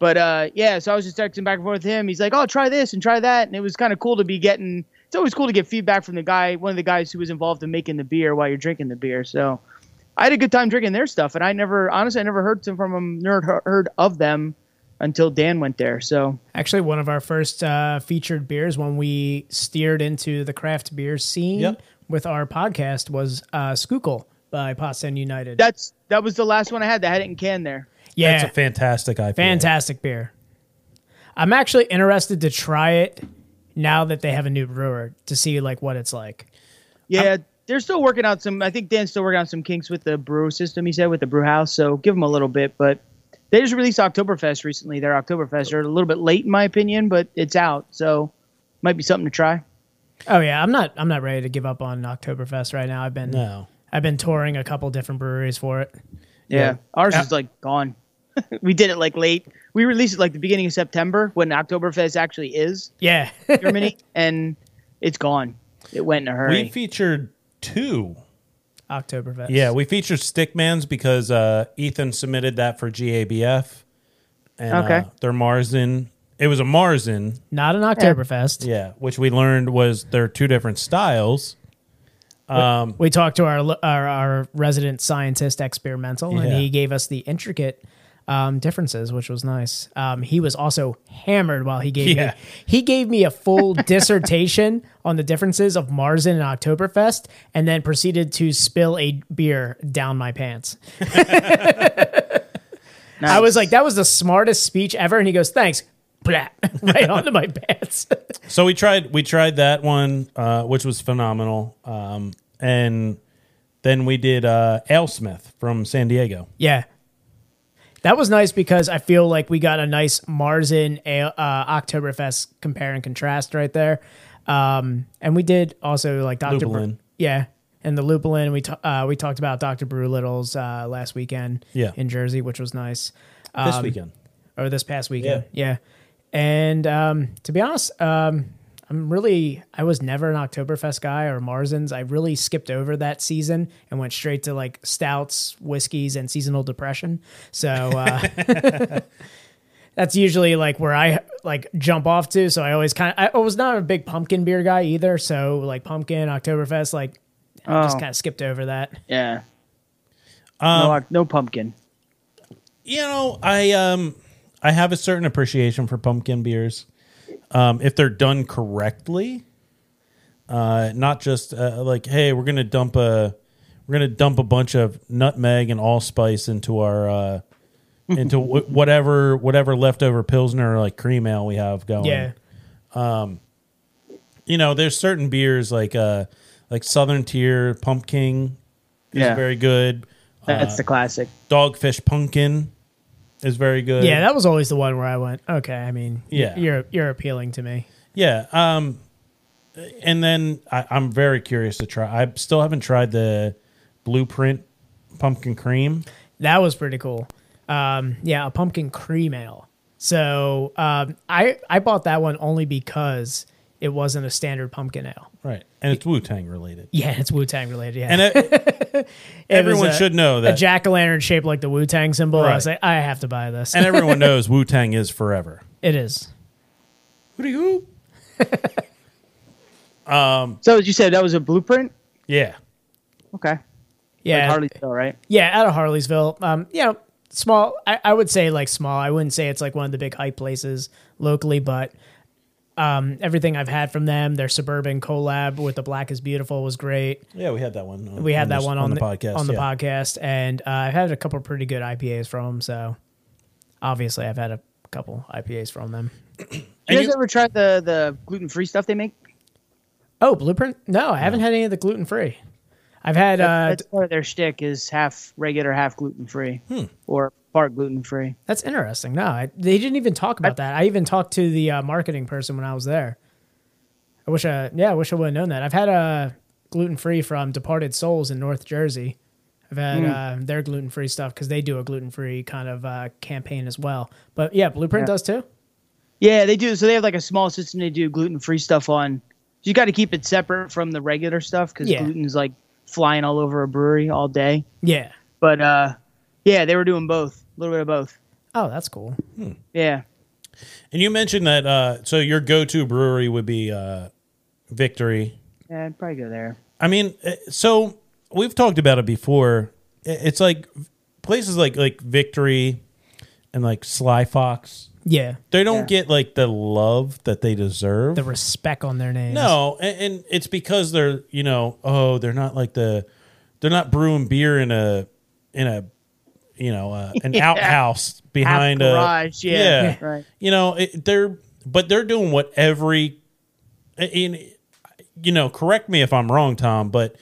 Speaker 3: But uh, yeah, so I was just texting back and forth with him. He's like, "Oh, try this and try that," and it was kind of cool to be getting. It's always cool to get feedback from the guy, one of the guys who was involved in making the beer while you're drinking the beer. So I had a good time drinking their stuff, and I never, honestly, I never heard some from them, never heard of them until Dan went there. So
Speaker 2: Actually, one of our first uh, featured beers when we steered into the craft beer scene
Speaker 1: Yep.
Speaker 2: with our podcast was uh, Skookle by Potsdam United.
Speaker 3: that's that was the last one I had that had it in can there.
Speaker 2: yeah,
Speaker 1: that's a fantastic IPA.
Speaker 2: fantastic beer. I'm actually interested to try it now that they have a new brewer to see like what it's like.
Speaker 3: Yeah, they're still working out some. I think Dan's still working out some kinks with the brew system. He said with the brew house, so give him a little bit. But they just released Oktoberfest recently. Their Oktoberfest are a little bit late in my opinion, but it's out, so might be something to try.
Speaker 2: Oh yeah, I'm not I'm not ready to give up on Oktoberfest right now. I've been
Speaker 1: No,
Speaker 2: I've been touring a couple different breweries for it.
Speaker 3: Yeah, ours is like gone. we did it like late. We released it like the beginning of September when Oktoberfest actually is
Speaker 2: Yeah.
Speaker 3: Germany, and it's gone. It went in a hurry.
Speaker 1: we featured two
Speaker 2: Oktoberfest.
Speaker 1: Yeah, we featured Stickman's because uh, Ethan submitted that for GABF. And,
Speaker 3: Okay.
Speaker 1: Uh, their Marzen. It was a Marzen,
Speaker 2: Not an Oktoberfest.
Speaker 1: yeah, which we learned was there are two different styles.
Speaker 2: We talked to our, our our resident scientist experimental, and
Speaker 1: Yeah.
Speaker 2: he gave us the intricate um, differences, which was nice. Um, he was also hammered while he gave
Speaker 1: Yeah.
Speaker 2: me he gave me a full dissertation on the differences of Marzen and Oktoberfest, and then proceeded to spill a beer down my pants. I was like, that was the smartest speech ever, and he goes, "Thanks." Blah, right onto my pants.
Speaker 1: So we tried we tried that one, uh, which was phenomenal. Um, and then we did uh, Alesmith from San Diego.
Speaker 2: yeah. That was nice because I feel like we got a nice Marzen ale- uh, Oktoberfest compare and contrast right there. Um, and we did also like Dr. Bre-
Speaker 1: Lupulin.
Speaker 2: yeah. And the Lupulin, we, t- uh, we talked about Dr. Brew Little's uh, last weekend
Speaker 1: Yeah.
Speaker 2: in Jersey, which was nice.
Speaker 1: this
Speaker 2: Um,
Speaker 1: weekend.
Speaker 2: or this past weekend. Yeah. And um, to be honest, um, I'm really, I was never an Oktoberfest guy or Marzens. I really skipped over that season and went straight to like stouts, whiskeys, and seasonal depression. So uh, that's usually like where I like jump off to. So I always kind of, I was not a big pumpkin beer guy either. So like pumpkin, Oktoberfest, like I just
Speaker 3: Oh.
Speaker 2: kind of skipped over that.
Speaker 3: Yeah.
Speaker 1: Um,
Speaker 3: no, no pumpkin.
Speaker 1: you know, I um I have a certain appreciation for pumpkin beers. Um, if they're done correctly, uh, not just uh, like, hey, we're gonna dump a we're gonna dump a bunch of nutmeg and allspice into our uh, into w- whatever whatever leftover pilsner or like cream ale we have going.
Speaker 2: Yeah.
Speaker 1: you know, there's certain beers like uh like Southern Tier Pumpkin is
Speaker 3: Yeah.
Speaker 1: very good.
Speaker 3: That's the classic.
Speaker 1: Dogfish Pumpkin is very good.
Speaker 2: Yeah. That was always the one where I went, okay, I mean,
Speaker 1: Yeah.
Speaker 2: you're, you're appealing to me.
Speaker 1: Yeah. Um, and then I, I'm very curious to try. I still haven't tried the blueprint pumpkin cream.
Speaker 2: That was pretty cool. Um, yeah, a pumpkin cream ale. So um, I I bought that one only because it wasn't a standard pumpkin ale.
Speaker 1: Right. And it's Wu Tang related.
Speaker 2: Yeah, it's Wu Tang related. Yeah,
Speaker 1: And it,
Speaker 2: It was
Speaker 1: everyone
Speaker 2: a-
Speaker 1: should know
Speaker 2: a
Speaker 1: that.
Speaker 2: jack o' lantern shaped like the Wu Tang symbol. I was
Speaker 1: Right.
Speaker 2: like, I have to buy this.
Speaker 1: and everyone knows Wu Tang is forever.
Speaker 2: it is.
Speaker 1: Hooty-hoo.
Speaker 3: So as you said, that was a blueprint.
Speaker 1: Yeah.
Speaker 3: Okay.
Speaker 2: Yeah,
Speaker 3: Like Harley Hill, right?
Speaker 2: yeah, out of Harleysville. Um, you know, small. I, I would say like small. I wouldn't say it's like one of the big hype places locally, but um, everything I've had from them, their suburban collab with the Black is Beautiful was great.
Speaker 1: Yeah, we had that one. on-
Speaker 2: we had that
Speaker 1: this-
Speaker 2: one on, the,
Speaker 1: podcast.
Speaker 2: on the
Speaker 1: yeah.
Speaker 2: podcast and uh, i've had a couple pretty good ipas from them so obviously i've had a couple ipas from them
Speaker 3: You
Speaker 1: And
Speaker 3: guys
Speaker 1: you-
Speaker 3: ever tried the the gluten free stuff they make?
Speaker 2: oh blueprint no i haven't had any of the gluten-free i've had uh,
Speaker 3: That's part of their shtick is half regular, half gluten free, or part gluten free.
Speaker 2: that's interesting no I, they didn't even talk about that i even talked to the uh, marketing person when i was there i wish i yeah i wish i would have known that i've had uh, gluten-free from departed souls in north jersey I've had uh, their gluten free stuff because they do a gluten free kind of uh, campaign as well. But yeah, Blueprint does too.
Speaker 3: Yeah, they do. So they have like a small system they do gluten free stuff on. You got to keep it separate from the regular stuff because
Speaker 2: Yeah.
Speaker 3: gluten's like flying all over a brewery all day.
Speaker 2: Yeah.
Speaker 3: But uh, yeah, they were doing both, a little bit of both.
Speaker 2: Oh, that's cool.
Speaker 3: Yeah,
Speaker 1: and you mentioned that. Uh, so your go to brewery would be uh, Victory.
Speaker 3: yeah, I'd probably go there.
Speaker 1: I mean, eh, so we've talked about it before. I- It's like places like like Victory and like Sly Fox.
Speaker 2: Yeah.
Speaker 1: They don't get like the love that they deserve.
Speaker 2: The respect on their names.
Speaker 1: no, and, and it's because they're you know oh they're not like the they're not brewing beer in a in a you know uh, an outhouse behind a
Speaker 3: garage, yeah, right.
Speaker 1: you know it, they're but they're doing what every in you know correct me if i'm wrong tom but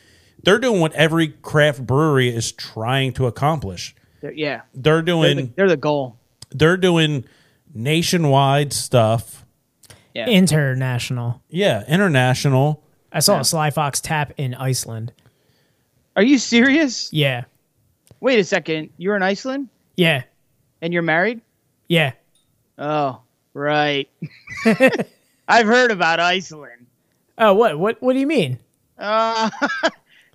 Speaker 1: they're doing what every craft brewery is trying to accomplish
Speaker 3: They're, yeah,
Speaker 1: they're
Speaker 3: they're
Speaker 1: doing
Speaker 3: the, they're the goal.
Speaker 1: they're doing nationwide stuff
Speaker 3: Yeah,
Speaker 2: International.
Speaker 1: yeah international
Speaker 2: I saw
Speaker 3: Yeah.
Speaker 2: a Sly Fox tap in Iceland.
Speaker 3: are you serious?
Speaker 2: Yeah.
Speaker 3: Wait a second, you're in Iceland
Speaker 2: Yeah.
Speaker 3: and you're married?
Speaker 2: Yeah.
Speaker 3: Oh, right. I've heard about Iceland.
Speaker 2: Oh, what? What what do you mean?
Speaker 3: Uh,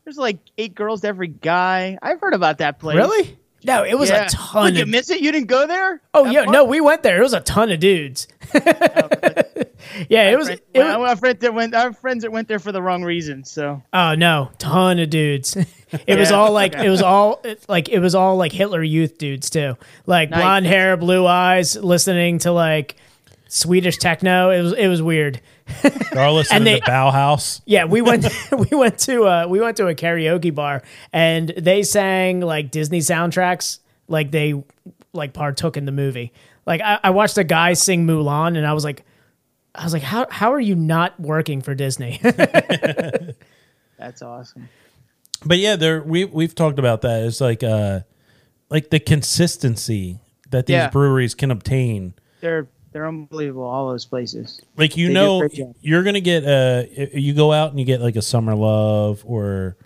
Speaker 3: there's like eight girls to every guy. I've heard about that place.
Speaker 2: Really? No, it was
Speaker 3: Yeah.
Speaker 2: a ton
Speaker 3: Would you
Speaker 2: of
Speaker 3: miss it? You didn't go there?
Speaker 2: Oh
Speaker 3: That
Speaker 2: yeah,
Speaker 3: far?
Speaker 2: no, we went there. It was a ton of dudes. yeah, it was,
Speaker 3: Friend-
Speaker 2: it
Speaker 3: well,
Speaker 2: was
Speaker 3: our friend that went, our friends that went there for the wrong reasons. So
Speaker 2: Oh no, ton of dudes. It was
Speaker 3: Yeah.
Speaker 2: all like it was all it's like it was all like Hitler youth dudes too. Like
Speaker 3: Nice.
Speaker 2: blonde hair, blue eyes, listening to like Swedish techno. It was it was weird.
Speaker 1: they're all listening
Speaker 2: And they-
Speaker 1: to bauhaus
Speaker 2: Yeah, we went we went to uh we went to a karaoke bar and they sang like Disney soundtracks like they like partook in the movie. Like I, I watched a guy sing Mulan and I was like I was like, How how are you not working for Disney?
Speaker 3: that's awesome.
Speaker 1: but yeah there we we've talked about that it's like uh like the consistency that these
Speaker 3: Yeah.
Speaker 1: breweries can obtain.
Speaker 3: They're they're unbelievable. All those places.
Speaker 1: Like you
Speaker 3: They do a
Speaker 1: know,
Speaker 3: great job.
Speaker 1: you're gonna get uh i- you go out and you get like a summer love or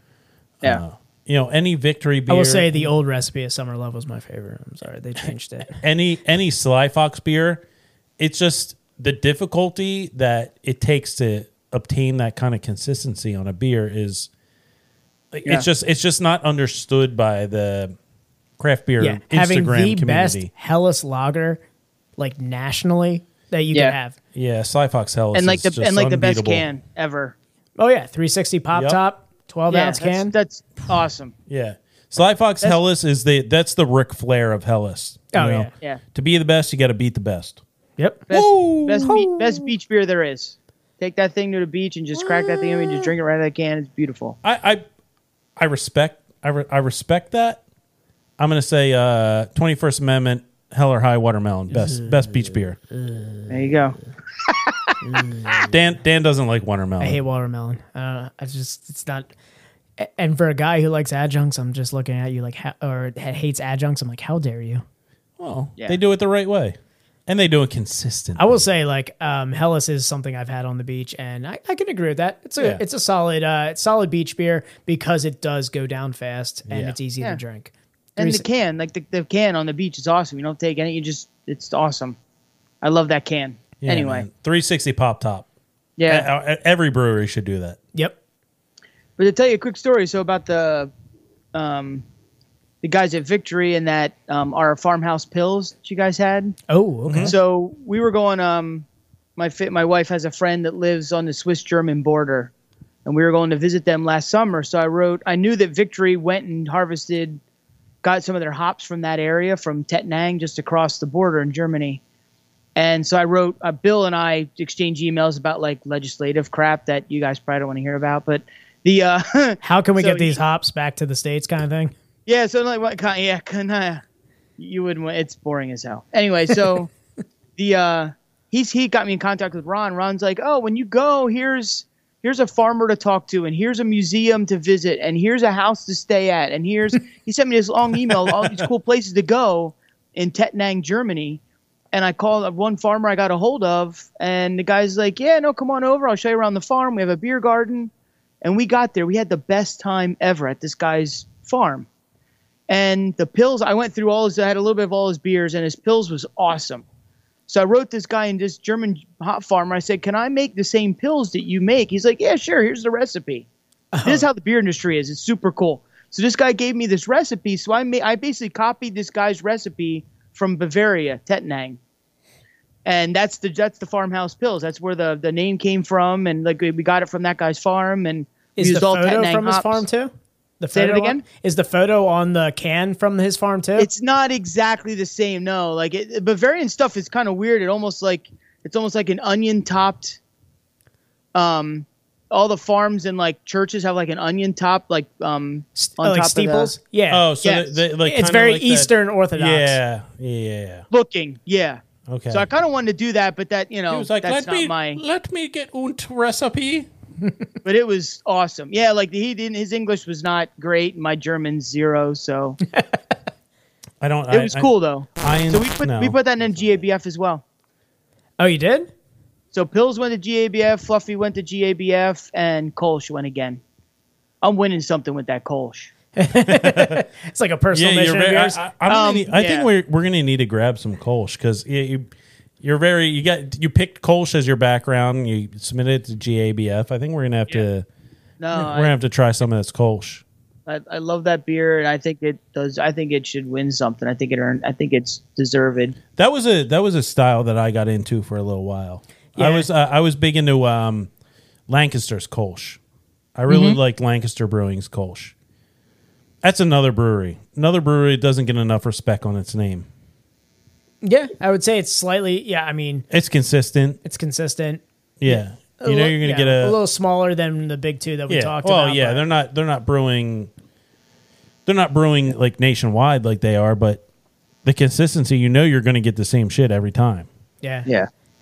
Speaker 2: Oh,
Speaker 3: Yeah.
Speaker 1: uh, you know any victory beer.
Speaker 2: I will say the old recipe of Summer Love was my favorite. I'm sorry they changed it.
Speaker 1: any any Sly Fox beer, it's just the difficulty that it takes to obtain that kind of consistency on a beer is like,
Speaker 3: Yeah.
Speaker 1: it's just it's just not understood by the craft beer
Speaker 2: yeah,
Speaker 1: Instagram
Speaker 2: having the
Speaker 1: community.
Speaker 2: best Hellas lager, like nationally that you
Speaker 3: Yeah.
Speaker 2: can have.
Speaker 1: Yeah, Sly Fox Hell is
Speaker 3: and like the
Speaker 1: just
Speaker 3: and like the best
Speaker 1: unbeatable.
Speaker 3: can ever.
Speaker 2: Oh yeah, 360 pop
Speaker 1: Yep.
Speaker 2: top, 12
Speaker 3: yeah,
Speaker 2: ounce
Speaker 3: that's-
Speaker 2: can.
Speaker 3: That's, awesome.
Speaker 1: Yeah. Sly Fox Hellas is the that's the Ric Flair of Hellas. you
Speaker 2: Oh,
Speaker 1: know?
Speaker 2: yeah.
Speaker 3: Yeah.
Speaker 1: To be the best, you got to beat the best.
Speaker 2: yep.
Speaker 3: Best
Speaker 1: Woo!
Speaker 3: best, be- best beach beer there is. Take that thing to the beach and just crack that thing open and just drink it right out of the can. It's beautiful.
Speaker 1: I I, I respect I, re- I respect that. I'm gonna say uh 21st Amendment Hell or High Watermelon best best beach beer.
Speaker 3: There you go.
Speaker 1: Dan Dan doesn't like watermelon.
Speaker 2: I hate watermelon. Uh, I just it's not. a- And for a guy who likes adjuncts, I'm just looking at you like how, or ha- hates adjuncts. I'm like, how dare you?
Speaker 1: well,
Speaker 3: Yeah.
Speaker 1: they do it the right way, and they do it consistent.
Speaker 2: I will say like um, Hellas is something I've had on the beach, and I, I can agree with that. It's a
Speaker 1: Yeah.
Speaker 2: it's a solid uh, it's solid beach beer because it does go down fast and
Speaker 1: Yeah.
Speaker 2: it's easy
Speaker 3: Yeah.
Speaker 2: to drink.
Speaker 3: And
Speaker 2: Three-
Speaker 3: the can, like the, the can on the beach is awesome. You don't take any, you just it's awesome. I love that can.
Speaker 1: Yeah,
Speaker 3: anyway.
Speaker 1: man. 360 pop top.
Speaker 3: Yeah.
Speaker 1: E- e- Every brewery should do that.
Speaker 2: Yep.
Speaker 3: But to tell you a quick story, so about the um, the guys at Victory and that um, our farmhouse pills that you guys had.
Speaker 2: Oh, okay.
Speaker 3: So we were going. Um, my fit, my wife has a friend that lives on the Swiss German border, and we were going to visit them last summer. So I wrote. I knew that Victory went and harvested, got some of their hops from that area from Tettnang, just across the border in Germany. And so I wrote. Uh, Bill and I exchanged emails about like legislative crap that you guys probably don't want to hear about, but. The uh,
Speaker 2: How can we
Speaker 3: So
Speaker 2: get these
Speaker 3: you-
Speaker 2: hops back to the states, kind of thing?
Speaker 3: Yeah, so like what kind? Yeah, kind of. You wouldn't. wa- It's boring as hell. Anyway, so the uh, he's he got me in contact with Ron. Ron's like, oh, when you go, here's here's a farmer to talk to, and here's a museum to visit, and here's a house to stay at, and here's he sent me this long email, of all these cool places to go in Tettnang, Germany. And I called up one farmer I got a hold of, and the guy's like, "Yeah, no, come on over. I'll show you around the farm. We have a beer garden." And we got there. We had the best time ever at this guy's farm and the pills i went through all his i had a little bit of all his beers and his pills was awesome so i wrote this guy in this german hop farmer i said can i make the same pills that you make he's like yeah sure here's the recipe
Speaker 2: Uh-huh.
Speaker 3: this is how the beer industry is it's super cool so this guy gave me this recipe so i made i basically copied this guy's recipe from bavaria tettnang and that's the that's the farmhouse pills that's where the the name came from and like we we got it from that guy's farm and we
Speaker 2: Is the
Speaker 3: used all
Speaker 2: photo
Speaker 3: Tettnang
Speaker 2: from his
Speaker 3: hops.
Speaker 2: farm too? The
Speaker 3: Say that
Speaker 2: photo
Speaker 3: again?
Speaker 2: On, is the photo on the can from his farm too?
Speaker 3: it's not exactly the same. No, like it, Bavarian stuff is kind of weird. It almost like it's almost like an onion topped. Um, all the farms and like churches have like an onion top, like um,
Speaker 2: S-
Speaker 3: on
Speaker 2: like
Speaker 3: top of the-
Speaker 2: steeples. yeah.
Speaker 1: Oh, so
Speaker 3: Yes.
Speaker 1: they, they, like
Speaker 2: it's
Speaker 1: kinda
Speaker 2: very
Speaker 1: like that-
Speaker 2: Eastern Orthodox.
Speaker 1: Yeah, yeah.
Speaker 3: looking. Yeah.
Speaker 1: Okay.
Speaker 3: So I kind of wanted to do that, but that you know
Speaker 1: he was like,
Speaker 3: Oh, that's
Speaker 1: let
Speaker 3: not
Speaker 1: me
Speaker 3: my.
Speaker 1: let me get unt recipe.
Speaker 3: But it was awesome. Yeah, like he didn't. His English was not great. and My German's zero, so it
Speaker 1: I don't. I,
Speaker 3: was
Speaker 1: I-
Speaker 3: cool though.
Speaker 1: I,
Speaker 3: So we put
Speaker 1: no.
Speaker 3: we put that in GABF as well.
Speaker 2: Oh, you did?
Speaker 3: So Pills went to GABF, Fluffy went to GABF, and Kolsch went again. I'm winning something with that Kolsch.
Speaker 2: It's like a personal
Speaker 1: Yeah, you're
Speaker 2: mission. of
Speaker 1: very, I,
Speaker 2: yours.
Speaker 1: I, I'm gonna
Speaker 3: Um,
Speaker 1: need- I think
Speaker 3: yeah.
Speaker 1: we're we're gonna need to grab some Kolsch because you, you you're very you got you picked Kolsch as your background. and You submitted it to GABF. I think we're gonna have to
Speaker 3: No,
Speaker 1: we're gonna
Speaker 3: I,
Speaker 1: have to try some of this Kolsch.
Speaker 3: I, I love that beer, and I think it does. I think it should win something. I think it earned. I think it's deserved.
Speaker 1: That was a that was a style that I got into for a little while. I
Speaker 2: Yeah.
Speaker 1: was uh, I was big into um, Lancaster's Kolsch. I really
Speaker 2: Mm-hmm.
Speaker 1: liked Lancaster Brewing's Kolsch. That's another brewery. Another brewery that doesn't get enough respect on its name.
Speaker 2: yeah, I would say it's slightly. Yeah, I mean,
Speaker 1: It's consistent.
Speaker 2: it's consistent.
Speaker 1: Yeah.
Speaker 2: A
Speaker 1: You know
Speaker 2: li-
Speaker 1: you're gonna
Speaker 2: yeah,
Speaker 1: get a,
Speaker 2: little smaller than the big two that we talked
Speaker 1: well,
Speaker 2: about.
Speaker 1: yeah,
Speaker 2: but-
Speaker 1: they're not they're not brewing they're not brewing like nationwide like they are, but the consistency, you know you're going to get the same shit every time.
Speaker 2: yeah,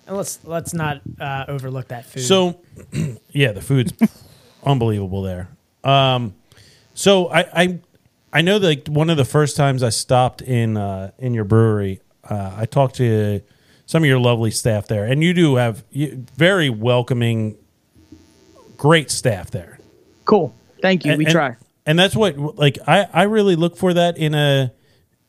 Speaker 2: And let's let's not uh, overlook that food.
Speaker 1: So, yeah, the food's unbelievable there. Um, so I I I know that like, one of the first times I stopped in uh, in your brewery, Uh, I talked to some of your lovely staff there, and you do have you, very welcoming, great staff there.
Speaker 3: Cool. Thank you. we
Speaker 1: and,
Speaker 3: try.
Speaker 1: and that's what like I I really look for that in a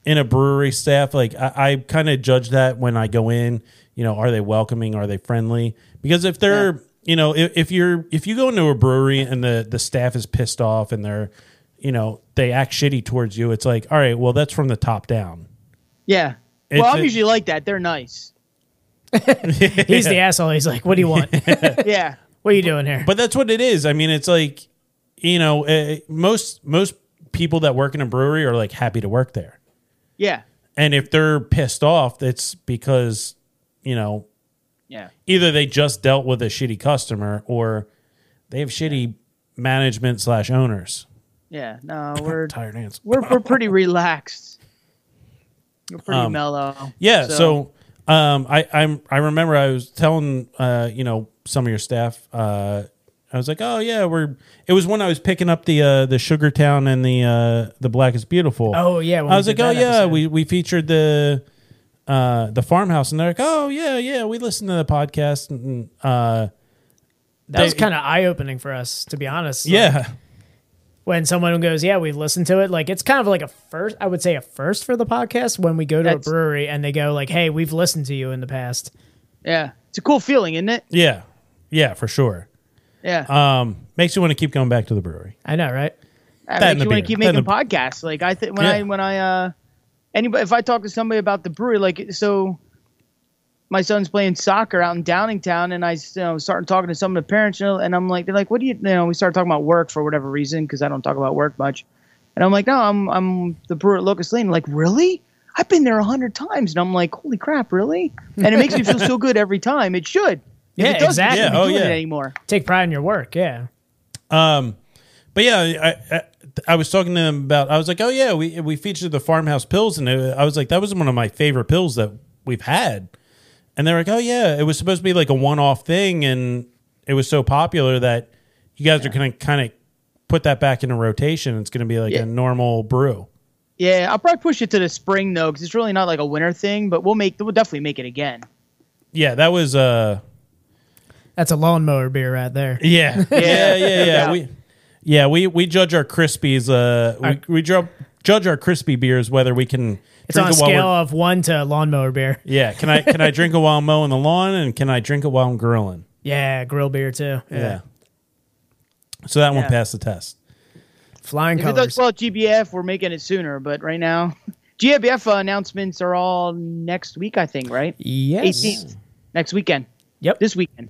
Speaker 1: in a brewery staff. Like I, I kind of judge that when I go in. You know, are they welcoming? Are they friendly? Because if they're you know if, if you're if you go into a brewery and the the staff is pissed off and they're you know they act shitty towards you, it's like all right, well that's from the top down.
Speaker 3: Yeah.
Speaker 1: It's
Speaker 3: well, I'm
Speaker 1: a-
Speaker 3: usually like that. They're nice.
Speaker 2: He's the asshole. He's like, "What do you want? what
Speaker 3: Yeah.
Speaker 2: are you doing here?"
Speaker 1: But that's what it is. I mean, it's like you know uh, most most people that work in a brewery are like happy to work there.
Speaker 3: Yeah.
Speaker 1: And if they're pissed off, it's because, you know,
Speaker 3: Yeah.
Speaker 1: either they just dealt with a shitty customer or they have shitty management slash owners.
Speaker 3: Yeah. No, we're
Speaker 1: Tired hands.
Speaker 3: we're we're pretty relaxed. We're pretty mellow.
Speaker 1: Um, Yeah. So, um, I I'm I remember I was telling uh, you know some of your staff. Uh, I was like, oh yeah, we're. It was when I was picking up the uh, the Sugar Town and the uh, the Black is Beautiful.
Speaker 2: Oh, yeah, when
Speaker 1: I
Speaker 2: we
Speaker 1: was
Speaker 2: did
Speaker 1: like, oh
Speaker 2: that
Speaker 1: yeah,
Speaker 2: episode.
Speaker 1: we we featured the. Uh, the farmhouse, and they're like, "Oh yeah, yeah, we listen to the podcast." And, uh,
Speaker 2: that was kind of eye opening for us, to be honest. Like,
Speaker 1: yeah,
Speaker 2: when someone goes, "Yeah, we listened to it," like it's kind of like a first. I would say a first for the podcast when we go to
Speaker 3: That's-
Speaker 2: a brewery and they go, "Like, hey, we've listened to you in the past."
Speaker 3: yeah. It's a cool feeling, isn't it?
Speaker 1: yeah, yeah, for sure.
Speaker 3: Yeah.
Speaker 1: Um, makes you want to keep going back to the brewery.
Speaker 2: I know, right?
Speaker 3: that
Speaker 1: That and
Speaker 3: makes
Speaker 1: the
Speaker 3: you want
Speaker 1: beer.
Speaker 3: to keep
Speaker 1: That and
Speaker 3: making
Speaker 1: the-
Speaker 3: podcasts. Like I think when
Speaker 1: Yeah.
Speaker 3: I when I uh anybody if I talk to somebody about the brewery, like so my son's playing soccer out in Downingtown, and I you know, started talking to some of the parents, you know, and I'm like, they're like, "What do you?" You know, we started talking about work for whatever reason because I don't talk about work much, and I'm like, "No, I'm I'm the brewer at Locust Lane." Like, really? I've been there a hundred times, and I'm like, "Holy crap, really?" And it makes me feel so good every time. It should. If
Speaker 2: Yeah,
Speaker 3: it doesn't,
Speaker 2: exactly.
Speaker 3: I shouldn't be
Speaker 1: Yeah, oh,
Speaker 3: doing
Speaker 1: yeah.
Speaker 3: it anymore.
Speaker 2: Take pride in your work. Yeah,
Speaker 1: But yeah, I, I I was talking to them about. I was like, oh yeah, we we featured the farmhouse pills, and it, I was like, that was one of my favorite pills that we've had. And they're like, oh yeah, it was supposed to be like a one off thing, and it was so popular that you guys are gonna kind of put that back into rotation. It's gonna be like
Speaker 3: Yeah.
Speaker 1: a normal brew.
Speaker 3: Yeah, I'll probably push it to the spring though, because it's really not like a winter thing. But we'll make we'll definitely make it again.
Speaker 1: Yeah, that was uh
Speaker 2: that's a lawnmower beer right there.
Speaker 1: yeah yeah yeah yeah,
Speaker 3: Yeah.
Speaker 1: we yeah we we judge our crispies uh we we dr- judge our crispy beers whether we can
Speaker 2: It's on a
Speaker 1: it while we're-
Speaker 2: scale of one to lawnmower beer.
Speaker 1: Yeah, can I can I drink it while I'm mowing the lawn, and can I drink it while I'm grilling?
Speaker 2: Yeah, grill beer too. Yeah,
Speaker 1: Yeah. So that one
Speaker 3: Yeah.
Speaker 1: passed the test.
Speaker 2: flying
Speaker 3: If it
Speaker 2: colors.
Speaker 3: does well, at GBF, we're making it sooner. But right now, GBF uh, announcements are all next week, I think. Right,
Speaker 2: yes.
Speaker 3: eighteenth next weekend.
Speaker 2: Yep.
Speaker 3: This weekend.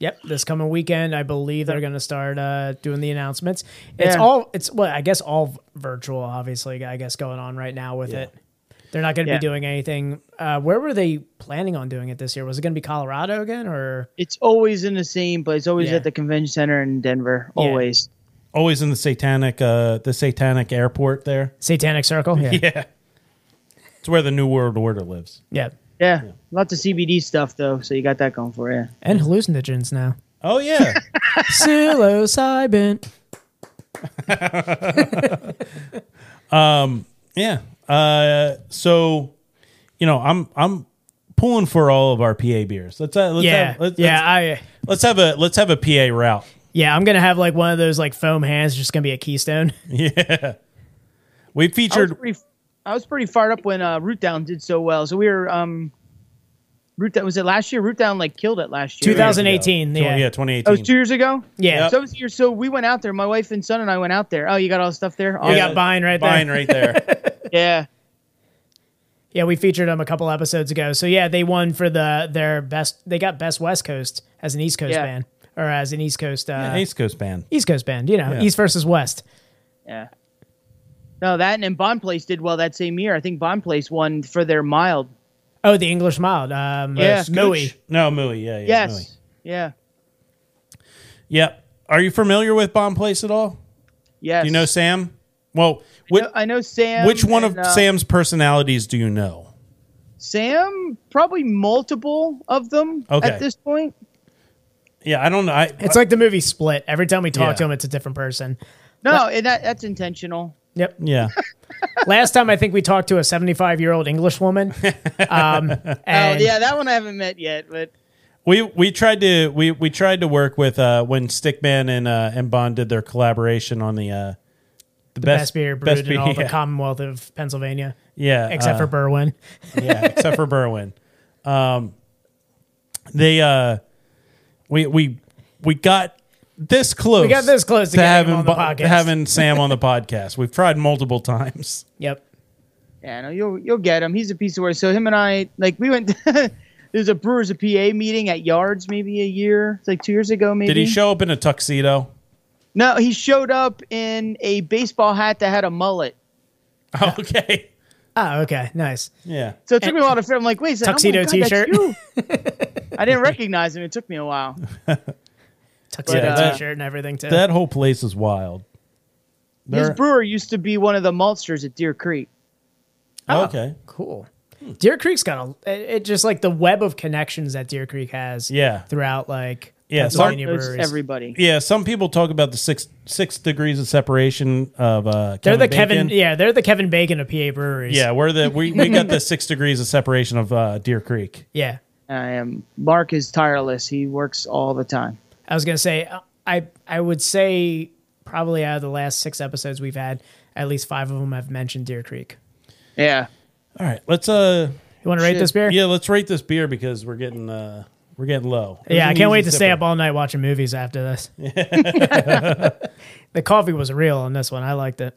Speaker 2: Yep, this coming weekend, I believe they're going to start uh, doing the announcements. It's
Speaker 3: Yeah.
Speaker 2: all it's well, I guess all v- virtual, obviously. I guess going on right now with it, they're not going to
Speaker 3: Yeah.
Speaker 2: be doing anything. Uh, where were they planning on doing it this year? Was it going to be Colorado again, or
Speaker 3: It's always in the same place. Always
Speaker 2: Yeah.
Speaker 3: at the convention center in Denver.
Speaker 2: Yeah.
Speaker 3: Always.
Speaker 1: Always in the satanic uh the satanic airport there.
Speaker 2: Satanic Circle? Yeah, yeah.
Speaker 1: It's where the New World Order lives.
Speaker 3: Yeah. Lots of CBD stuff though, so you got that going for you.
Speaker 2: and hallucinogens now.
Speaker 1: Oh yeah.
Speaker 2: Psilocybin.
Speaker 1: yeah. Uh so you know, I'm I'm pulling for all of our PA beers. Let's uh, let's
Speaker 2: Yeah,
Speaker 1: have, let's,
Speaker 2: yeah, I
Speaker 1: let's, let's have a let's have a PA route.
Speaker 2: yeah, I'm gonna have like one of those like foam hands, just gonna be a keystone.
Speaker 1: We
Speaker 3: I was
Speaker 1: featured
Speaker 3: pretty, I was pretty fired up when uh, Root Down did so well. So we were um, Root Down was it last year? Root Down like killed it last year.
Speaker 2: 2000 2018,
Speaker 1: Yeah,
Speaker 2: yeah.
Speaker 1: yeah
Speaker 3: Oh,
Speaker 1: 2018.
Speaker 3: it was two years ago.
Speaker 2: Yeah.
Speaker 1: Yep.
Speaker 3: So it was here. So we went out there. My wife and son and I went out there. Oh, you got all the stuff there. Oh,
Speaker 2: We got Vine right there.
Speaker 1: Vine right there.
Speaker 3: yeah.
Speaker 2: Yeah, we featured them a couple episodes ago. So yeah, they won for the their best. They got best West Coast as an East Coast
Speaker 3: Yeah.
Speaker 2: band, or as an East Coast uh,
Speaker 1: Ace Coast band.
Speaker 2: East Coast band. You know,
Speaker 1: Yeah.
Speaker 2: East versus West.
Speaker 3: Yeah. No, that and, and Bond Place did well that same year. I think Bond Place won for their mild.
Speaker 2: Oh, the English Mild. Um,
Speaker 3: Yeah.
Speaker 2: Mooey.
Speaker 1: No, Mooey. Yeah, yeah.
Speaker 3: Yes.
Speaker 1: Mooey.
Speaker 3: Yeah.
Speaker 1: Yep. Are you familiar with Bomb Place at all?
Speaker 3: Yes.
Speaker 1: Do you know Sam? Well, which,
Speaker 3: I know Sam.
Speaker 1: which one of
Speaker 3: and, uh,
Speaker 1: Sam's personalities do you know?
Speaker 3: Sam, probably multiple of them
Speaker 1: Okay.
Speaker 3: at this point.
Speaker 1: Yeah, I don't know. I,
Speaker 2: It's like the movie Split. Every time we talk
Speaker 1: Yeah.
Speaker 2: to him, it's a different person.
Speaker 3: No, and that that's intentional.
Speaker 2: Yep.
Speaker 1: yeah.
Speaker 2: Last time I think we talked to a 75 year old English woman. Um,
Speaker 3: Oh
Speaker 2: and
Speaker 3: yeah, that one I haven't met yet, but
Speaker 1: We we tried to we, we tried to work with uh, when Stickman and uh, and Bond did their collaboration on the uh, the,
Speaker 2: best, beer brewed in all the
Speaker 1: yeah,
Speaker 2: Commonwealth of Pennsylvania,
Speaker 1: yeah
Speaker 2: except
Speaker 1: uh,
Speaker 2: for Berwyn.
Speaker 1: yeah, except for Berwin. Um, they uh, we we we got this close.
Speaker 2: got this close to getting him on the
Speaker 1: Bo-
Speaker 2: podcast.
Speaker 1: having Sam on the podcast. We've tried multiple times.
Speaker 2: Yep.
Speaker 3: yeah, no, you'll you'll get him. He's a piece of work. So him and I, like, we went. There's a Brewers of PA meeting at Yards maybe a year, like two years ago, maybe.
Speaker 1: Did he show up in a tuxedo?
Speaker 3: No, he showed up in a baseball hat that had a mullet.
Speaker 1: Okay,
Speaker 2: Oh, okay. Nice.
Speaker 1: yeah.
Speaker 3: So it took me a while to figure. I'm like, wait, a second,
Speaker 2: Tuxedo
Speaker 3: oh my God, that's
Speaker 2: t-shirt.
Speaker 3: you. I didn't recognize him. It took me a while.
Speaker 2: Tuxedo
Speaker 1: Yeah, that-
Speaker 2: t-shirt and everything too.
Speaker 1: uh, That whole place is wild.
Speaker 3: His
Speaker 1: There-
Speaker 3: brewer used to be one of the maltsters at Deer Creek.
Speaker 2: Oh,
Speaker 1: okay.
Speaker 2: Cool.
Speaker 1: Hmm.
Speaker 2: Deer Creek's got a it, it just like the web of connections that Deer Creek has.
Speaker 1: Yeah.
Speaker 2: Throughout like
Speaker 1: Yeah, so-
Speaker 2: Pennsylvania
Speaker 3: It's
Speaker 2: breweries.
Speaker 3: everybody.
Speaker 1: Yeah, some people talk about the six six degrees of separation of uh.
Speaker 2: they're
Speaker 1: Kevin
Speaker 2: the
Speaker 1: Bacon.
Speaker 2: Kevin. Yeah, they're the Kevin Bacon of PA breweries.
Speaker 1: Yeah, we're the we, we got the six degrees of separation of uh, Deer Creek.
Speaker 2: Yeah.
Speaker 3: I am. Mark is tireless. He works all the time.
Speaker 2: I was gonna say uh, I I would say probably out of the last six episodes we've had, at least five of them have mentioned Deer Creek.
Speaker 3: Yeah.
Speaker 1: All right, let's uh
Speaker 2: You want to rate
Speaker 3: Shit.
Speaker 2: this beer?
Speaker 1: yeah let's rate this beer because we're getting uh we're getting low. It was
Speaker 2: Yeah, I
Speaker 1: an
Speaker 2: can't wait
Speaker 1: easy
Speaker 2: to stay
Speaker 1: sipper.
Speaker 2: up all night watching movies after this. the coffee was real on this one. I liked it.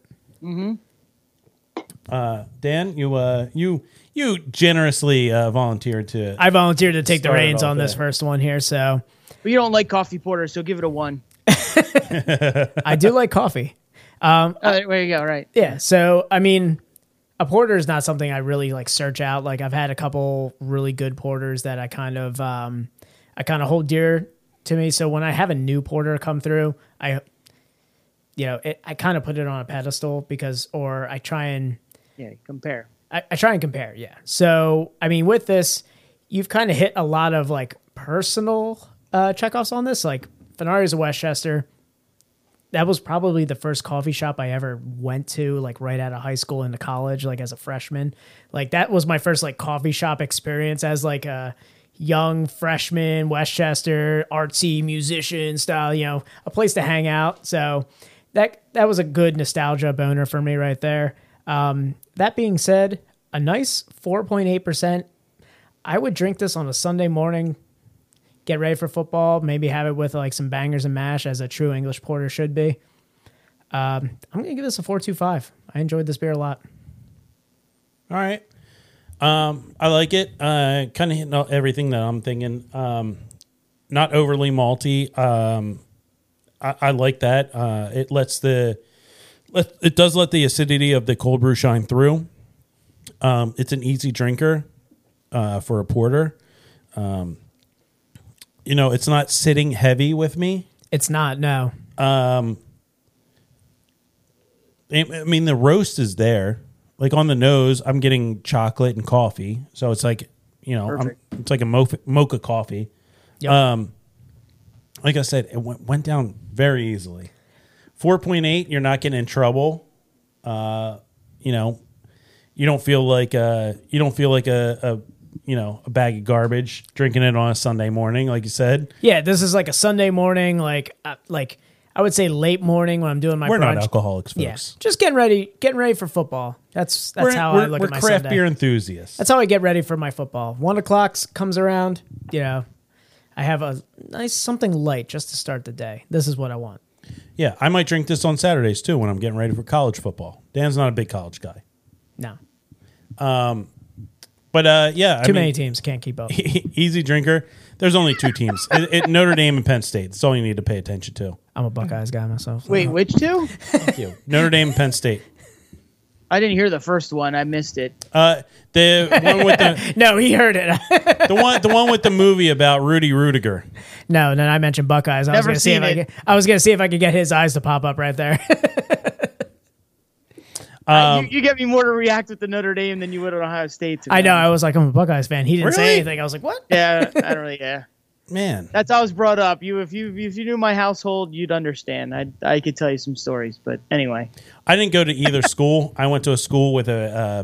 Speaker 1: Dan, you uh you you generously uh, volunteered to.
Speaker 2: I volunteered to take the
Speaker 1: Started
Speaker 2: reins
Speaker 1: off
Speaker 2: on this
Speaker 1: there.
Speaker 2: first one here, so
Speaker 3: But you don't like coffee porter, so give it a one.
Speaker 2: I do like coffee.
Speaker 3: Oh, there- there you go. Right.
Speaker 2: Yeah. So I mean, a porter is not something I really like search out. Like I've had a couple really good porters that I kind of um I kind of hold dear to me. So when I have a new porter come through, I you know, it, I kind of put it on a pedestal because or I try and
Speaker 3: Yeah. Compare.
Speaker 2: I, I try and compare, yeah. So I mean, with this, you've kind of hit a lot of like personal uh, checkoffs on this. Like Fenari's of Westchester, that was probably the first coffee shop I ever went to, like right out of high school into college, like as a freshman. Like that was my first like coffee shop experience as like a young freshman, Westchester, artsy musician style, you know, a place to hang out. So that that was a good nostalgia boner for me right there. Um, that being said, a nice 4.8%. I would drink this on a Sunday morning, get ready for football, maybe have it with like some bangers and mash as a true English porter should be. Um, I'm going to give this a 425. I enjoyed this beer a lot.
Speaker 1: All right. Um, I like it. Uh, kind of hitting all- everything that I'm thinking. Um, not overly malty. Um, I, I like that. Uh, it lets the let, it does let the acidity of the cold brew shine through. Um, it's an easy drinker uh, for a porter. Um, you know, it's not sitting heavy with me.
Speaker 2: It's not, no.
Speaker 1: I I mean, the roast is there. Like on the nose, I'm getting chocolate and coffee, so it's like you know, I'm,
Speaker 3: Perfect.
Speaker 1: it's like a mocha, mocha coffee.
Speaker 2: Yep.
Speaker 1: Um, Like I said, it went, went down very easily. Four point eight, you're not getting in trouble. Uh, you know, you don't feel like uh you don't feel like a, a you know a bag of garbage drinking it on a Sunday morning, like you said.
Speaker 2: yeah, this is like a Sunday morning, like, uh, like I would say late morning when I'm doing my
Speaker 1: We're
Speaker 2: brunch.
Speaker 1: not alcoholics,
Speaker 2: Yeah,
Speaker 1: folks.
Speaker 2: just getting ready, getting ready for football. That's that's
Speaker 1: We're,
Speaker 2: how
Speaker 1: we're-
Speaker 2: I look
Speaker 1: we're
Speaker 2: at my
Speaker 1: craft
Speaker 2: Sunday.
Speaker 1: beer enthusiasts.
Speaker 2: That's how I get ready for my football. One o'clock comes around, you know, I have a nice something light just to start the day. This is what I want.
Speaker 1: yeah, I might drink this on Saturdays too when I'm getting ready for college football. Dan's not a big college guy.
Speaker 2: No,
Speaker 1: But uh, yeah,
Speaker 2: too
Speaker 1: I
Speaker 2: many
Speaker 1: mean,
Speaker 2: teams can't keep up.
Speaker 1: easy drinker. There's only two teams: it, it, Notre Dame and Penn State. That's all you need to pay attention to.
Speaker 2: I'm a Buckeyes guy myself.
Speaker 3: Wait,
Speaker 1: Uh-huh.
Speaker 3: which two?
Speaker 1: Thank you, Notre Dame, and Penn State.
Speaker 3: I didn't hear the first one. I missed it.
Speaker 1: Uh, the one with the,
Speaker 2: no, he heard it.
Speaker 1: the one the one with the movie about Rudy Rudiger.
Speaker 2: no, no, I mentioned Buckeyes. I was
Speaker 3: Never
Speaker 2: gonna see if
Speaker 3: seen
Speaker 2: I
Speaker 3: it.
Speaker 2: could, I was gonna see if I could get his eyes to pop up right there.
Speaker 1: um,
Speaker 3: Uh, you, you get me more to react with the Notre Dame than you would at Ohio State. to be
Speaker 2: I know.
Speaker 3: honest.
Speaker 2: I was like, I'm a Buckeyes fan. He didn't say
Speaker 1: Really?
Speaker 2: anything. I was like, what?
Speaker 3: Yeah. I don't really. Yeah.
Speaker 1: man.
Speaker 3: That's how I was brought up. You, if you if you knew my household, you'd understand. I I could tell you some stories, but anyway,
Speaker 1: I didn't go to either school. I went to a school with a uh,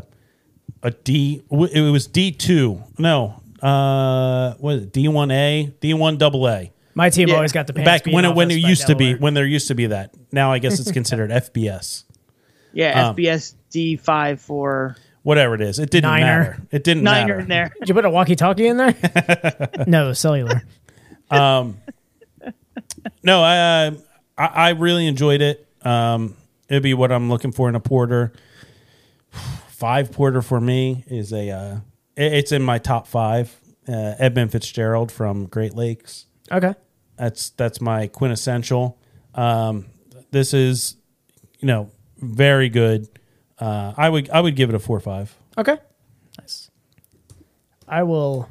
Speaker 1: a D. w- It was D two. No, uh, what is it? D one A, D one double A.
Speaker 2: My team
Speaker 3: Yeah.
Speaker 2: always got the pants
Speaker 1: Back
Speaker 2: beat
Speaker 1: when it
Speaker 2: off
Speaker 1: when
Speaker 2: us
Speaker 1: it
Speaker 2: by
Speaker 1: used to be
Speaker 2: Delaware.
Speaker 1: when there used to be that. Now I guess it's considered FBS.
Speaker 3: yeah,
Speaker 1: Um,
Speaker 3: FBS D five four
Speaker 1: Whatever it is, it didn't
Speaker 2: Niner.
Speaker 1: matter. It didn't
Speaker 3: niner
Speaker 1: matter.
Speaker 3: in there.
Speaker 2: Did you put a walkie-talkie in there? no, cellular.
Speaker 1: No, I, uh, I I really enjoyed it. Um, it'd be what I'm looking for in a porter. Five porter for me is a uh, it- it's in my top five. Uh, Edmund Fitzgerald from Great Lakes.
Speaker 2: Okay.
Speaker 1: That's that's my quintessential. Um, this is, you know, very good. Uh, I would I would give it a four or five.
Speaker 2: Okay. Nice. I will.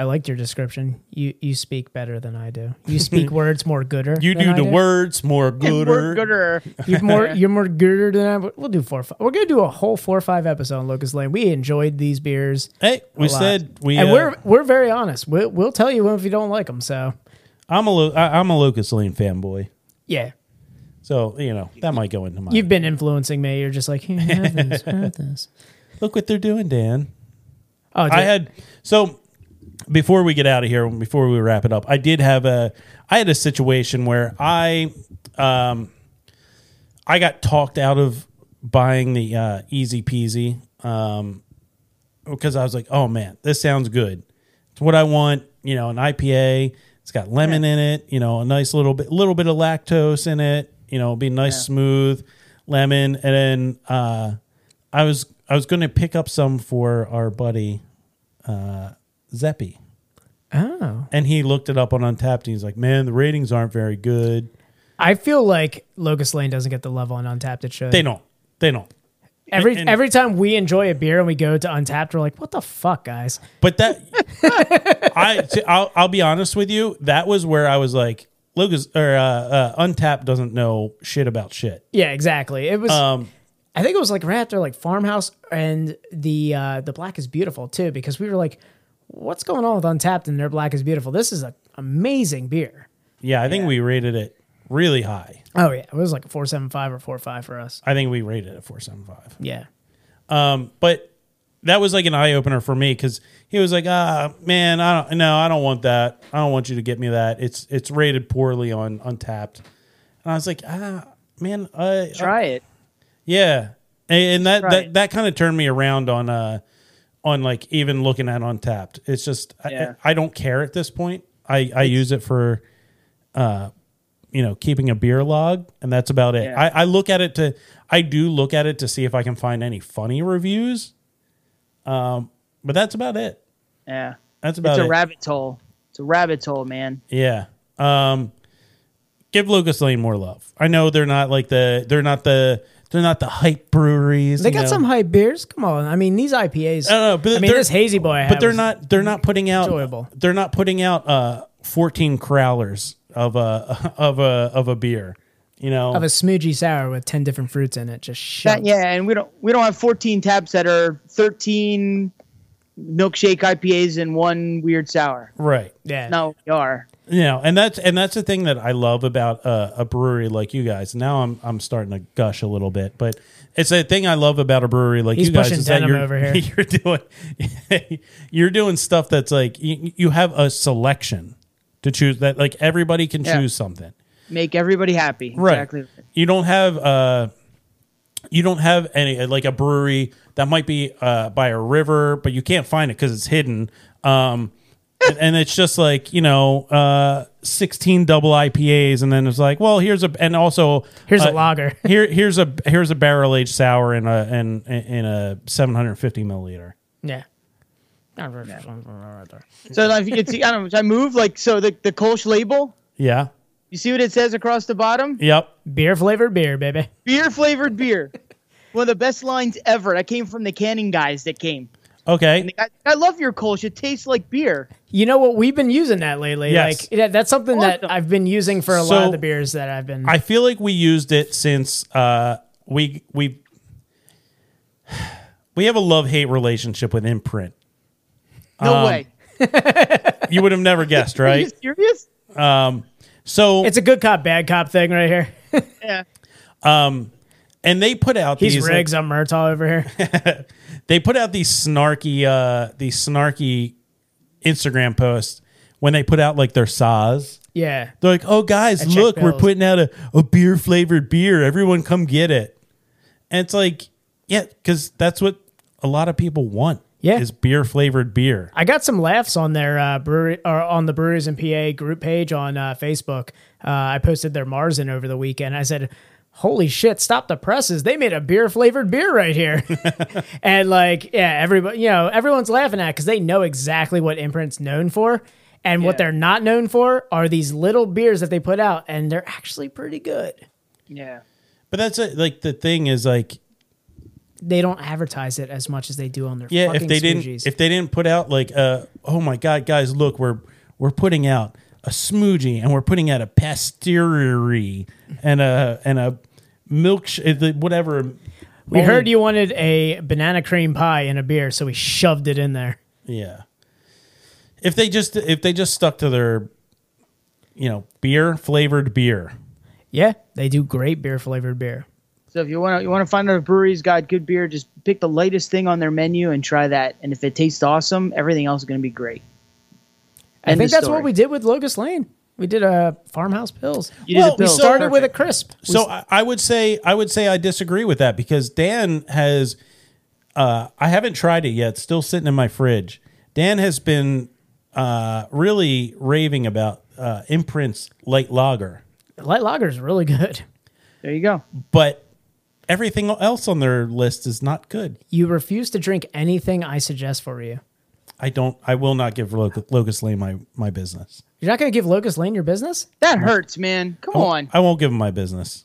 Speaker 2: I liked your description. You you speak better than I do. You speak words more gooder.
Speaker 1: You
Speaker 2: than
Speaker 1: do
Speaker 2: I
Speaker 1: the words more gooder.
Speaker 3: We're gooder.
Speaker 2: You're more you're more gooder than I. But we'll do four. Five. We're gonna do a whole four or five episode on Locust Lane. We enjoyed these beers.
Speaker 1: Hey,
Speaker 2: a
Speaker 1: we
Speaker 2: lot.
Speaker 1: said we.
Speaker 2: and
Speaker 1: uh,
Speaker 2: we're we're very honest. We'll, we'll tell you if you don't like them. So
Speaker 1: I'm a lo- I, am a Locust Lane fanboy,
Speaker 2: yeah,
Speaker 1: so you know that might go into my.
Speaker 2: you've been influencing me. You're just like "Here, have this, have this.
Speaker 1: Look what they're doing, Dan.
Speaker 2: Oh, dude.
Speaker 1: I had so before we get out of here, before we wrap it up, I did have a I had a situation where I um I got talked out of buying the uh easy peasy um because I was like, "Oh man, this sounds good. It's what I want, you know, an IPA. It's got lemon in it, you know, a nice little bit little bit of lactose in it, you know, be nice smooth lemon and then uh I was I was going to pick up some for our buddy uh, Zeppi,
Speaker 2: oh.
Speaker 1: and he looked it up on Untapped. And he's like, "Man, the ratings aren't very good.
Speaker 2: I feel like Locust Lane doesn't get the love on Untapped. It should.
Speaker 1: They don't. They don't."
Speaker 2: Every
Speaker 1: and-
Speaker 2: every time we enjoy a beer and we go to Untapped, we're like, what the fuck, guys?
Speaker 1: But that I t- I'll, I'll be honest with you. That was where I was like, "Lucas or uh, uh, Untapped doesn't know shit about shit."
Speaker 2: Yeah, exactly. It was.
Speaker 1: Um,
Speaker 2: I think it was like right after like Farmhouse and the uh, the Black is Beautiful too, because we were like, what's going on with Untapped and their Black is Beautiful? This is an amazing beer.
Speaker 1: yeah, I think we rated it really high.
Speaker 2: Oh yeah, it was like a four seven five or four five for us.
Speaker 1: I think we rated it four seven five.
Speaker 2: Yeah.
Speaker 1: but that was like an eye opener for me because he was like, "Ah, man, I don't. No, I don't want that. I don't want you to get me that. It's it's rated poorly on Untapped." And I was like, "Ah, man, I,
Speaker 3: Try it.
Speaker 1: yeah." And, and that that
Speaker 3: Right.
Speaker 1: that kind of turned me around on uh on like even looking at Untapped. It's just
Speaker 3: Yeah.
Speaker 1: I, I don't care at this point. I I use it for uh, you know keeping a beer log and that's about it
Speaker 3: Yeah.
Speaker 1: I, I look at it to i do look at it to see if i can find any funny reviews um but that's about it
Speaker 3: Yeah,
Speaker 1: that's about
Speaker 3: it's a
Speaker 1: it
Speaker 3: rabbit hole. It's a rabbit hole, man.
Speaker 1: yeah um give locust lane more love i know they're not like the they're not the they're not the hype breweries
Speaker 2: They
Speaker 1: you
Speaker 2: got
Speaker 1: know.
Speaker 2: some hype beers. Come on, I mean these IPAs.
Speaker 1: I don't know, but
Speaker 2: I mean
Speaker 1: they're-
Speaker 2: this hazy boy. I had
Speaker 1: but they're
Speaker 2: was-
Speaker 1: not they're not putting out
Speaker 2: enjoyable.
Speaker 1: they're not putting out uh 14 crowlers of a of a of a beer you know
Speaker 2: of a smoothie sour with ten different fruits in it. Just
Speaker 3: That,
Speaker 2: shut.
Speaker 3: yeah, and we don't we don't have 14 taps that are 13 milkshake IPAs and one weird sour.
Speaker 1: right
Speaker 2: yeah.
Speaker 3: No, we are.
Speaker 1: you know and that's and that's the thing that i love about uh, a brewery like you guys now i'm i'm starting to gush a little bit but it's a thing i love about a brewery like
Speaker 2: He's
Speaker 1: you guys
Speaker 2: pushing
Speaker 1: is that
Speaker 2: denim
Speaker 1: you're,
Speaker 2: over here.
Speaker 1: you're doing you're doing stuff that's like you, you have a selection to choose that like everybody can
Speaker 3: Yeah.
Speaker 1: choose something
Speaker 3: Make everybody happy.
Speaker 1: right
Speaker 3: Exactly.
Speaker 1: you don't have uh you don't have any uh, like a brewery that might be uh by a river but you can't find it because it's hidden um and, and it's just like you know uh 16 double ipas and then it's like well here's a and also
Speaker 2: Here's
Speaker 1: uh,
Speaker 2: a lager.
Speaker 1: here here's a here's a barrel aged sour in a in in a 750 milliliter
Speaker 2: Yeah.
Speaker 3: So I don't know if you can see, I don't know. Should I move like so the the Kolsch label.
Speaker 1: yeah
Speaker 3: You see what it says across the bottom?
Speaker 1: yep
Speaker 2: Beer flavored beer, baby.
Speaker 3: Beer flavored beer. One of the best lines ever. That came from the canning guys that came.
Speaker 1: okay
Speaker 3: I, I love your Kolsch. It tastes like beer.
Speaker 2: You know what? We've been using that lately.
Speaker 1: Yes.
Speaker 2: Like yeah, that's something that
Speaker 3: Awesome.
Speaker 2: I've been using for a lot
Speaker 1: So-
Speaker 2: of the beers that I've been.
Speaker 1: I feel like we used it since uh, we we
Speaker 2: Um,
Speaker 1: we have a love hate relationship with Imprint.
Speaker 3: No way.
Speaker 1: you would have never guessed,
Speaker 3: Are you
Speaker 1: right?
Speaker 3: serious?
Speaker 1: Um, so
Speaker 2: It's a good cop, bad cop thing right here.
Speaker 3: Yeah.
Speaker 1: and they put out
Speaker 2: He's,
Speaker 1: these like,
Speaker 2: rigs. I'm Murtaugh over here.
Speaker 1: they put out these snarky uh these snarky Instagram posts when they put out like their saws.
Speaker 2: Yeah.
Speaker 1: They're like, "Oh guys,
Speaker 2: check
Speaker 1: look, we're
Speaker 2: those.
Speaker 1: putting out a, a beer flavored beer. Everyone come get it." And it's like, yeah, cuz that's what a lot of people want.
Speaker 2: Yeah.
Speaker 1: Is beer flavored beer.
Speaker 2: I got some laughs on their uh, brewery or on the Brewers and PA group page on uh, Facebook. Uh, I posted their Marzen over the weekend. I said, "Holy shit! Stop the presses! They made a beer flavored beer right here." and like, yeah, everybody, you know, everyone's laughing at because they know exactly what Imprint's known for, and what
Speaker 3: Yeah.
Speaker 2: they're not known for are these little beers that they put out, and they're actually pretty good.
Speaker 3: Yeah.
Speaker 1: But that's it. Like the thing is like
Speaker 2: They don't advertise it as much as they do on their
Speaker 1: yeah,
Speaker 2: Fucking
Speaker 1: if they
Speaker 2: smoothies.
Speaker 1: didn't if they didn't put out like uh oh my god, guys, look, we're we're putting out a smoothie and we're putting out a pastry and a and a milkshake whatever.
Speaker 2: we
Speaker 1: Only-
Speaker 2: heard you wanted a banana cream pie and a beer, so we shoved it in there.
Speaker 1: Yeah. If they just if they just stuck to their you know, beer flavored beer.
Speaker 2: Yeah, they do great beer flavored beer.
Speaker 3: So if you want to you want to find out if breweries got good beer, just pick the latest thing on their menu and try that. And if it tastes awesome, everything else is going to be great.
Speaker 2: I
Speaker 3: End
Speaker 2: think
Speaker 3: of
Speaker 2: that's
Speaker 3: story.
Speaker 2: what we did with Locust Lane. We did a farmhouse pills.
Speaker 3: You did
Speaker 1: Well,
Speaker 3: a
Speaker 1: we
Speaker 3: bill.
Speaker 2: Started with a
Speaker 3: Perfect.
Speaker 2: crisp. We
Speaker 1: So
Speaker 2: s-
Speaker 1: I, I would say I would say I disagree with that because Dan has uh, I haven't tried it yet. It's still sitting in my fridge. Dan has been uh, really raving about uh, Imprint's light lager,
Speaker 2: light lager is really good.
Speaker 3: there you go.
Speaker 1: but everything else on their list is not good.
Speaker 2: You refuse to drink anything I suggest for you.
Speaker 1: I don't. I will not give Loc- Locust Lane my my business.
Speaker 2: You're not going to give Locust Lane your business?
Speaker 3: That hurts, man. Come
Speaker 1: I
Speaker 3: on.
Speaker 1: won't- I won't give them my business.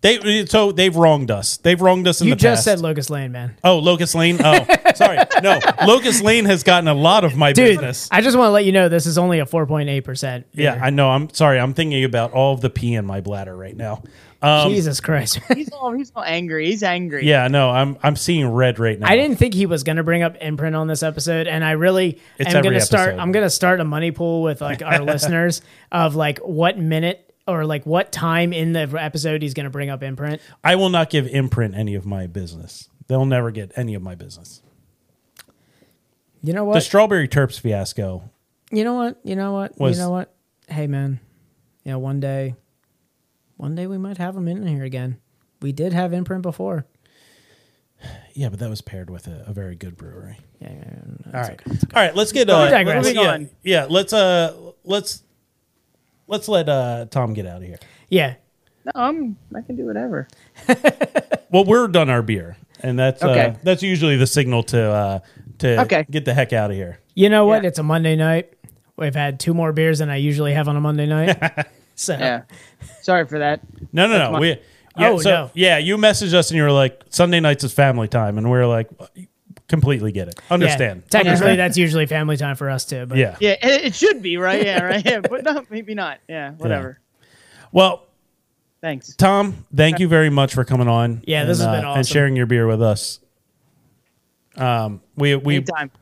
Speaker 1: They so they've wronged us. They've wronged us in
Speaker 2: You
Speaker 1: the
Speaker 2: just
Speaker 1: past.
Speaker 2: said Locust Lane, man.
Speaker 1: Oh, Locust Lane. Oh, sorry. No, Locust Lane has gotten a lot of my
Speaker 2: Dude,
Speaker 1: business.
Speaker 2: I just want to let you know this is only a 4.8%.
Speaker 1: yeah,
Speaker 2: beer.
Speaker 1: I know. I'm sorry. I'm thinking about all of the pee in my bladder right now. Um,
Speaker 2: Jesus Christ.
Speaker 3: he's all he's all angry. He's angry.
Speaker 1: yeah, no, I'm I'm seeing red right now.
Speaker 2: I didn't think he was going to bring up imprint on this episode, and I really
Speaker 1: It's
Speaker 2: am
Speaker 1: every
Speaker 2: going to start.
Speaker 1: episode.
Speaker 2: I'm going to start a money pool with like our listeners of like what minute or like what time in the episode he's going to bring up imprint.
Speaker 1: I will not give Imprint any of my business. They'll never get any of my business.
Speaker 2: You know
Speaker 1: The
Speaker 2: what?
Speaker 1: Strawberry Terps fiasco.
Speaker 2: you know what? You know what?
Speaker 1: Was-
Speaker 2: you know what? Hey man, you know one day, one day we might have him in here again. We did have imprint before.
Speaker 1: Yeah, but that was paired with a, a very good brewery.
Speaker 2: Yeah, yeah, yeah.
Speaker 1: All right, all right. Let's get. Uh,
Speaker 2: But we
Speaker 1: let's-
Speaker 2: digress.
Speaker 1: yeah,
Speaker 2: Moving on.
Speaker 1: yeah, let's uh, let's let's let uh, Tom get out of here.
Speaker 2: yeah.
Speaker 3: No, I'm I can do whatever.
Speaker 1: Well, we're done our beer, and that's uh,
Speaker 3: Okay.
Speaker 1: that's usually the signal to uh, to
Speaker 3: Okay.
Speaker 1: get the heck out of here.
Speaker 2: You know what?
Speaker 3: Yeah.
Speaker 2: It's a Monday night. We've had two more beers than I usually have on a Monday night. so
Speaker 3: Yeah. Sorry for that.
Speaker 1: No, no, no.
Speaker 3: my-
Speaker 1: We, yeah,
Speaker 2: Oh,
Speaker 1: so,
Speaker 2: no.
Speaker 1: Yeah, you messaged us and you were like, Sunday nights is family time, and we are like, completely get it,
Speaker 2: Yeah,
Speaker 1: understand.
Speaker 2: technically, that's usually family time for us too. But
Speaker 1: Yeah.
Speaker 3: Yeah, it, it should be right. Yeah, right. Yeah, but no, maybe not. Yeah, whatever.
Speaker 1: Well,
Speaker 3: Thanks.
Speaker 1: Tom, thank you very much for coming on.
Speaker 2: Yeah,
Speaker 1: and, uh,
Speaker 2: this has been
Speaker 1: and
Speaker 2: awesome.
Speaker 1: sharing your beer with us. Um, we we
Speaker 3: Anytime.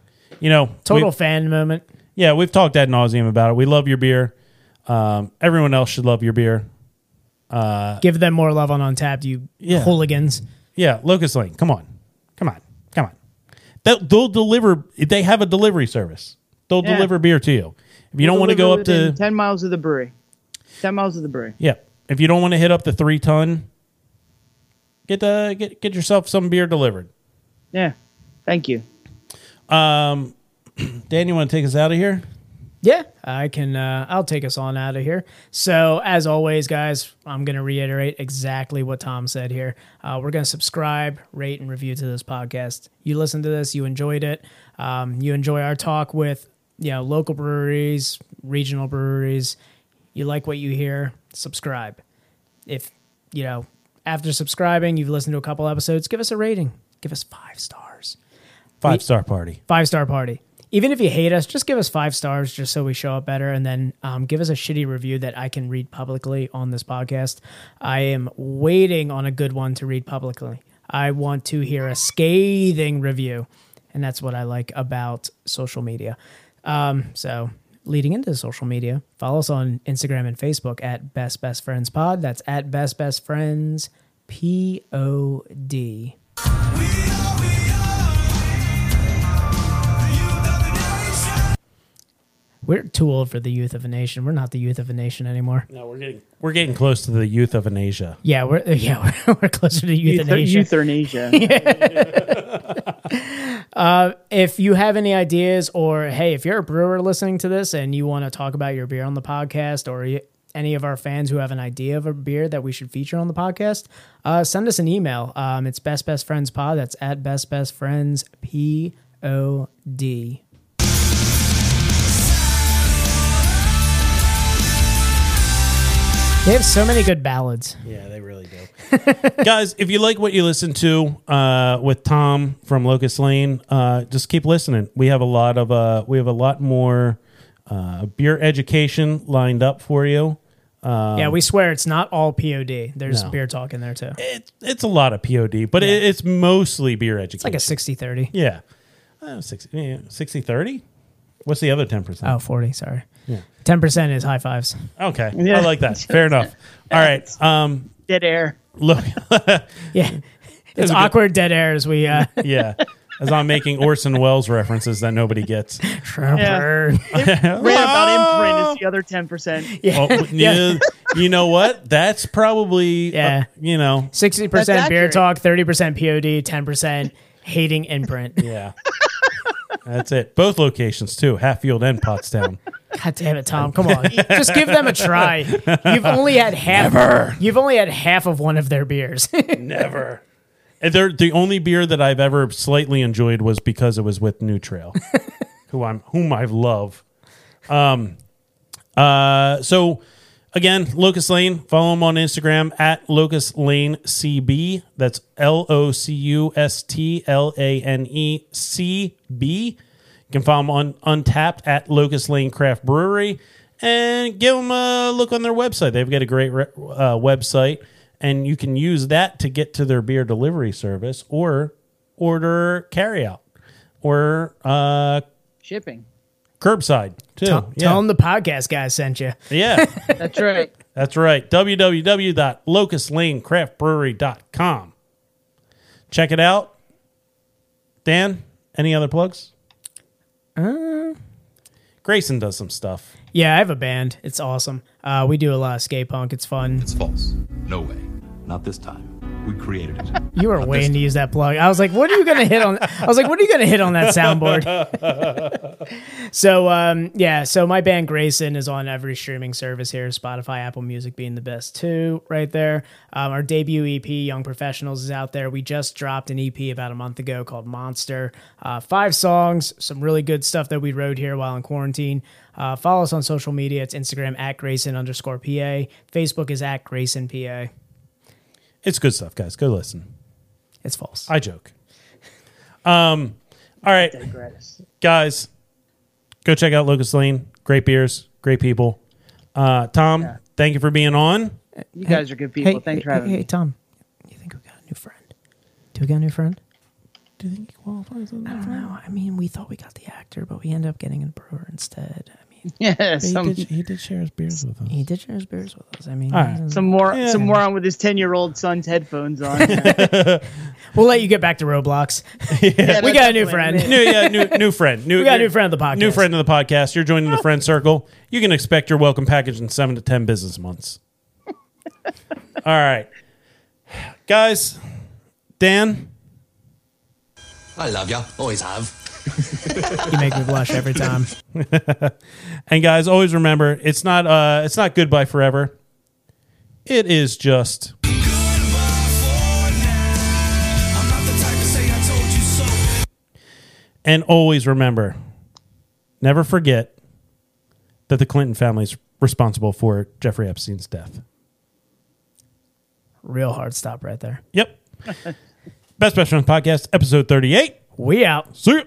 Speaker 1: you know
Speaker 2: Total
Speaker 1: we-
Speaker 2: fan moment.
Speaker 1: yeah we've talked ad nauseum about it. We love your beer. Um, everyone else should love your beer.
Speaker 2: Give them more love on Untapped, you
Speaker 1: Uh, Yeah.
Speaker 2: hooligans.
Speaker 1: Yeah, Locust Lane. Come on, come on, come on. They'll, they'll deliver. They have a delivery service. They'll
Speaker 3: Yeah.
Speaker 1: deliver beer to you. If you don't want to go
Speaker 3: Deliver
Speaker 1: up to
Speaker 3: within ten miles of the brewery. Ten miles of the brewery.
Speaker 1: yeah, if you don't want to hit up the three ton, get uh get get yourself some beer delivered.
Speaker 3: Yeah. Thank you.
Speaker 1: Um, Dan, you want to take us out of here?
Speaker 2: Yeah, I can. Uh, I'll take us on out of here. So, as always, guys, I'm going to reiterate exactly what Tom said here. Uh, we're going to subscribe, rate, and review to this podcast. You listened to this, you enjoyed it. Um, you enjoy our talk with you know local breweries, regional breweries. You like what you hear, subscribe. If you know after subscribing, you've listened to a couple episodes, give us a rating. Give us five stars
Speaker 1: Five star party.
Speaker 2: five star party. Even if you hate us, just give us five stars just so we show up better. And then um, give us a shitty review that I can read publicly on this podcast. I am waiting on a good one to read publicly. I want to hear a scathing review. And that's what I like about social media. Um, so leading into social media, follow us on Instagram and Facebook at Best Best Friends Pod. That's at Best Best Friends P O D. We're too old for the youth of a nation. We're not the youth of a nation anymore.
Speaker 1: No, we're getting we're getting close to the youth of Asia.
Speaker 2: Yeah, we're yeah we're, we're closer to euthanasia.
Speaker 3: euthanasia.
Speaker 2: if you have any ideas or hey if you're a brewer listening to this and you want to talk about your beer on the podcast or y- any of our fans who have an idea of a beer that we should feature on the podcast uh, send us an email um, it's best best friends pod that's at best best friends p-o-d they have so many good ballads
Speaker 1: Yeah, they really do. Guys, if you like what you listen to uh, with Tom from Locust Lane, uh, just keep listening. We have a lot of uh, we have a lot more uh, beer education lined up for you.
Speaker 2: yeah we swear it's not all pod there's
Speaker 1: No.
Speaker 2: beer talk in there too
Speaker 1: It,
Speaker 2: it's
Speaker 1: it's a lot of POD, but it, it's mostly beer education.
Speaker 2: like a 60-30
Speaker 1: yeah. Uh, 60, yeah, 60 30? What's the other 10%?
Speaker 2: oh 40 sorry 10% is high fives
Speaker 1: Okay.
Speaker 3: Yeah.
Speaker 1: I like that. Fair enough. All right. Um,
Speaker 3: Dead air.
Speaker 1: look,
Speaker 2: Yeah. It's
Speaker 1: a good-
Speaker 2: awkward dead air as we uh
Speaker 1: yeah. As I'm making Orson Welles references that nobody gets.
Speaker 2: yeah.
Speaker 3: Right about imprint is the other ten percent.
Speaker 1: Well, you, Oh, you know what? That's probably,
Speaker 2: Yeah.
Speaker 1: yeah. you know,
Speaker 2: 60%
Speaker 3: That's
Speaker 2: beer
Speaker 3: accurate.
Speaker 2: talk, 30% POD, 10% hating imprint.
Speaker 1: yeah. That's it. Both locations, too, Hatfield and Pottstown.
Speaker 2: God damn it, Tom. Come on. Just give them a try. You've only had half You've only had half of one of their beers.
Speaker 1: Never. And they're, the only beer that I've ever slightly enjoyed was because it was with New Trail, who I'm whom I love. Um, uh, so again, Locust Lane. Follow them on Instagram at Locust Lane CB. That's L O C U S T L A N E C B. You can follow them on Untapped at Locust Lane Craft Brewery and give them a look on their website. They've got a great re- uh, website, and you can use that to get to their beer delivery service or order carryout or uh,
Speaker 3: Shipping.
Speaker 1: curbside too.
Speaker 2: Tell
Speaker 1: yeah.
Speaker 2: them the podcast guy sent you.
Speaker 1: yeah,
Speaker 3: That's right.
Speaker 1: that's right. www.locustlanecraftbrewery.com. Check it out. Dan, any other plugs?
Speaker 2: Uh.
Speaker 1: Grayson does some stuff.
Speaker 2: Yeah, I have a band. It's awesome. Uh, we do a lot of skate punk. It's fun.
Speaker 5: It's false. No way. Not this time. We created it.
Speaker 2: You were waiting to use that plug. I was like, what are you gonna hit on? I was like, what are you gonna hit on that soundboard? so um, yeah, so my band Grayson is on every streaming service here, Spotify, Apple Music being the best two right there. Um, our debut EP, Young Professionals, is out there. We just dropped an EP about a month ago called Monster. Uh, five songs, some really good stuff that we wrote here while in quarantine. Uh, follow us on social media. It's Instagram at Grayson underscore PA. Facebook is at Grayson PA.
Speaker 1: It's good stuff, guys. Go listen.
Speaker 2: It's false.
Speaker 1: I joke. Um, all right,
Speaker 3: Digress.
Speaker 1: guys, go check out Locust Lane. Great beers, great people. Uh, Tom, thank you for being on.
Speaker 3: You guys are good people. Thanks for having
Speaker 2: hey,
Speaker 3: me.
Speaker 2: Tom, you think we got a new friend? Do we got a new friend?
Speaker 1: Do you think he qualifies on that?
Speaker 2: No, I mean we thought we got the actor, but we ended up getting a brewer instead. I mean,
Speaker 3: Yeah, some
Speaker 1: he did share his beers with us.
Speaker 2: he did share his beers with us. I mean,
Speaker 1: All right.
Speaker 3: some more
Speaker 1: Yeah.
Speaker 3: some moron with his ten year old son's headphones on.
Speaker 2: we'll let you get back to Roblox. we got a new friend.
Speaker 1: New, yeah, new, new friend. New,
Speaker 2: We got a new friend of the podcast.
Speaker 1: New friend of the podcast. You're joining the friend circle. You can expect your welcome package in seven to ten business months. All right, guys. Dan,
Speaker 5: I love ya. Always have.
Speaker 2: You make me blush every time.
Speaker 1: And guys, always remember it's not uh it's not goodbye forever. It is just And always remember, never forget that the Clinton family is responsible for Jeffrey Epstein's death.
Speaker 2: Real hard stop right there.
Speaker 1: Yep. Best Best Friends Podcast, episode 38.
Speaker 2: We out.
Speaker 1: See ya.